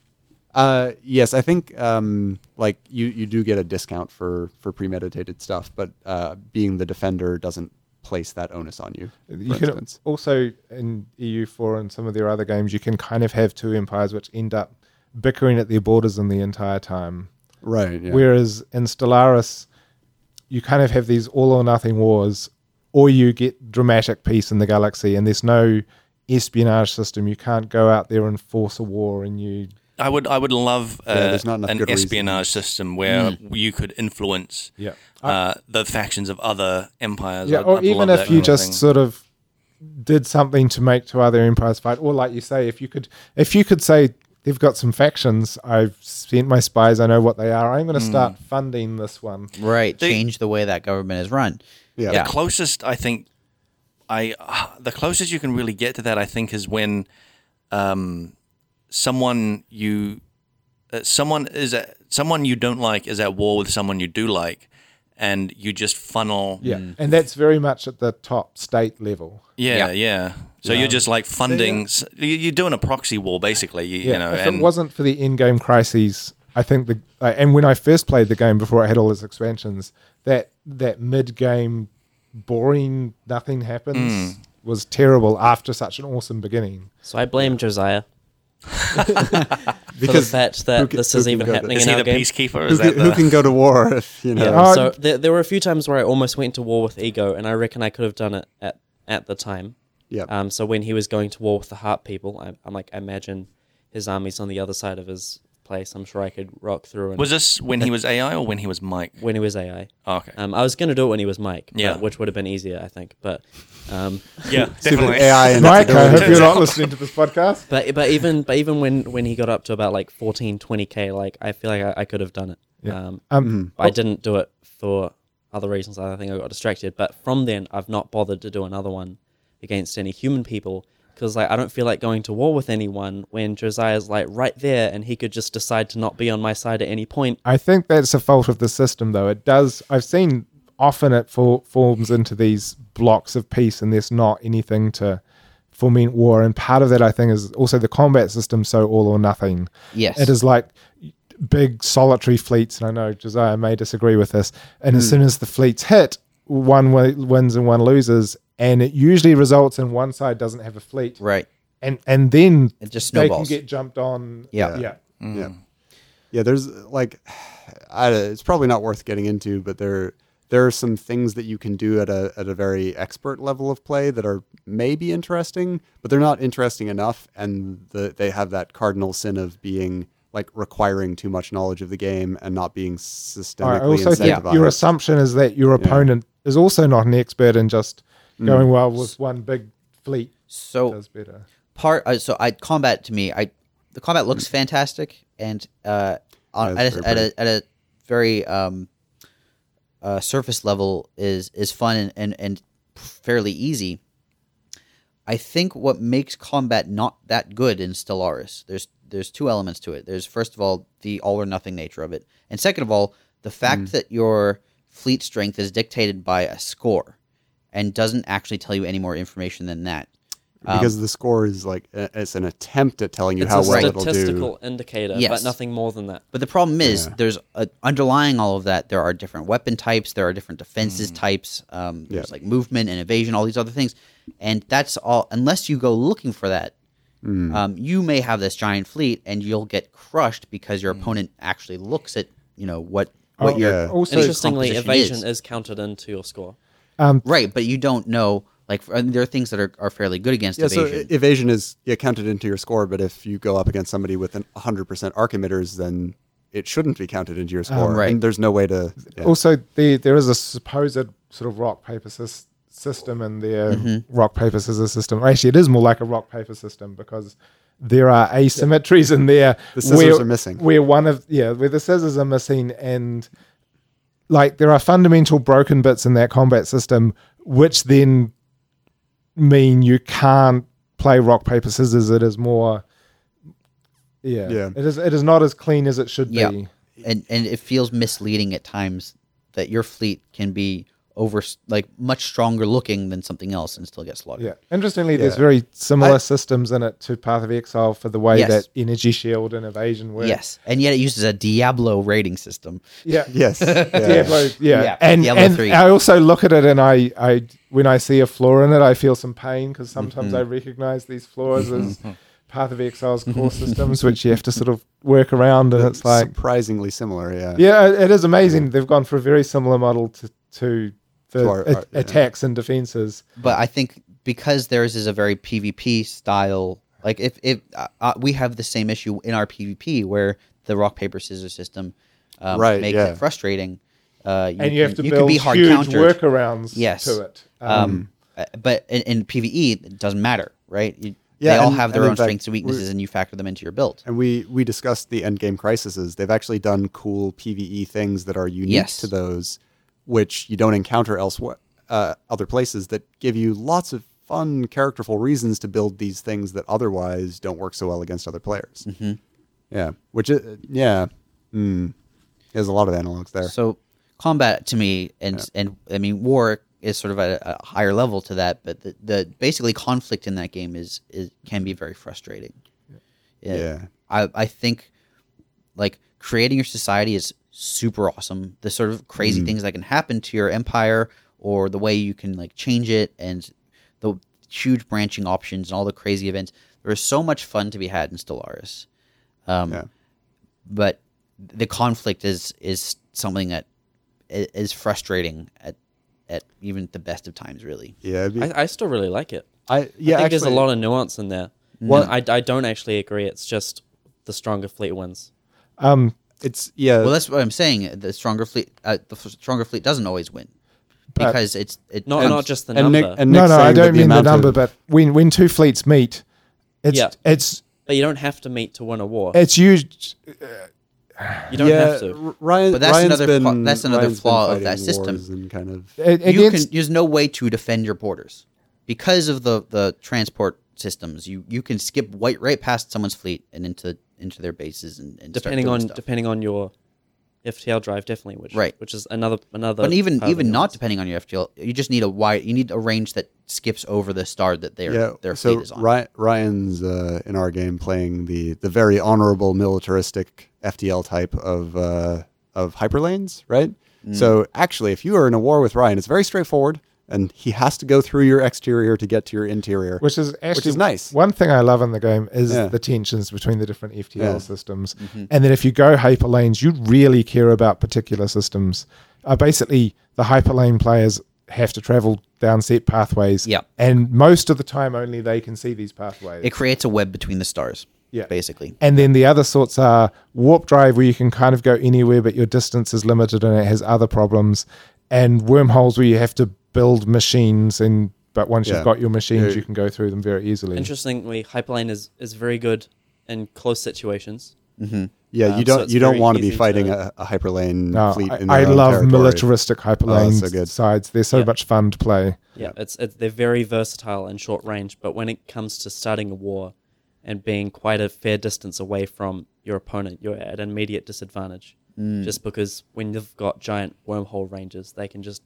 Uh, yes, I think um, like you, you do get a discount for for premeditated stuff, but uh, being the defender doesn't place that onus on you. For
You can
instance.
also in EU4 and some of their other games, you can kind of have two empires which end up bickering at their borders in the entire time.
right? Yeah.
Whereas in Stellaris, you kind of have these all or nothing wars, or you get dramatic peace in the galaxy, and there's no espionage system. You can't go out there and force a war, and you
I would I would love uh,
there's not enough
an
good reason.
espionage system where you could influence
Yeah.
uh, the factions of other empires.
yeah,
I'd-
or
I'd
even
love
if
that
you
kind of
just
thing.
sort of did something to make two other empires fight, or like you say, if you could, if you could say they've got some factions, I've sent my spies, I know what they are, I'm going
Hmm.
to start funding this one.
Mm.
Right, change the way that government is run.
Yeah.
yeah.
closest I think I ah, the closest you can really get to that I think is when um, someone you uh, someone is at, someone you don't like is at war with someone you do like and you just funnel
Yeah, and that's very much at the top state level.
yeah yeah. so you're just like funding s you- you're doing a proxy war basically you, you know
if
and
it wasn't for the in-game crises, I think the uh, and when I first played the game before I had all those expansions, that that mid-game boring nothing happens
Hmm.
was terrible after such an awesome beginning.
So I blame Josiah for the
Because
fact that
who ca-
this
who
is
can
even
go to-
happening
is
in
he
our
the
game.
peacekeeper
who
is
can,
that
who
the,
can go to war if you know?
Yeah. Oh,
So there, there were a few times where I almost went to war with ego, and I reckon I could have done it at, at the time.
Yep.
Um, so when he was going to war with the heart people, I, I'm like, I imagine his army's on the other side of his place. I'm sure I could rock through. And
was this when he was AI or when he was Mike
when he was AI?
oh, okay
Um, I was gonna do it when he was Mike, but-
Yeah.
which would have been easier, I think. But, um,
yeah definitely
AI and
Mike, I hope
ability.
you're not listening to this podcast.
but but even but even when when he got up to about like 14, 20 k, like I feel like I, I could have done it. Um,
Um,
oh.
but I didn't do it for other reasons. I think I got distracted. But from then, I've not bothered to do another one against any human people because like I don't feel like going to war with anyone when Josiah's like right there and he could just decide to not be on my side at any point.
I think that's a fault of the system, though. It does. I've seen often it for, forms into these blocks of peace, and there's not anything to foment war. And part of that, I think, is also the combat system so all or nothing.
Yes.
it is like big solitary fleets, and I know Josiah may disagree with this. And
Hmm.
as soon as the fleets hit, one wi- wins and one loses, and it usually results in one side doesn't have a fleet,
Right.
and and then
It just
they can
snowballs.
get jumped on.
Yeah.
yeah.
Yeah. Yeah, there's like, I, it's probably not worth getting into, but there there are some things that you can do at a at a very expert level of play that are maybe interesting, but they're not interesting enough, and the, they have that cardinal sin of being like requiring too much knowledge of the game and not being
I
systemically
also think
incentivized.
your assumption is that your opponent is also not an expert in just
Hmm.
going well with one big fleet
So
does better.
part uh, so I combat to me I the combat looks fantastic and uh on,
Yeah,
at,
it's
a,
very
at a at a very um uh surface level is is fun and and, and fairly easy. I think what makes combat not that good in Stellaris, there's there's two elements to it. There's first of all the all or nothing nature of it, and second of all the fact that your fleet strength is dictated by a score. and doesn't actually tell you any more information than that.
because the score is like uh, it's an attempt at telling you
It's
how
a
well it'll do.
statistical indicator,
Yes.
but nothing more than that.
But the problem is, there's a, underlying all of that. There are different weapon types. There are different defenses types. Um, there's like movement and evasion, all these other things, and that's all. Unless you go looking for that, um, you may have this giant fleet, and you'll get crushed because your opponent actually looks at you know what what
Oh,
your
yeah.
Also,
Interestingly,
composition
evasion
is.
is. countered into your score.
right, but you don't know. Like and there are things that are, are fairly good against
Yeah, so
evasion.
e- evasion is yeah, counted into your score, but if you go up against somebody with an 100% arc emitters, then it shouldn't be counted into your score.
right.
And there's no way to. yeah.
also the, there is a supposed sort of rock paper sys- system in there.
Mm-hmm.
Rock paper scissors system. Actually, it is more like a rock paper system because there are asymmetries in there.
The scissors are missing.
Where one of yeah, where the scissors are missing, and like there are fundamental broken bits in that combat system, which then mean you can't play rock paper scissors. It is more. Yeah,
Yeah.
It is. It is not as clean as it should
Yeah,
be.
and and it feels misleading at times that your fleet can be over like much stronger looking than something else and still get slaughtered.
Yeah. Interestingly, there's
Yeah.
very similar
I-
systems in it to Path of Exile for the way
Yes.
that energy shield and evasion work.
Yes, and yet it uses a Diablo rating system.
Yeah.
Yes. yeah.
Diablo, yeah.
Yeah,
and
Diablo
and
3.
I also look at it and I, I when I see a flaw in it, I feel some pain because sometimes I recognize these flaws as Path of Exile's core systems, which you have to sort of work around, and it's like,
surprisingly similar. Yeah.
yeah, it- it is amazing. They've gone for a very similar model to to the
To our-
a-
our- yeah.
attacks and defenses.
But I think because theirs is a very PvP style, like if if uh, uh, we have the same issue in our PvP where the rock paper scissors system um,
Right,
makes
yeah.
it frustrating. Uh,
And you have to
can-
build huge workarounds
Yes.
to it.
Um, uh, but in, in PVE, it doesn't matter, right? You,
Yeah,
they all
and-
have their
and in
own
fact,
strengths and weaknesses, and you factor them into your build.
And we we discussed the endgame crises. They've actually done cool PVE things that are unique
Yes.
to those, which you don't encounter elsewhere, uh, other places that give you lots of fun, characterful reasons to build these things that otherwise don't work so well against other players. Mm-hmm. Yeah, which is, yeah, mm. there's a lot of analogs there.
So combat to me, and and I mean war is sort of at a, a higher level to that, but the, the basically conflict in that game is, is can be very frustrating. Yeah,
Yeah.
I I think like creating your society is super awesome. The sort of crazy things that can happen to your empire, or the way you can like change it, and the huge branching options and all the crazy events. There is so much fun to be had in Stellaris Um, but the conflict is is something that i- is frustrating at at even the best of times really
yeah, it'd be-
I, I still really like it.
I- yeah.
I think there's a
actually-
lot of nuance in there. Well, I, I don't actually agree. It's just the stronger fleet wins.
um,
It's yeah.
well that's what i'm saying the stronger fleet uh, the f- stronger fleet doesn't always win because it's it
Not
comes-
not just the
and
number,
Nick, and
no,
Nick's
no, I
saying that
don't mean the
amount of-
number, but when when two fleets meet, it's
Yeah.
it's
but you don't have to meet to win a war.
it's used.
You don't
yeah,
have to.
R- Ryan,
But that's
Ryan's
another
been,
flaw- that's another
Ryan's been
flaw of
fighting
that system.
wars and kind of
a-
you
Against,
can there's no way to defend your borders because of the the transport systems you you can skip white right past someone's fleet and into into their bases and, and start
Depending
doing
on
stuff.
depending on your FTL drive, definitely, which
Right.
which is another another.
but even
part of
even
the
not
nuance.
depending on your FTL, you just need a wide. You need a range that skips over the star that their their
so
fleet is on.
Ry- Ryan's uh, in our game playing the the very honorable militaristic FTL type of uh, of hyperlanes, right? So actually, if you are in a war with Ryan, it's very straightforward, and he has to go through your exterior to get to your interior.
which is actually
is nice.
One thing I love in the game is
Yeah.
the tensions between the different FTL
Yeah. Mm-hmm.
systems, and then if you go hyperlanes, you really care about particular systems. Uh, basically, the hyperlane players have to travel down set pathways,
Yeah.
and most of the time only they can see these pathways.
It creates a web between the stars.
Yeah.
basically.
And then the other sorts are warp drive, where you can kind of go anywhere, but your distance is limited and it has other problems, and wormholes, where you have to build machines. And but once
Yeah.
you've got your machines, you can go through them very easily.
Interestingly, hyperlane is is very good in close situations.
yeah,
Um,
you
so
don't
it's
you don't
very
want to be
easy
fighting
to-
a, a hyperlane
No,
fleet. in their
Uh, I, I
own
love
territory. Oh,
militaristic hyperlane
so good.
sides. They're so
Yeah.
much fun to play.
Yeah, it's, it's they're very versatile and short range, but when it comes to starting a war and being quite a fair distance away from your opponent, you're at an immediate disadvantage. Just because when you've got giant wormhole ranges, they can just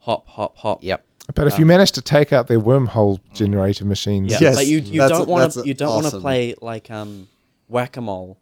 hop, hop, hop.
Yep.
But if you manage to take out their wormhole generator machines,
Yeah,
Yes,
but you, you
that's-
don't want to
that's
you don't want to
awesome.
play like um, whack a mole.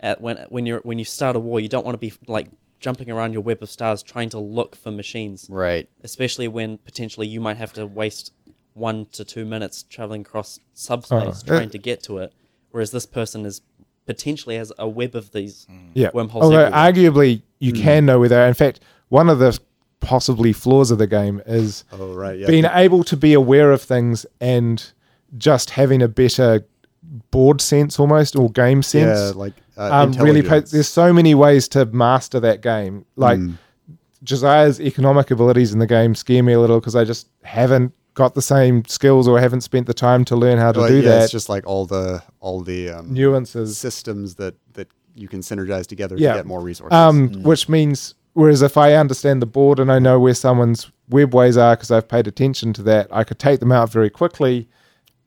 At when when you're when you start a war, you don't want to be like jumping around your web of stars trying to look for machines,
Right.
especially when potentially you might have to waste one to two minutes traveling across
Oh,
subspace
uh,
trying to get to it, whereas this person is potentially has a web of these
Mm.
yeah.
wormholes.
Although
everywhere.
arguably you can know where they are. In fact, one of the possibly flaws of the game is
Oh right, yeah.
being able to be aware of things and just having a better board sense almost or game sense.
yeah, like uh,
um, really pa-
intelligence. Hmm.
there's so many ways to master that game like josiah's economic abilities in the game scare me a little because i just haven't got the same skills or haven't spent the time to learn how to
Like,
do
yeah,
that
It's just like all the all the um,
nuances
systems that that you can synergize together
Yeah.
to get more resources.
um, which means whereas if i understand the board and i know where someone's webways are because i've paid attention to that i could take them out very quickly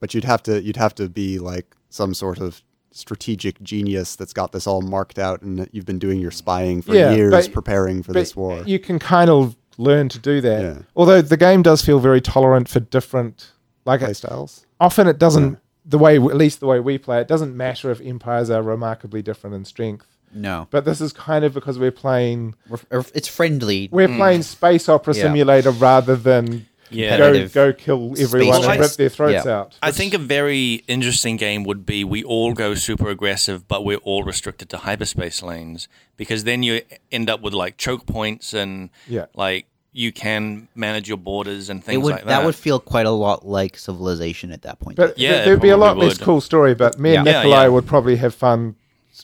but you'd have to you'd have to be like some sort of strategic genius that's got this all marked out and that you've been doing your spying for
Yeah,
years
but-
preparing for
But
this war.
You can kind of learn to do that.
Yeah.
Although the game does feel very tolerant for different like it-
Playstyles?
Often it doesn't the way at least the way we play it doesn't matter if empires are remarkably different in strength.
No.
But this is kind of because we're playing
We're, we're- it's friendly.
we're playing space opera
Yeah.
simulator rather than
Mm. Yeah.
go
Competitive
go kill everyone
Well,
and
I-
rip their throats
yeah.
out.
I think a very interesting game would be we all go super aggressive, but we're all restricted to hyperspace lanes because then you end up with like choke points and
Yeah.
like you can manage your borders and
It
things
would
like
that.
that.
would feel quite a lot like civilization at that point.
But
Yeah,
there-
it
there'd be a lot
probably
less
would.
cool story, but me and
Yeah.
Yeah,
Nikolai
yeah.
would probably have fun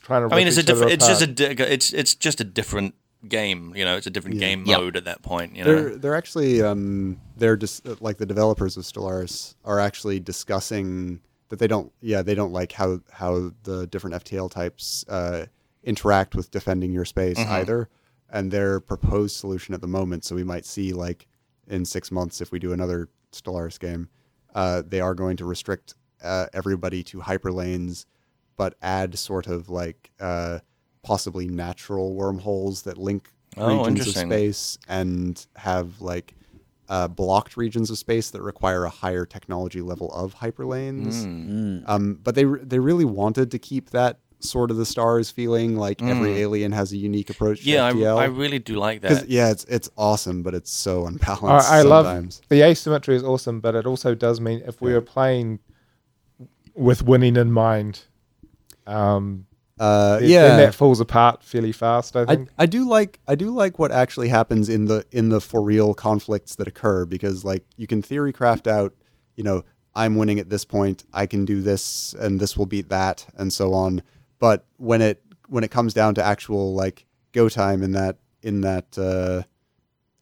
trying to
I mean,
rip
it's a
each other
different. It's just a.
apart.
di- It's it's just a different game. You know, it's a different game
Yeah.
mode at that point. You know,
They're they're actually um they're just like the developers of Stellaris are actually discussing that they don't yeah they don't like how how the different FTL types uh, interact with defending your space
Mm-hmm.
either, and their proposed solution at the moment. So we might see like in six months if we do another Stellaris game, uh, they are going to restrict uh, everybody to hyperlanes, but add sort of like uh, possibly natural wormholes that link
Oh,
regions of
interesting.
space and have like uh, blocked regions of space that require a higher technology level of hyperlanes.
Hmm.
Hmm.
Um, but they re- they really wanted to keep that sort of the stars feeling like every alien has a unique approach. To
Hmm. yeah, I,
FTL.
I really do like
'Cause,
that.
yeah, it's it's awesome, but it's so unbalanced.
I, I love
sometimes.
the asymmetry is awesome, but it also does mean if we are playing with winning in mind, um,
Uh,
th-
yeah,
then that falls apart fairly fast. I
I,
think.
I do like I do like what actually happens in the in the for real conflicts that occur because like you can theory craft out, you know, I'm winning at this point, I can do this and this will beat that and so on. But when it when it comes down to actual like go time in that in that uh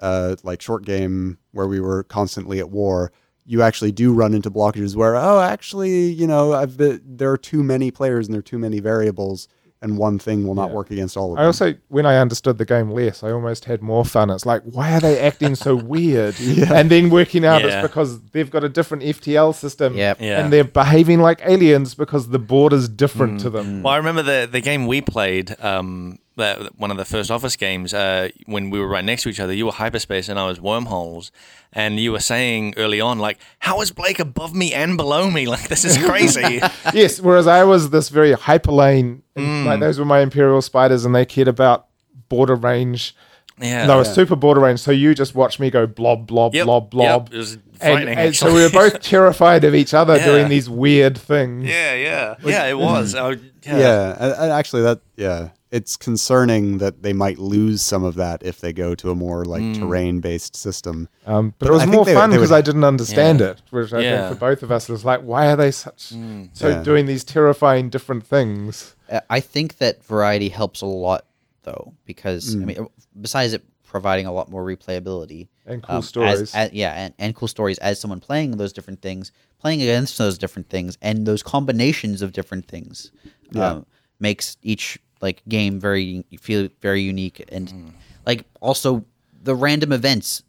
uh, like short game where we were constantly at war, you actually do run into blockages where oh, actually, you know, I've been, there are too many players and there are too many variables, and one thing will not work against all of
I
them.
also, when I understood the game less, I almost had more fun. It's like, why are they acting so weird? And then working out
Yeah.
it's because they've got a different FTL system,
Yep.
Yeah.
and they're behaving like aliens because the border's different
Mm.
to them.
Well, I remember the the game we played, um, that one of the first office games, uh, when we were right next to each other. You were hyperspace and I was wormholes, and you were saying early on, like, "How is Blake above me and below me? Like, this is crazy."
yes, whereas I was this very hyperlane,
Mm.
and like those were my imperial spiders, and they cared about border range.
yeah,
no, it's super border range. So you just watch me go blob, blob,
Yep,
blob, blob.
yep. It was
and,
frightening,
and so
actually.
we were both terrified of each other
Yeah.
doing these weird things.
yeah, yeah, yeah. It was. I, would- yeah.
yeah, and, and actually, that yeah, it's concerning that they might lose some of that if they go to a more like terrain based system.
Um, but, it was
I think
more
they-
fun
they
because
would-
I didn't understand
Yeah.
it, which I
Yeah. Mm.
think for both of us was like, why are they such so
Yeah.
doing these terrifying different things?
Uh, I think that variety helps a lot, though, because
Mm.
I mean, besides it providing a lot more replayability um,
And
Um,
cool
as-
stories.
a- yeah, and, and cool stories as someone playing those different things, playing against those different things, and those combinations of different things um, makes each like game very feel very unique and like also the random events,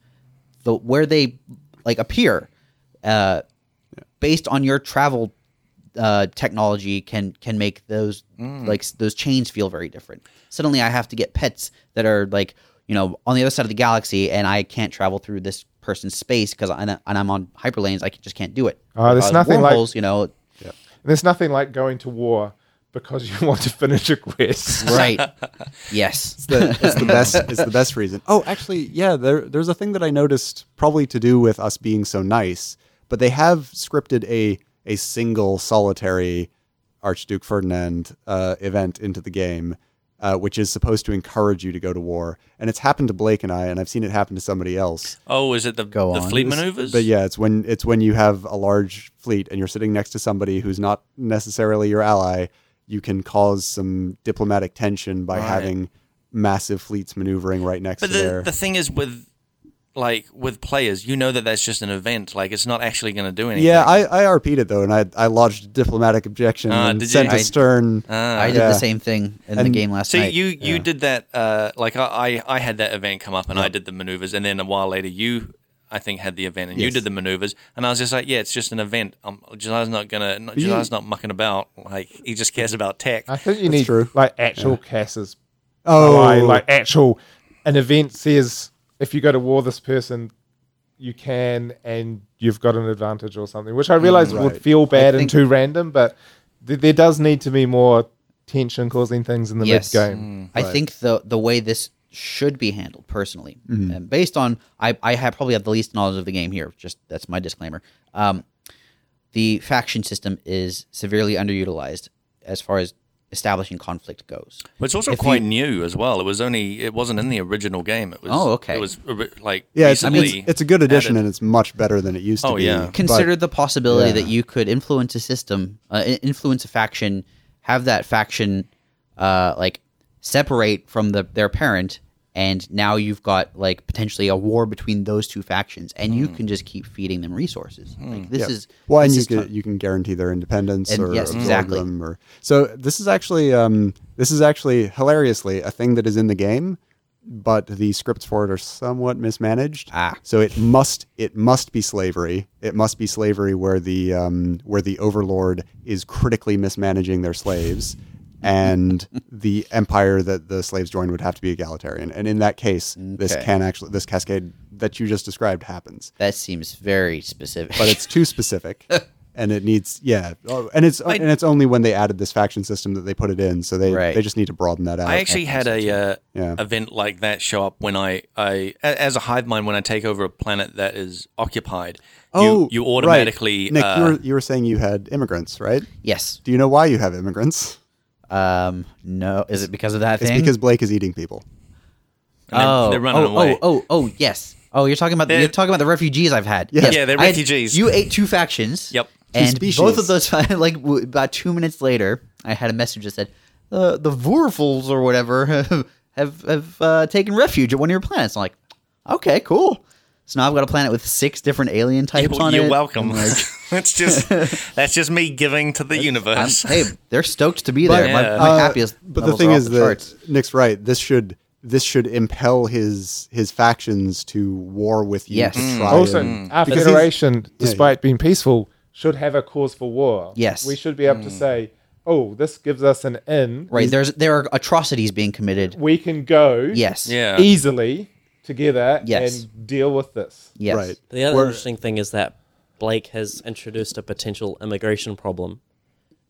the where they like appear. Uh, based on your travel uh, technology can can make those like s- those chains feel very different. Suddenly, I have to get pets that are like you know on the other side of the galaxy, and I can't travel through this person space because and I'm on hyperlanes. I just can't do it.
Oh, there's
Uh,
nothing like-
wormholes, you know.
There's nothing like going to war because you want to finish a quest.
Right. yes.
the, it's the best. It's the best reason. Oh, actually, yeah. There, there's a thing that I noticed, probably to do with us being so nice, but they have scripted a a single solitary Archduke Ferdinand uh, event into the game, uh, which is supposed to encourage you to go to war, and it's happened to Blake and I, and I've seen it happen to somebody else.
Oh, is it the,
Go
the
on.
fleet maneuvers?
But yeah, it's when it's when you have a large fleet and you're sitting next to somebody who's not necessarily your ally, you can cause some diplomatic tension by having massive fleets maneuvering right next
But
to
the,
there.
the thing is with like with players, you know that that's just an event. Like it's not actually going to do anything.
yeah, I, I RP'd it though, and I, I lodged a diplomatic objection
Ah,
and
did you?
sent a
I- Uh,
stern.
Ah.
I did
yeah.
the same thing in the
And-
game last
So
night.
you you did that. Uh, like I, I I had that event come up and I did the maneuvers, and then a while later you. I think had the event and you
Yes.
did the maneuvers and I was just like, yeah, it's just an event. Um, Jedi's not gonna, not,
you-
Jedi's not mucking about. Like he just cares about tech.
I think you
That's
need
true.
like actual Cass's
Oh,
ally, like actual an event says if you go to war this person you can and you've got an advantage or something, which I realize would
right.
feel bad and
Mm, think-
too random, but th- there does need to be more tension causing things in the
Yes. Mm.
mid game.
I think the the way this should be handled personally, and based on I I have probably have the least knowledge of the game here. Just that's my disclaimer. Um, the faction system is severely underutilized as far as establishing conflict goes.
But it's also
If
quite
you-
new as well. It was only it wasn't in the original game. It was
Oh, okay.
It was ori- like
yeah, it's,
recently.
it's, it's a good addition,
added.
and it's much better than it used to
Oh,
be.
yeah.
but-
Consider the possibility
Yeah.
that you could influence a system, uh, i- influence a faction, have that faction uh, like separate from the their parent, and now you've got like potentially a war between those two factions, and you can just keep feeding them resources. Like this is
Hmm. Well, and
this
you
is
can,
fun.
you can guarantee their independence
And
or
yes,
absorb
exactly.
them. Or so this is actually um, this is actually hilariously a thing that is in the game, but the scripts for it are somewhat mismanaged.
Ah.
So it must it must be slavery. It must be slavery where the um, where the overlord is critically mismanaging their slaves. And the empire that the slaves join would have to be egalitarian, and in that case, this
Okay.
can actually this cascade that you just described happens
that seems very specific.
but it's too specific and it needs yeah Oh, and it's and it's only when they added this faction system that they put it in so they
Right.
they just need to broaden that out
I actually had a uh,
Yeah.
event like that show up when I, I a- as a hive mind when I take over a planet that is occupied.
oh
you, you
right.
automatically
Nick
uh,
you, were, you were saying you had immigrants right
yes.
do you know why you have immigrants
Um. No. Is it because of that
it's
thing?
because Blake is eating people
and they're,
oh,
they're running
oh,
away.
Oh, oh, oh, yes. Oh, you're talking about the,
They're-
you're talking about the refugees I've had.
Yeah.
Yes.
Yeah, they're
I had-
refugees.
you ate two factions.
Yep. Two
And
species.
both of those, like w- about two minutes later, I had a message that said, uh, "The Vorfels or whatever have have uh, taken refuge at one of your planets." I'm like, okay, cool. So now I've got a planet with six different alien types
Well,
on it.
you're welcome. that's just that's just me giving to the
I'm-
universe.
hey, they're stoked to be there. My,
Yeah.
my
Uh,
happiest.
but the
levels
thing
are off
is
the
that
charts.
Nick's right this should this should impel his his factions to war with you
Yes.
to
Mm.
try
Also,
and-
our
because he's-
federation, despite being peaceful, should have a cause for war.
Yes. Mm.
We should be able to say, oh, this gives us an in.
right there's there are atrocities being committed.
We can go
Yes.
yeah.
E easily together
Yes.
and deal with this.
Yes.
right
The other
Where-
interesting thing is that Blake has introduced a potential immigration problem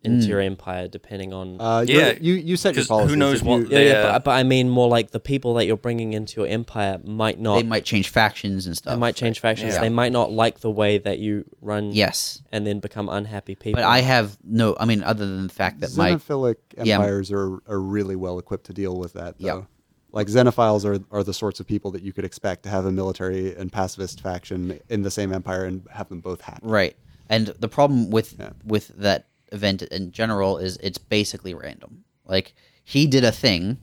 Mm.
into your empire, depending on.
uh, you're-
Yeah.
you you set your
'Cause who
policies
knows
If you-
what
yeah, yeah,
they're-
but, but I mean more like the people that you're bringing into your empire might not.
They might change factions and stuff.
they might change factions.
Yeah.
They might not like the way that you run.
Yes.
and then become unhappy people.
But I have no. I mean, other than the fact that my
xenophilic
yeah.
empires are, are really well equipped to deal with that though.
Yeah.
Like xenophiles are, are the sorts of people that you could expect to have a military and pacifist faction in the same empire and have them both happen.
right and the problem with with that event in general is it's basically random. Like he did a thing,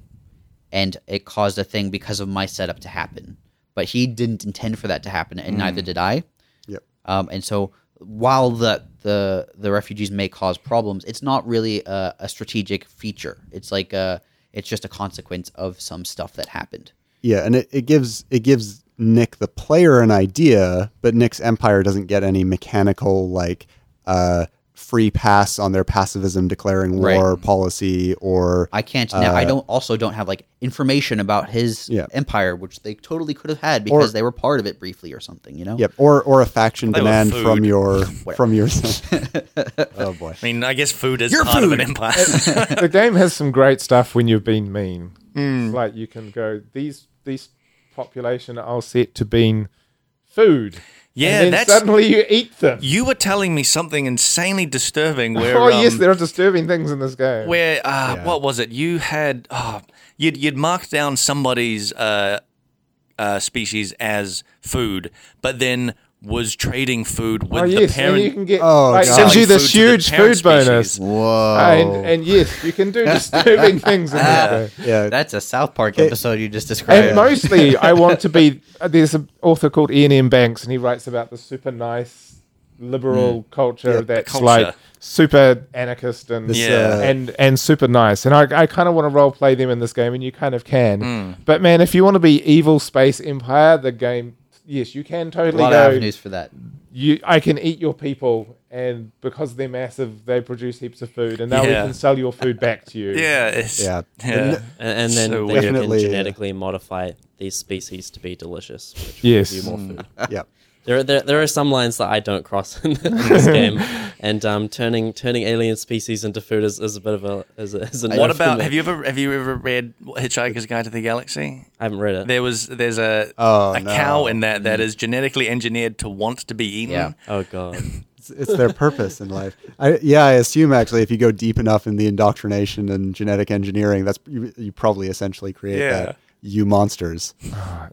and it caused a thing because of my setup to happen. But he didn't intend for that to happen, and neither did I.
Yep.
Um, and so while the, the the refugees may cause problems, it's not really a, a strategic feature. It's like a, it's just a consequence of some stuff that happened.
Yeah, and it, it gives it gives Nick the player an idea, but Nick's empire doesn't get any mechanical like uh free pass on their pacifism declaring war policy or
I can't. now I don't. Also, don't have like information about his
Uh, Yeah.
empire, which they totally could have had because they were part of it briefly or something. You know.
Yep, or or a faction
love
demand
food.
from your from your. oh boy,
I mean, I guess food is
Your
part of an
food!
empire.
the game has some great stuff when you've been mean.
Hmm.
Like you can go these these population are set to being food.
Yeah,
and then
that's-
suddenly you eat them.
you were telling me something insanely disturbing. Where
oh yes,
um,
there are disturbing things in this game.
where uh, what was it? You had oh, you'd you'd marked down somebody's uh, uh, species as food, but then was trading food with
oh
the
yes,
parent.
and you can get
Oh,
like,
God.
sends you
Selling
this
food to the
huge
parent
food bonus.
species.
Whoa.
And, and yes, you can do disturbing things in
Ah.
this game.
yeah,
That's a South Park episode you just described.
And mostly, I want to be. uh, There's an author called Ian M. Banks, and he writes about the super nice liberal culture that's
culture.
like super anarchist and
Yeah.
uh,
and and super nice. And I, I kind of want to role play them in this game, and you kind of can.
Mm.
But man, if you want to be evil space empire, the game. Yes, you can
a
totally
lot
go.
of avenues for that.
You, I can eat your people, and because they're massive, they produce heaps of food, and now
Yeah.
we can sell your food back to you.
yeah, it's,
yeah.
yeah.
And, and then
So
they you can
Definitely, yeah.
genetically modify these species to be delicious. Which
Yes.
Will give you more food.
Yep.
There, there, there are some lines that I don't cross in this game, and um, turning turning alien species into food is, is a bit of a is a, is a
What
no for
about
me.
have you ever have you ever read Hitchhiker's Guide to the Galaxy?
I haven't read it.
There was there's a
Oh,
a
no. Mm.
cow in that that is genetically engineered to want to be eaten.
Yeah.
oh god,
It's, it's their purpose in life. I, yeah, I assume actually, if you go deep enough in the indoctrination and genetic engineering, that's you, you probably essentially create
Yeah.
that you monsters.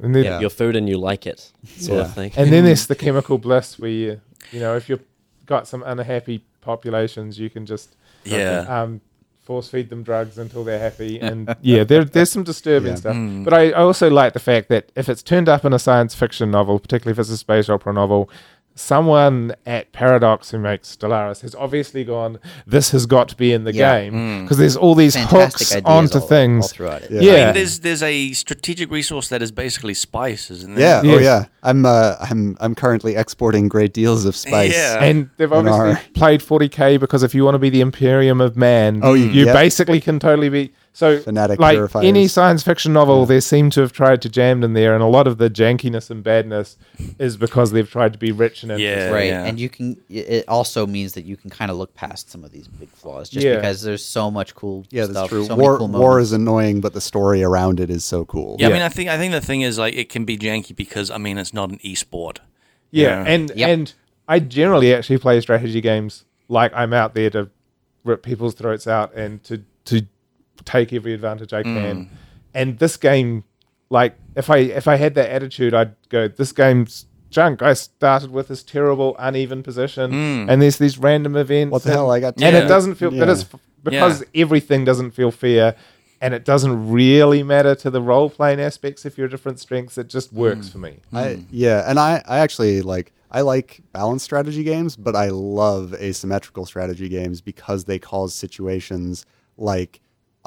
And then-
your food and you like it sort
Yeah.
of thing.
And then there's the chemical bliss where you, you know, if you've got some unhappy populations, you can just
Yeah.
um, force feed them drugs until they're happy. And yeah, there, there's some disturbing
Yeah.
stuff.
Mm.
But I, I also like the fact that if it's turned up in a science fiction novel, particularly if it's a space opera novel, someone at Paradox who makes Stellaris has obviously gone, this has got to be in the
Yeah. Mm.
game. Because there's all these
Fantastic
hooks
ideas
onto
all,
things.
all throughout it.
Yeah.
Yeah.
I mean, there's there's a strategic resource that is basically spices, and
Yeah.
Yeah.
Oh yeah. I'm uh, I'm I'm currently exporting great deals of spice.
Yeah.
And they've
And
obviously
our-
played 40k because if you want to be the Imperium of Man,
Oh,
you,
yep.
basically can totally be so.
Fanatic
like
purifiers.
any science fiction novel, they seem to have tried to jam in there, and a lot of the jankiness and badness is because they've tried to be rich and interesting.
Yeah,
right
yeah.
and you can it- it also means that you can kind of look past some of these big flaws just
Yeah.
because there's so much cool
Yeah,
stuff
that's true.
so
war
many cool
war
moments.
is annoying, but the story around it is so cool.
Yeah, I
Yeah.
mean, I think I think the thing is like it can be janky because I mean it's not an e-sport. you
Yeah,
know?
and
Yep.
and I generally actually play strategy games like I'm out there to rip people's throats out and to to take every advantage I can. And this game, like if I if I had that attitude, I'd go, this game's junk. I started with this terrible uneven position, and there's these random events.
What the hell? I got
and
Yeah.
it doesn't feel
Yeah.
that is because everything doesn't feel fair. And it doesn't really matter to the role playing aspects if you're different strengths. It just works for me.
I, yeah, and I, I actually like I like balanced strategy games, but I love asymmetrical strategy games because they cause situations like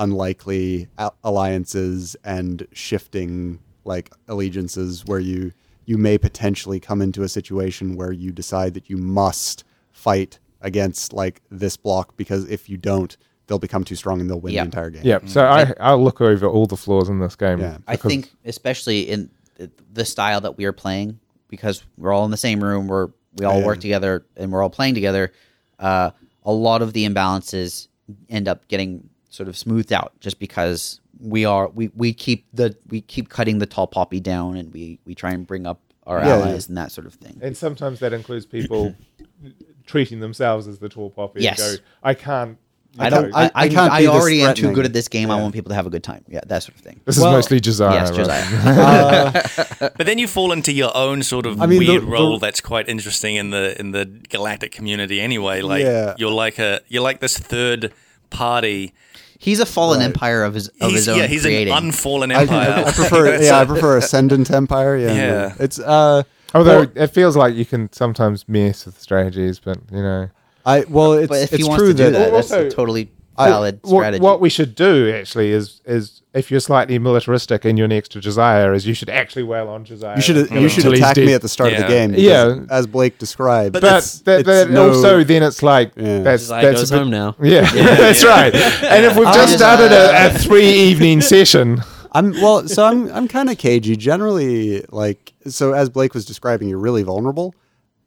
unlikely a- alliances and shifting like allegiances where you you may potentially come into a situation where you decide that you must fight against like this block because if you don't they'll become too strong and they'll win
Yeah.
the entire game.
Yeah, so I, I'll look over all the flaws in this game.
Yeah.
i
because-
think especially in th- the style that we are playing because we're all in the same room we're we all work together and we're all playing together uh, a lot of the imbalances end up getting sort of smoothed out just because we are we, we keep the we keep cutting the tall poppy down and we we try and bring up our
Yeah.
allies and that sort of thing
and sometimes that includes people treating themselves as the tall poppy.
Yes.
And go, I can't. you
I don't.
know,
I, I,
I can't
I
be this
already am too
threatening.
good at this game. I want people to have a good time. Yeah, that sort of thing.
this is mostly Josiah.
yes,
right?
Josiah. Uh,
But then you fall into your own sort of
I mean, the-
weird
the-
role that's quite interesting in the in the galactic community anyway. Like
Yeah.
you're like a you're like this third party.
He's a fallen empire of his of
he's
his own
yeah, he's
creating.
an unfallen
I,
empire.
I prefer yeah, I prefer Ascendant Empire. Yeah.
Yeah.
It's uh
Although it feels like you can sometimes mess with strategies, but you know.
I well, it's
but if he
it's
wants
true
to do that,
that,
that's
Also-
totally valid
what,
strategy.
What we should do actually is is if you're slightly militaristic and you're next to Josiah, is you should actually wail on Josiah. Mm.
You should you should
until he's
attack me
dead.
at the start of
Yeah.
the game.
Yeah.
because as Blake described.
But
But
it's-
that,
it's
that oh,
no-
also then it's like that's
Josiah
that's
goes
a bit-
home now.
Yeah, that's right. And if we've
I
just
just-
uh,
started a, a three evening session,
I'm well, so I'm I'm kind of cagey. Generally, like so as Blake was describing, you're really vulnerable.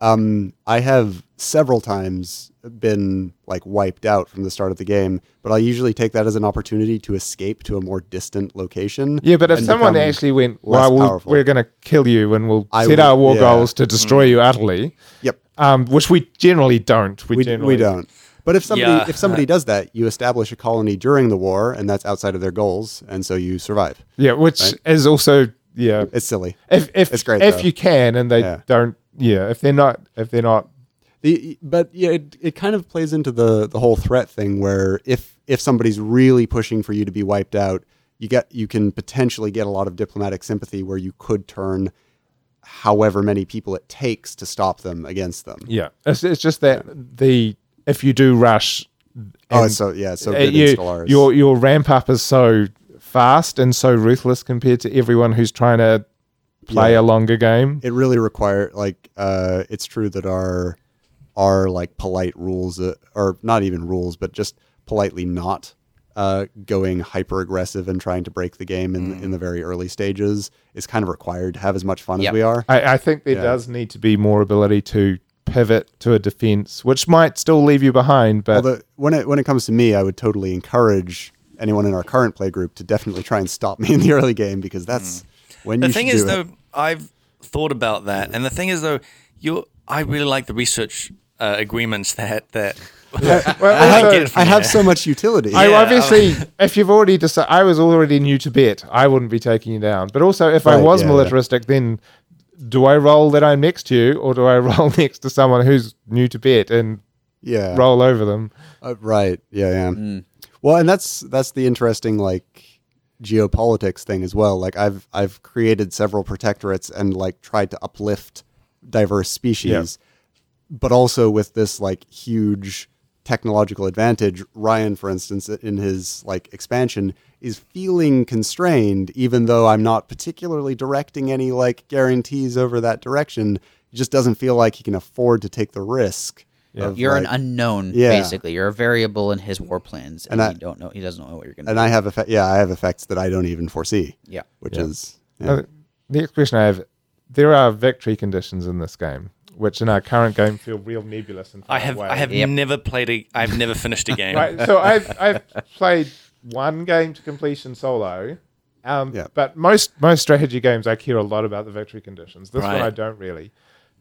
Um, I have several times been like wiped out from the start of the game, but I usually take that as an opportunity to escape to a more distant location.
yeah. But if
and
someone
become
actually went,
less
well, we'll
powerful."
we're going to kill you and we'll
I
set
would-
our war
yeah. Mm.
goals to destroy you utterly,
yep,
um, which we generally don't. We,
we,
generally
we don't. But if somebody
Yeah.
if somebody does that, you establish a colony during the war, and that's outside of their goals, and so you survive.
Yeah, which is also yeah.
It's silly.
If if
It's great,
if
though.
you can and they
Yeah.
don't, yeah. If they're not, if they're not,
The, but yeah, it, it kind of plays into the the whole threat thing where if if somebody's really pushing for you to be wiped out, you get you can potentially get a lot of diplomatic sympathy where you could turn however many people it takes to stop them against them.
yeah. It's, it's just that the if you do rush,
Oh,
and-
it's so yeah, it's so
Uh,
good in
you,
Stellaris.
your your ramp up is so fast and so ruthless compared to everyone who's trying to play a longer game.
it really require like uh it's true that our our like polite rules uh, or not even rules but just politely not uh going hyper aggressive and trying to break the game in in the
Mm.
very early stages is kind of required to have as much fun
Yep.
as we are
I, I think there does need to be more ability to pivot to a defense, which might still leave you behind, but
although when it when it comes to me i would totally encourage anyone in our current play group to definitely try and stop me in the early game because that's when
Mm. The
you
thing
should
is,
do it.
though, I've thought about that, and the thing is, though, you, I really like the research uh, agreements that that.
Well,
I
also-
get it from
i have
you.
so much utility
I
Yeah,
obviously, if you've already decided, I was already new to bet. I wouldn't be taking you down. But also, if I
Right,
was
yeah,
militaristic, then do I roll that I'm next to you, or do I roll next to someone who's new to bet and
yeah
roll over them?
Uh, right. Yeah. Yeah. Well, and that's that's the interesting like geopolitics thing as well. Like I've I've created several protectorates and like tried to uplift diverse species, but also with this like huge technological advantage. Ryan, for instance, in his like expansion, is feeling constrained, even though I'm not particularly directing any like guarantees over that direction. He just doesn't feel like he can afford to take the risk. of,
you're an
like-
unknown,
Yeah.
basically. You're a variable in his war plans, and,
And I-
you don't know. He doesn't know what you're going to.
and I have effect. Yeah, I have effects that I don't even foresee.
Yeah.
which is
Uh, The next question I have: There are victory conditions in this game, which in our current game feel real nebulous and far
I have
away.
I have
Yep.
never played a I've never finished a game.
Right, so I've I've played one game to completion solo. Um,
Yeah.
But most most strategy games, I care a lot about the victory conditions. This one,
Right.
I don't really.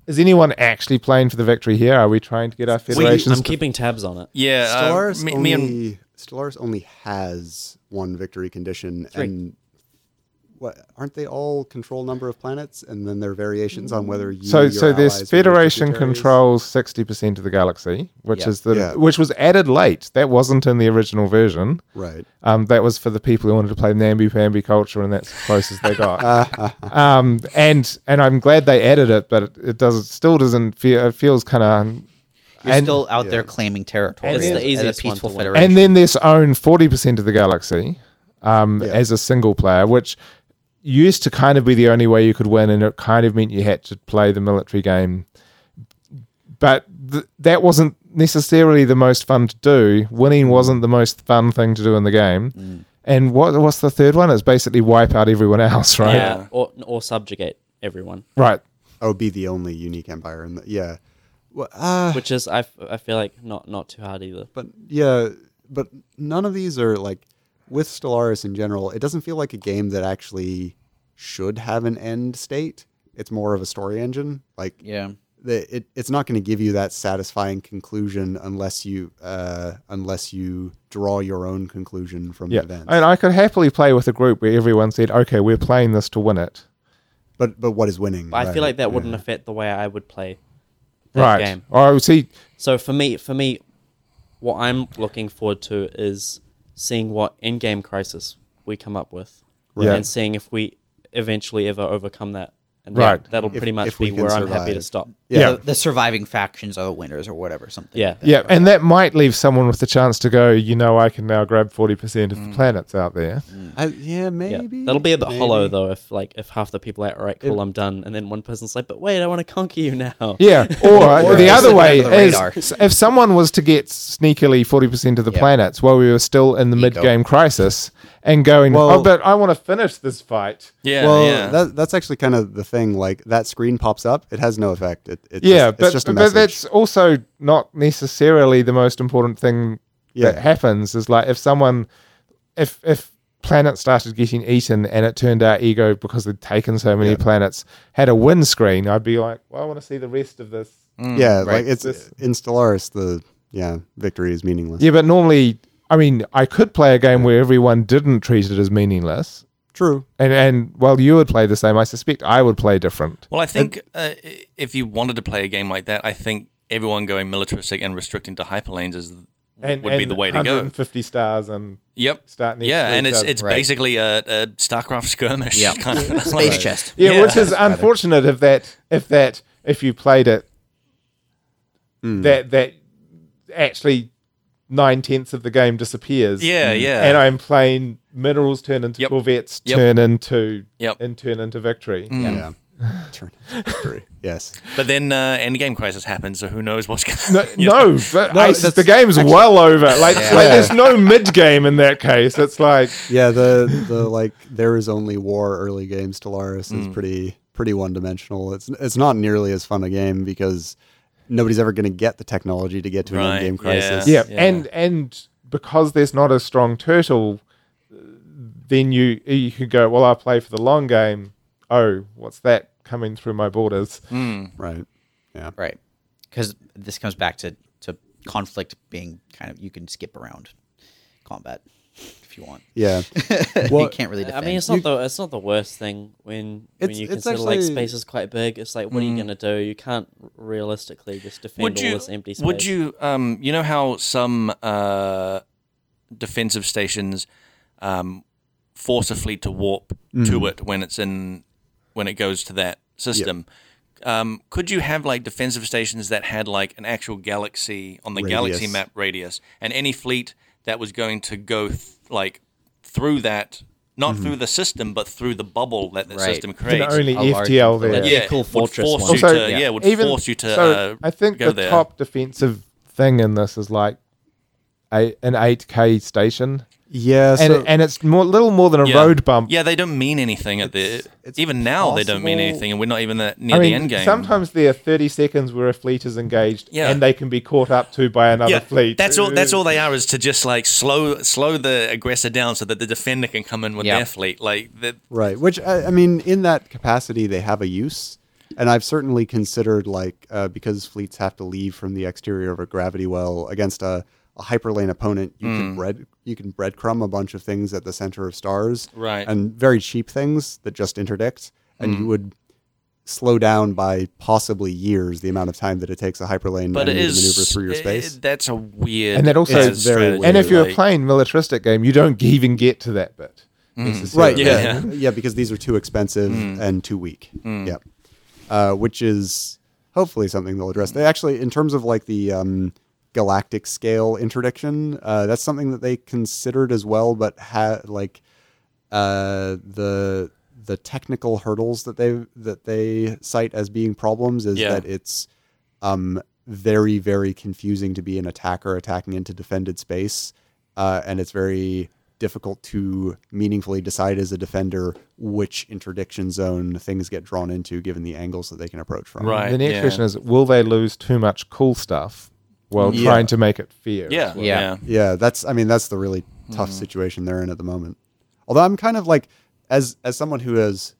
Is anyone actually playing for the victory here? Are we trying to get our federations?
I'm keeping tabs on it.
Yeah, uh,
Stellaris.
me,
only,
me and
Stellaris only has one victory condition, and what aren't they all control number of planets, and then there are variations on whether you.
so
your
so
allies,
there's
or your
Federation
tributaries-
controls sixty percent of the galaxy, which
Yeah.
is the
Yeah.
which was added late. That wasn't in the original version.
Right.
Um, that was for the people who wanted to play namby pamby culture, and that's as close as they got. um, and and I'm glad they added it, but it, it does it still doesn't feel it feels kind of.
You're
And,
still out there claiming territory.
It's the
as a- as
easiest
a
one
peaceful
to win.
federation.
and then this own forty percent of the galaxy, um,
Yeah.
as a single player, which used to kind of be the only way you could win, and it kind of meant you had to play the military game. But th- that wasn't necessarily the most fun to do. Winning wasn't the most fun thing to do in the game. And what what's the third one? It's basically wipe out everyone else, right?
Yeah, or or subjugate everyone,
Right.
Oh, be the only unique empire, in the yeah. Well,
Ah.
uh,
which is I, f- I feel like not not too hard either.
but yeah, but none of these are like with Stellaris in general. It doesn't feel like a game that actually should have an end state. It's more of a story engine. Like
yeah.
the, it, it's not going to give you that satisfying conclusion unless you uh, unless you draw your own conclusion from
Yeah.
the event.
And I could happily play with a group where everyone said, "Okay, we're playing this to win it."
but but what is winning?
But I feel
right?
like that wouldn't affect the way I would play that
Right.
game.
Or I would see.
So for me, for me, what I'm looking forward to is seeing what in-game crisis we come up with,
Right.
and seeing if we eventually ever overcome that And that-
Right.
that'll
If-
pretty much
if we
be
can
where I'm happy to
survive.
stop.
Yeah.
The, the surviving factions are the winners or whatever, something.
Yeah.
Yeah, and that might leave someone with the chance to go, you know, I can now grab 40% of
Mm.
the planets out there.
I, yeah,
Yeah.
maybe.
That'll be a bit
Maybe.
hollow though if like if half the people are like, all right, cool, I'm done, and then one person's like, but wait, I want to conquer you now.
Yeah, or,
Or
the
just
other
under
way
the radar.
is if someone was to get sneakily 40% of the
Yeah.
planets while we were still in the mid game crisis and going,
Well-
oh, but I want to finish this fight.
Yeah,
well,
yeah.
That, that's actually kind of the thing. Like that screen pops up, it has no effect. It, it
Yeah,
just,
but,
it's just a
but
message.
that's also not necessarily the most important thing
Yeah.
that happens. Is like if someone, if if planets started getting eaten and it turned out ego because they'd taken so many planets had a win screen, I'd be like, well, I want to see the rest of this.
Mm,
yeah,
right,
like it's
this-
in Stellaris. The yeah, victory is meaningless.
Yeah, but normally, I mean, I could play a game where everyone didn't treat it as meaningless,
True.
and and while you would play the same, I suspect I would play different.
Well, I think uh, i- if you wanted to play a game like that, I think everyone going militaristic and restricting to hyperlanes is
And,
would be the way to go.
150 stars and
Yep.
start next
Yeah,
to
and
each
it's
other.
it's
Right.
basically a, a StarCraft skirmish.
Yeah.
kind of
Space
like-
chest.
yeah,
Yeah.
which is unfortunate if that if that if you played it that that actually nine tenths of the game disappears.
Yeah, yeah.
And I'm playing minerals turn into
Hmm. Yep.
corvettes
Yep.
turn into
Yep. Hmm.
and turn into victory.
Yeah. Turn victory. Yes.
But then uh, Endgame Crisis happens, so who knows what's
No,
going to
no, but I-
that's-
the game's well over. Like, like
Yeah.
there's no mid game in that case. It's like
Yeah. The the like there is only war early game Stellaris is pretty pretty one dimensional. It's it's not nearly as fun a game because nobody's ever going to get the technology to get to an
Right,
end game crisis.
yeah,
Yeah.
and and because there's not a strong turtle, then you you could go well. I'll play for the long game. Oh, what's that coming through my borders?
Mm.
Right. Yeah.
Right. Because this comes back to, to conflict being kind of, you can skip around combat if you want.
Yeah.
you can't really
I
defend.
mean, it's not the it's not the worst thing when when
It's-
you
it's
consider like
actually-
space is quite big. It's like, what are you gonna do? You can't realistically just defend
Would
all
you?
this empty space.
Would you? Um, you know how some uh, defensive stations um, force a fleet to warp to it when it's in when it goes to that system. Um, could you have like defensive stations that had like an actual galaxy on the galaxy
Radius.
map radius, and any fleet that was going to go th- like through that, not through the system, but through the bubble that the
Right.
system
It's an
creates?
only
a large
FTL
influence.
there. Oh,
Yeah.
yeah,
cool
would
fortress
force
one.
you
Also,
to, yeah, would
even-
force you to.
so
uh,
I think
go
the
there.
top defensive thing in this is like a, an 8k station,
Yeah.
and
So
and it's more little more than a road bump.
Yeah, they don't mean anything at the.
it's
even now, they don't mean
possible-
anything, and we're not even that near
I
the
mean,
end game.
sometimes there are 30 seconds where a fleet is engaged,
Yeah.
and they can be caught up to by another
yeah,
fleet.
that's all. That's all they are is to just like slow, slow the aggressor down so that the defender can come in with
Yeah.
their fleet. Like the,
Right. Which I, I mean, in that capacity, they have a use, and I've certainly considered like uh, because fleets have to leave from the exterior of a gravity well against a, a hyperlane opponent, you
Mm.
can bread you can breadcrumb a bunch of things at the center of stars,
Right. Mm.
And very cheap things that just interdict, and you would slow down by possibly years the amount of time that it takes a hyperlane
but it
enemy to
is
maneuver through your
it-
space.
that's a weird
And that also-
uh,
It's very
strategy,
And if you're
like-
playing militaristic game, you don't even get to that bit. necessarily.
Right.
Yeah.
Yeah. yeah. because these are too expensive and too weak. Yeah. Uh, which is hopefully something they'll address. They actually, in terms of like the um, galactic scale interdiction, uh, that's something that they considered as well, but had like uh, the the technical hurdles that they that they cite as being problems is
Yeah.
that it's um, very very confusing to be an attacker attacking into defended space, uh, and it's very difficult to meaningfully decide as a defender which interdiction zone things get drawn into given the angles that they can approach from.
right.
The next
yeah.
question is Will they lose too much cool stuff while
Yeah.
trying to make it fair?
Yeah, yeah,
Yeah.
Yeah, that's I mean that's the really tough situation they're in at the moment. Although I'm kind of like as as someone who has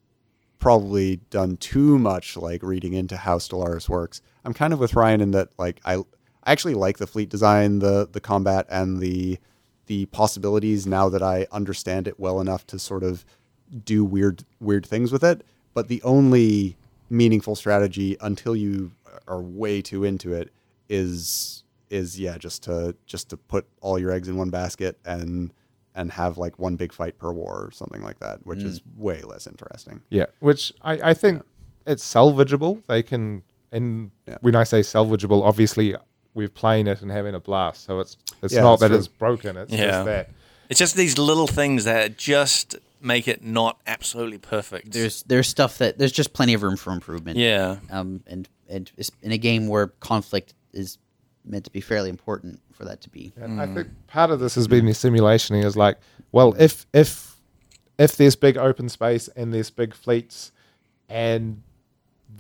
probably done too much like reading into how Stellaris works, I'm kind of with Ryan in that like I I actually like the fleet design, the the combat and the the possibilities now that I understand it well enough to sort of do weird weird things with it, but the only meaningful strategy until you are way too into it is is yeah just to just to put all your eggs in one basket and and have like one big fight per war or something like that which is way less interesting
Yeah, which I, I think it's salvageable. They can, and when I say salvageable, obviously we're playing it and having a blast. So it's it's
Yeah,
not
that's
that
true.
it's broken. It's
Yeah.
just that.
It's just these little things that just make it not absolutely perfect.
There's there's stuff that there's just plenty of room for improvement.
yeah.
Um, and and it's in a game where conflict is meant to be fairly important for that to be.
And
Hmm.
I think part of this has been the simulation is like, well, if if if there's big open space and there's big fleets, and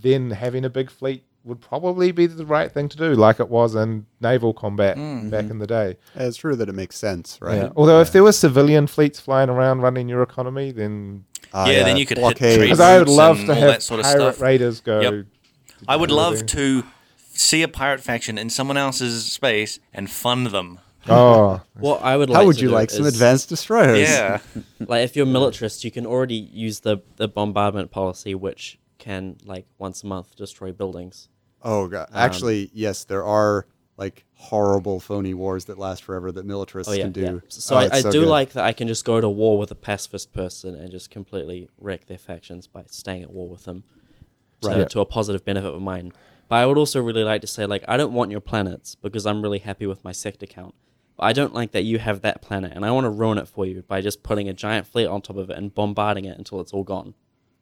then having a big fleet would probably be the right thing to do, like it was in naval combat
Hmm,
back
mm-hmm.
in the day.
It's true that it makes sense, right?
Yeah. Although if there were civilian fleets flying around running your economy, then
Ah,
Yeah, then you could hit
blockade.
trees.
because I would
Roots
love
and
to
all
have
that sort of
pirate
stuff.
raiders go.
Yep. I would love
building.
to see a pirate faction in someone else's space and fund them.
Oh,
What I would like
How would
to
you
do
like some
is-
advanced destroyers?
Yeah.
like if you're militarist, you can already use the the bombardment policy, which can like once a month destroy buildings.
Oh god.
Um,
Actually, yes, there are like horrible phony wars that last forever that militarists
Oh yeah,
can do.
yeah. So
Oh,
I,
it's
I do
good.
like that I can just go to war with a pacifist person and just completely wreck their factions by staying at war with them, to,
Right.
to a positive benefit of mine. But I would also really like to say like I don't want your planets because I'm really happy with my sector count. But I don't like that you have that planet, and I want to ruin it for you by just putting a giant fleet on top of it and bombarding it until it's all gone.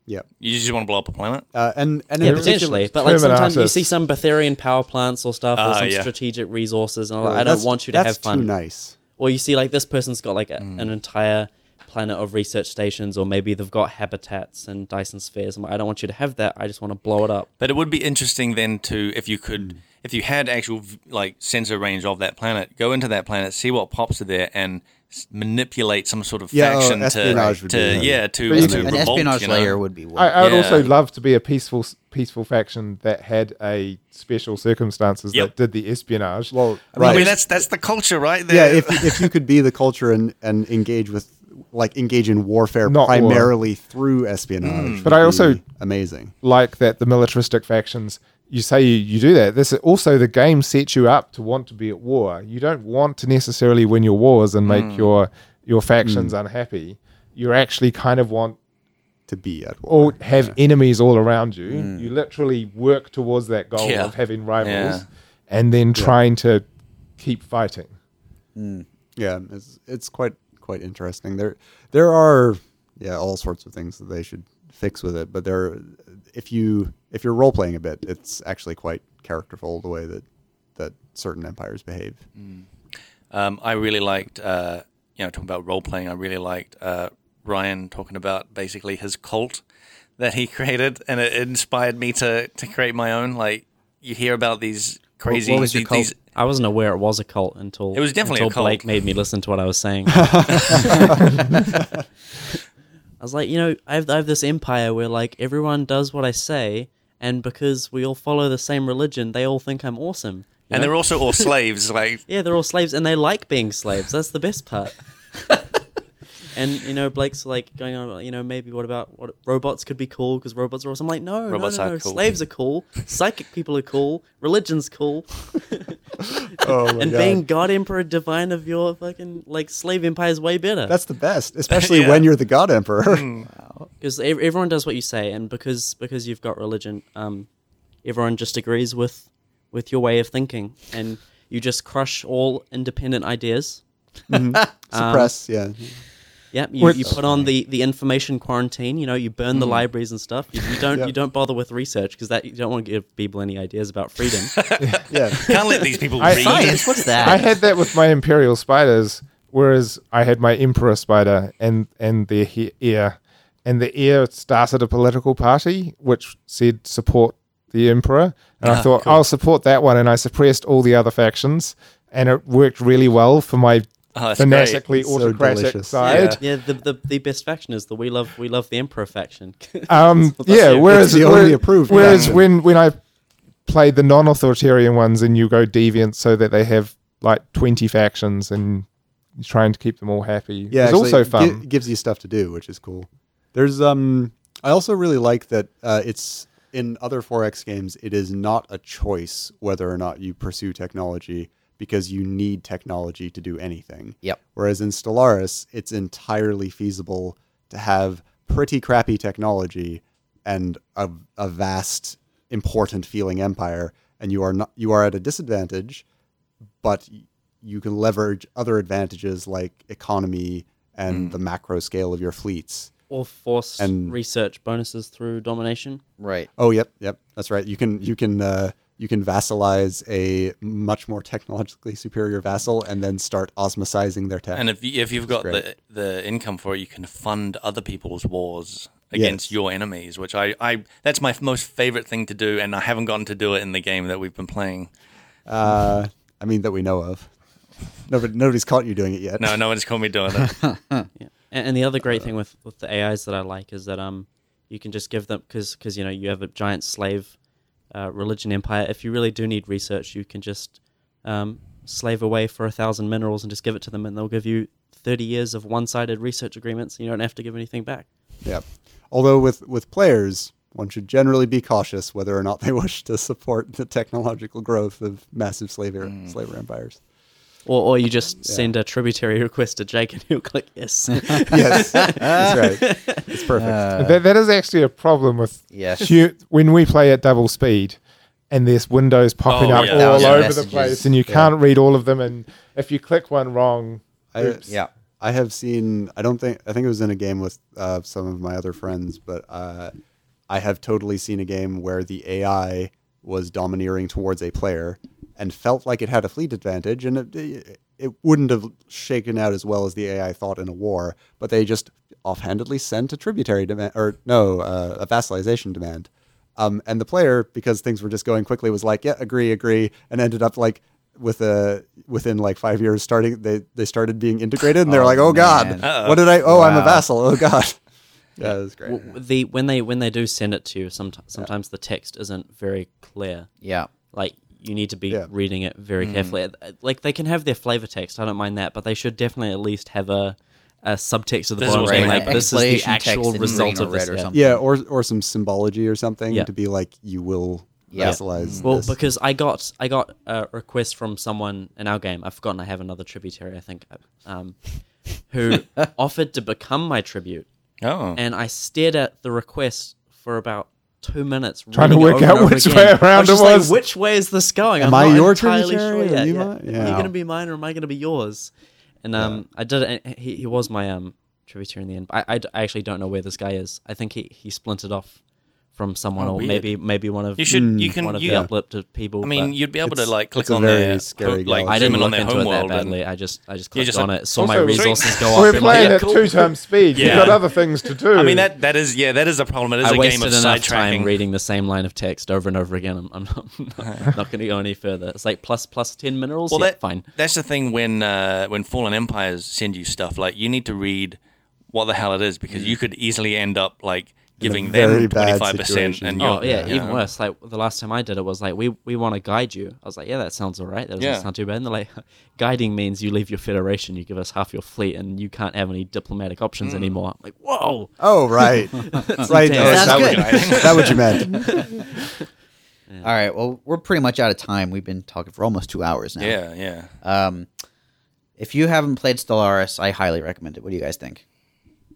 Yep.
You just want to blow up a planet?
Uh, and and
Yeah,
in particular,
potentially. But like
Terminator
sometimes you
assets.
see some Betherian power plants or stuff,
Ah,
or some
yeah.
strategic resources, and all that.
Right,
I don't
that's-
want you to
that's
have fun.
Too nice.
Or you see like this person's got like a, an entire planet of research stations, or maybe they've got habitats and Dyson spheres. and I don't want you to have that. I just want to blow it up.
But it would be interesting then to if you could if you had actual v- like sensor range of that planet, go into that planet, see what pops are there, and s- manipulate some sort of
Yeah, oh,
faction
espionage
to,
would
to
be-
yeah to,
But you
to
can-
An
revolt,
espionage
you know?
layer would be one.
I, I would
Yeah.
also love to be a peaceful peaceful faction that had a special circumstances
Yep.
that did the espionage.
Well,
I
right.
mean that's that's the culture right
yeah,
there.
if if you could be the culture and and engage with like engage in warfare
Not war.
primarily through espionage.
Hmm.
But
would
I also-
be amazing.
like that the militaristic factions you say you, you do that this also the game sets you up to want to be at war you don't want to necessarily win your wars and
Hmm.
make your your factions unhappy you actually kind of want
To be at war.
all have enemies all around you you literally work towards that goal
Yeah.
of having rivals
Yeah.
and then trying to keep fighting
Yeah, it's it's quite quite interesting. There there are yeah all sorts of things that they should fix with it, but there if you if you're role playing a bit, it's actually quite characterful the way that that certain empires behave.
Um, I really liked, uh, you know, talking about role playing. I really liked uh, Ryan talking about basically his cult that he created, and it inspired me to to create my own. Like you hear about these crazy,
what was your
these-
cult?
these-
I wasn't aware it was a cult until
It was definitely a
until
cult.
Blake made me listen to what I was saying. I was like, you know, I have, I have this empire where like everyone does what I say, and because we all follow the same religion, they all think I'm awesome. you
and
know?
they're also all slaves. Like
yeah, they're all slaves, and they like being slaves. That's the best part. and you know, Blake's like going on, about, you know, maybe what about what robots could be cool because robots are awesome. I'm like, no,
Robots
no, no,
are
no.
cool.
slaves are cool, psychic people are cool, religion's cool.
Oh my
and being god emperor divine of your fucking like slave empire is way better
that's the best, especially
Yeah.
when you're the god emperor.
because ev- everyone does what you say and because because you've got religion um everyone just agrees with with your way of thinking and you just crush all independent ideas
Suppress, yeah.
yeah you,
Which-
you put on the the information quarantine you know you burn the libraries and stuff you, you don't
Mm. Yep.
you don't bother with research because that you don't want to give people any ideas about freedom
Yeah.
can't let these people
I-
read.
Science, what's that?
I had that with my imperial spiders, whereas I had my emperor spider and and their he- ear, and the ear started a political party which said support the emperor, and
Ah,
I thought I'll support that one, and I suppressed all the other factions, and it worked really well for my
Oh, that's great.
fanatically
So
autocratic
delicious.
side.
yeah the, the the best faction is the we love we love the emperor faction
Uh,
Um, yeah, whereas
It's the only
whereas-
approved
Whereas
faction.
when when I played the non-authoritarian ones, and you go deviant so that they have like twenty factions and you're trying to keep them all happy.
yeah,
it's
actually,
also
gi-
fun.
gives you stuff to do, which is cool. um, There's um, I also really like that uh, it's in other 4X games. It is not a choice whether or not you pursue technology because you need technology to do anything.
Yep.
Whereas in Stellaris, it's entirely feasible to have pretty crappy technology and a, a vast, important feeling empire, and you are not you are at a disadvantage, but y- you can leverage other advantages like economy
Hmm.
and the macro scale of your fleets.
Or force
And-
research bonuses through domination.
Right.
Oh, yep, yep, that's right. You can you can uh, you can vassalize a much more technologically superior vassal, and then start osmosizing their tech.
And if you, if you've got the
great.
the income for it, you can fund other people's wars against
Yes.
your enemies, which I, I that's my f- most favorite thing to do, and I haven't gotten to do it in the game that we've been playing.
Uh, I mean, that we know of. Nobody, nobody's caught you doing it yet.
No, no one's called me doing it.
Yeah. And, and the other great thing with, with the AIs that I like is that um you can just give them because because you know you have a giant slave uh, religion empire. If you really do need research, you can just um, slave away for a thousand minerals and just give it to them, and they'll give you thirty years of one-sided research agreements. And you don't have to give anything back.
Yeah. Although with with players, one should generally be cautious whether or not they wish to support the technological growth of massive slaver
Hmm.
slaver empires.
Or, or you just send a tributary request to Jake, and he'll click yes.
Yes, that's right. It's perfect.
that, that is actually a problem with
Yes.
hu- when we play at double speed and there's windows popping
Oh,
up
yeah.
all
Thousand
over
messages.
the place and you can't read all of them and if you click one wrong
I-
oops.
Yeah.
I have seen. I don't think. I think it was in a game with uh, some of my other friends, but uh, I have totally seen a game where the AI was domineering towards a player and felt like it had a fleet advantage, and it it wouldn't have shaken out as well as the AI thought in a war. But they just offhandedly sent a tributary demand, or no, uh, a vassalization demand. Um, and the player, because things were just going quickly, was like, "Yeah, agree, agree," and ended up like with a within like five years starting they they started being integrated and they're
Oh,
like oh
man.
god what did i oh i'm a
Wow.
vassal oh god yeah that's great
W- the when they when they do send it to you, somet- sometimes the text isn't very clear.
Yeah.
Like you need to be
Yeah.
reading it very
Mm.
carefully. Uh, Like they can have their flavor text. I don't mind that, but they should definitely at least have a, a subtext of the
This is
bottom
what's
being
gonna
like
happen.
this is the
Explanation text
actual
in
result
green or
of
red
this.
or
yeah.
something.
yeah or or some symbology or something
Yeah.
to be like you will
Yeah.
vassalize
Well,
this.
because I got I got a request from someone in our game. I've forgotten I have another tributary. I think, um, who offered to become my tribute,
Oh,
and I stared at the request for about two minutes,
Trying to
reading it
work
over and
out
over
which
again.
way
I was
around
just
it
like,
was.
which way is this going?
Am
I'm
I
not
your
entirely
tributary?
Sure
Are
yet.
you
Yeah.
mine?
Are you
Yeah.
going to be mine or am I going to be yours? And um, I did. And he, he was my um tributary in the end. I, I d- I actually don't know where this guy is. I think he, he splintered off from someone,
Oh,
or
weird.
maybe maybe one of
you
Hmm,
should. You
one
can.
of
You,
the uplifted people.
I mean,
but-
you'd be able to
it's-
like click
it's a
on
very
their
scary
ho- like
galaxy.
I
zoom
didn't
in on
look
their
into it that
homeworld.
badly.
And,
I just I just clicked
just
on
like,
it, saw my
also-
resources go up.
we're
and like,
playing
yeah,
at
cool.
two times speed
Yeah.
you've got other things to do
I mean that that is yeah that is a problem. It is
I
a game
wasted
of
enough time
sidetracking.
reading the same line of text over and over again. I'm, I'm not, not, going to go any further. It's like plus plus ten minerals.
Well,
yeah,
that,
fine.
That's the thing when uh, when Fallen Empires send you stuff like you need to read what the hell it is because you could easily end up like giving
very
them
bad
twenty five percent
situation.
and
Oh
you're-
yeah,
you
even
know.
worse. Like the last time I did it was like we we want to guide you. I was like, yeah, that sounds all right. That doesn't
Yeah.
sound too bad. And they're like, guiding means you leave your federation, you give us half your fleet, and you can't have any diplomatic
Hmm.
options anymore. I'm like, whoa.
oh right right
intense.
no,
Sounds
that,
good.
Would, that what you meant
All right. Well, we're pretty much out of time. We've been talking for almost two hours now.
Yeah, yeah.
Uh,
Um, if you haven't played Stellaris, I highly recommend it. What do you guys think?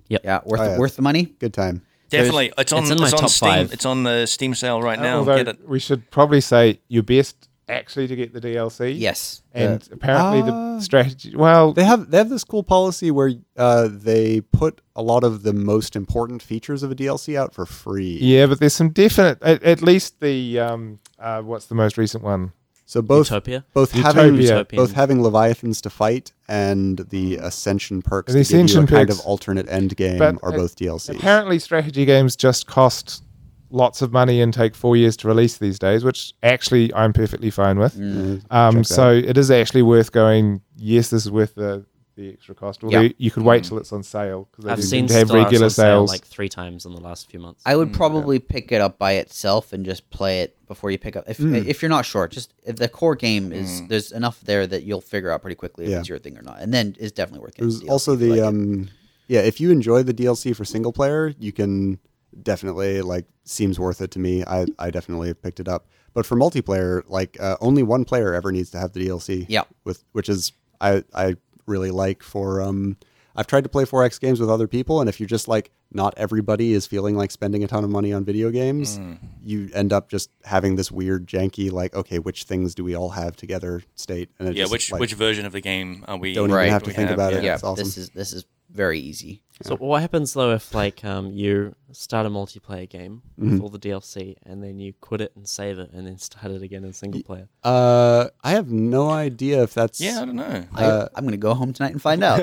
Yep.
Yeah, worth
Oh, yeah.
worth the money.
good time
Definitely, it's on.
it's
It's,
in my
on
top
Steam.
five.
It's on the Steam sale
Oh,
right now.
Although
Get it.
we should probably say you're best actually to get the DLC
Yes.
and apparently
Ah.
the strategy well
they have they have this cool policy where uh, they put a lot of the most important features of a dlc out for free
yeah but there's some definite at, at least the um uh what's the most recent one
so both
Utopia.
both having
Utopia.
Utopian.
both having leviathans to fight and the ascension perks
The
to give you
Ascension
a kind
perks.
of alternate end game
But
are
it-
both DLC.
Apparently, strategy games just cost lots of money and take four years to release these days, which actually I'm perfectly fine with.
Mm.
Um, so it is actually worth going. Yes, this is worth the the extra cost. Although
Yeah.
you could wait till it's on sale because
Mm. I've seen
have
Stellaris
regular
on sale
sales.
like three times in the last few months.
Mm,
I would probably pick it up by itself and just play it before you pick up. If
Mm.
if you're not sure, just if the core game is
Mm.
there's enough there that you'll figure out pretty quickly if
Yeah.
it's your thing or not, and then it's definitely worth it.
There's also the um, yeah. If you enjoy the DLC for single player, you can definitely like seems worth it to me. I I definitely picked it up. But for multiplayer, like uh, only one player ever needs to have the DLC.
Yeah.
with which is I I really like for um. I've tried to play 4X games with other people, and if you're just like, not everybody is feeling like spending a ton of money on video games,
Mm.
you end up just having this weird, janky, like, okay, which things do we all have together state? And it
Yeah,
just,
which
like,
which version of the game are we?
don't even
Right.
have to
we
think about it.
yeah,
It's awesome.
this is this is very easy.
So what happens though if like um you start a multiplayer game
Mm-hmm.
with all the DLC and then you quit it and save it and then start it again in single player?
Uh, I have no idea if that's.
Yeah, I don't know.
Uh,
I, I'm going to go home tonight and find out.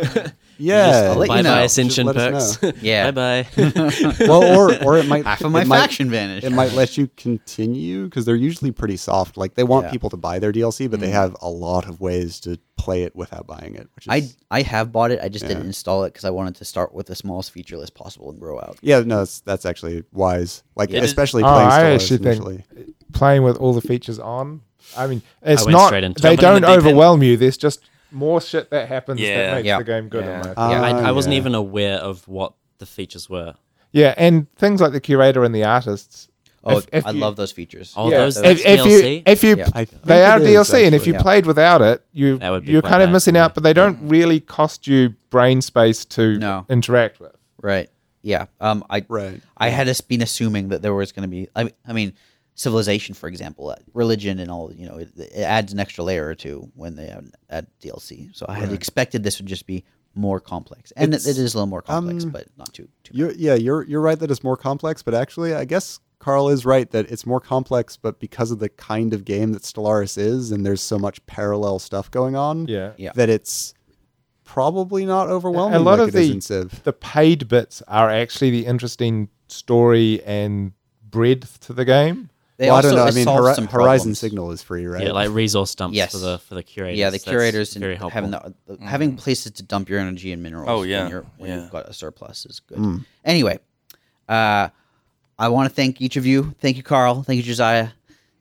Yeah.
I'll let Oh, you
bye
know.
bye
Just
ascension
let us
perks.
Yeah.
bye bye.
well, or, or it might.
Half of my
it might-
faction vanished.
it might let you continue because they're usually pretty soft. Like they want
Yeah. Mm-hmm.
people to buy their DLC, but they have a lot of ways to play it without buying it. Which is,
I I have bought it. I just didn't install it because I wanted to start with the smallest feature list possible and grow out.
yeah, no, that's, that's actually wise. Like especially
Oh,
playing
I
Stellaris
actually think-
initially.
playing with all the features on. I mean, it's
went
not.
straight into
they
it. Jumping
don't
in the deep end.
overwhelm you. There's just more shit that happens
Yeah.
that makes
Yeah.
the game good. in my
Yeah.
opinion.
Ah,
I, I wasn't
yeah.
even aware of what the features were.
yeah, and things like the curator and the artists.
Oh,
if- if
I
you-
love those features.
Oh,
yeah,
those
if,
that's
if you
DLC.
if you
Yeah.
I think
they are
it is,
DLC, and if
actually.
you played without it, you
That would be
you're
quite
kind of
bad,
missing
yeah.
out. But they don't really cost you brain space to
No.
interact with.
Right. Yeah. Um. I
Right.
I had as- been assuming that there was going to be. I mean, I mean, civilization, for example, uh, religion and all. You know, it, it adds an extra layer or two when they add, add DLC. So I had expected this would just be more complex, and it, it is a little more complex, but not too too.
um, You're, yeah, you're you're right that it's more complex, but actually, I guess Carl is right that it's more complex, but because of the kind of game that Stellaris is, and there's so much parallel stuff going on,
Yeah.
Yeah.
that it's probably not overwhelming.
a lot
like
of
it is
the
in Civ.
the paid bits are actually the interesting story and breadth to the game.
They
well, I
also
don't know. I
it
mean,
solves
Hori-
some
Horizon
problems.
Signal is free, right?
Yeah, like resource dumps
Yes.
for the for the curators.
Yeah, the
That's
curators
very
and
helpful.
having the, the-
Mm-hmm.
having places to dump your energy and minerals.
Oh,
when,
yeah,
you're, when
yeah.
you've got a surplus is good.
Mm.
Anyway, uh, I want to thank each of you. Thank you, Carl. Thank you, Josiah.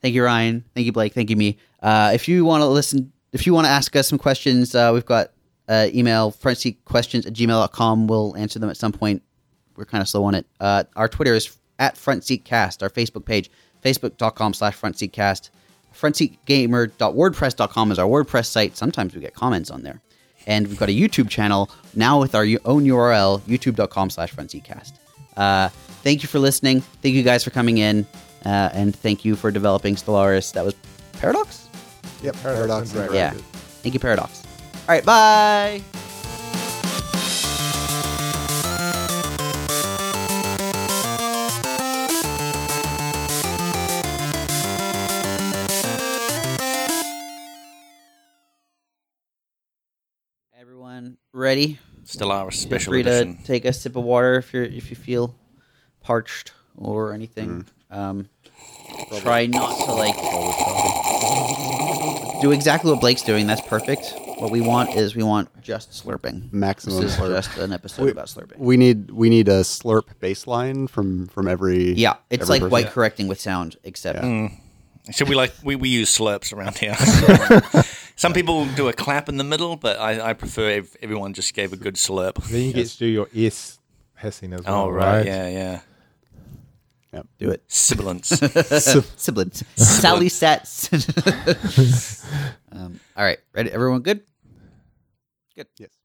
Thank you, Ryan. Thank you, Blake. Thank you, me. Uh, if you want to listen, if you want to ask us some questions, uh, we've got uh, email frontseatquestions at gmail.com. We'll answer them at some point. We're kind of slow on it. Uh, our Twitter is at frontseatcast. Our Facebook page, facebook.com slash frontseatcast. Frontseatgamer.wordpress.com is our WordPress site. Sometimes we get comments on there. And we've got a YouTube channel now with our own URL, youtube.com slash frontseatcast. Uh, thank you for listening. Thank you guys for coming in. Uh, and thank you for developing Stellaris. That was Paradox?
Yep.
Paradox
Paradox. and
Interactive.
Yeah. Thank you, Paradox. All right, bye. Everyone, ready?
Stellaris
Feel
Special
free
Edition.
to take a sip of water if you are if you feel parched or anything.
Mm.
Um, try not to like do exactly what Blake's doing. That's perfect. What we want is we want just slurping.
Maximum
This is
slurp.
just an episode about slurping.
We need we need a slurp baseline from from every.
yeah, it's
every
like
person.
white correcting with sound, except
Should we like we, we use slurps around here? Some people do a clap in the middle, but I, I prefer if everyone just gave a good slurp.
Then you get to do your S hissing as well.
Oh right, yeah, yeah.
do it.
Sibilance.
Siblings. Sally sets. um, all right, ready? Everyone good? Good.
Yes.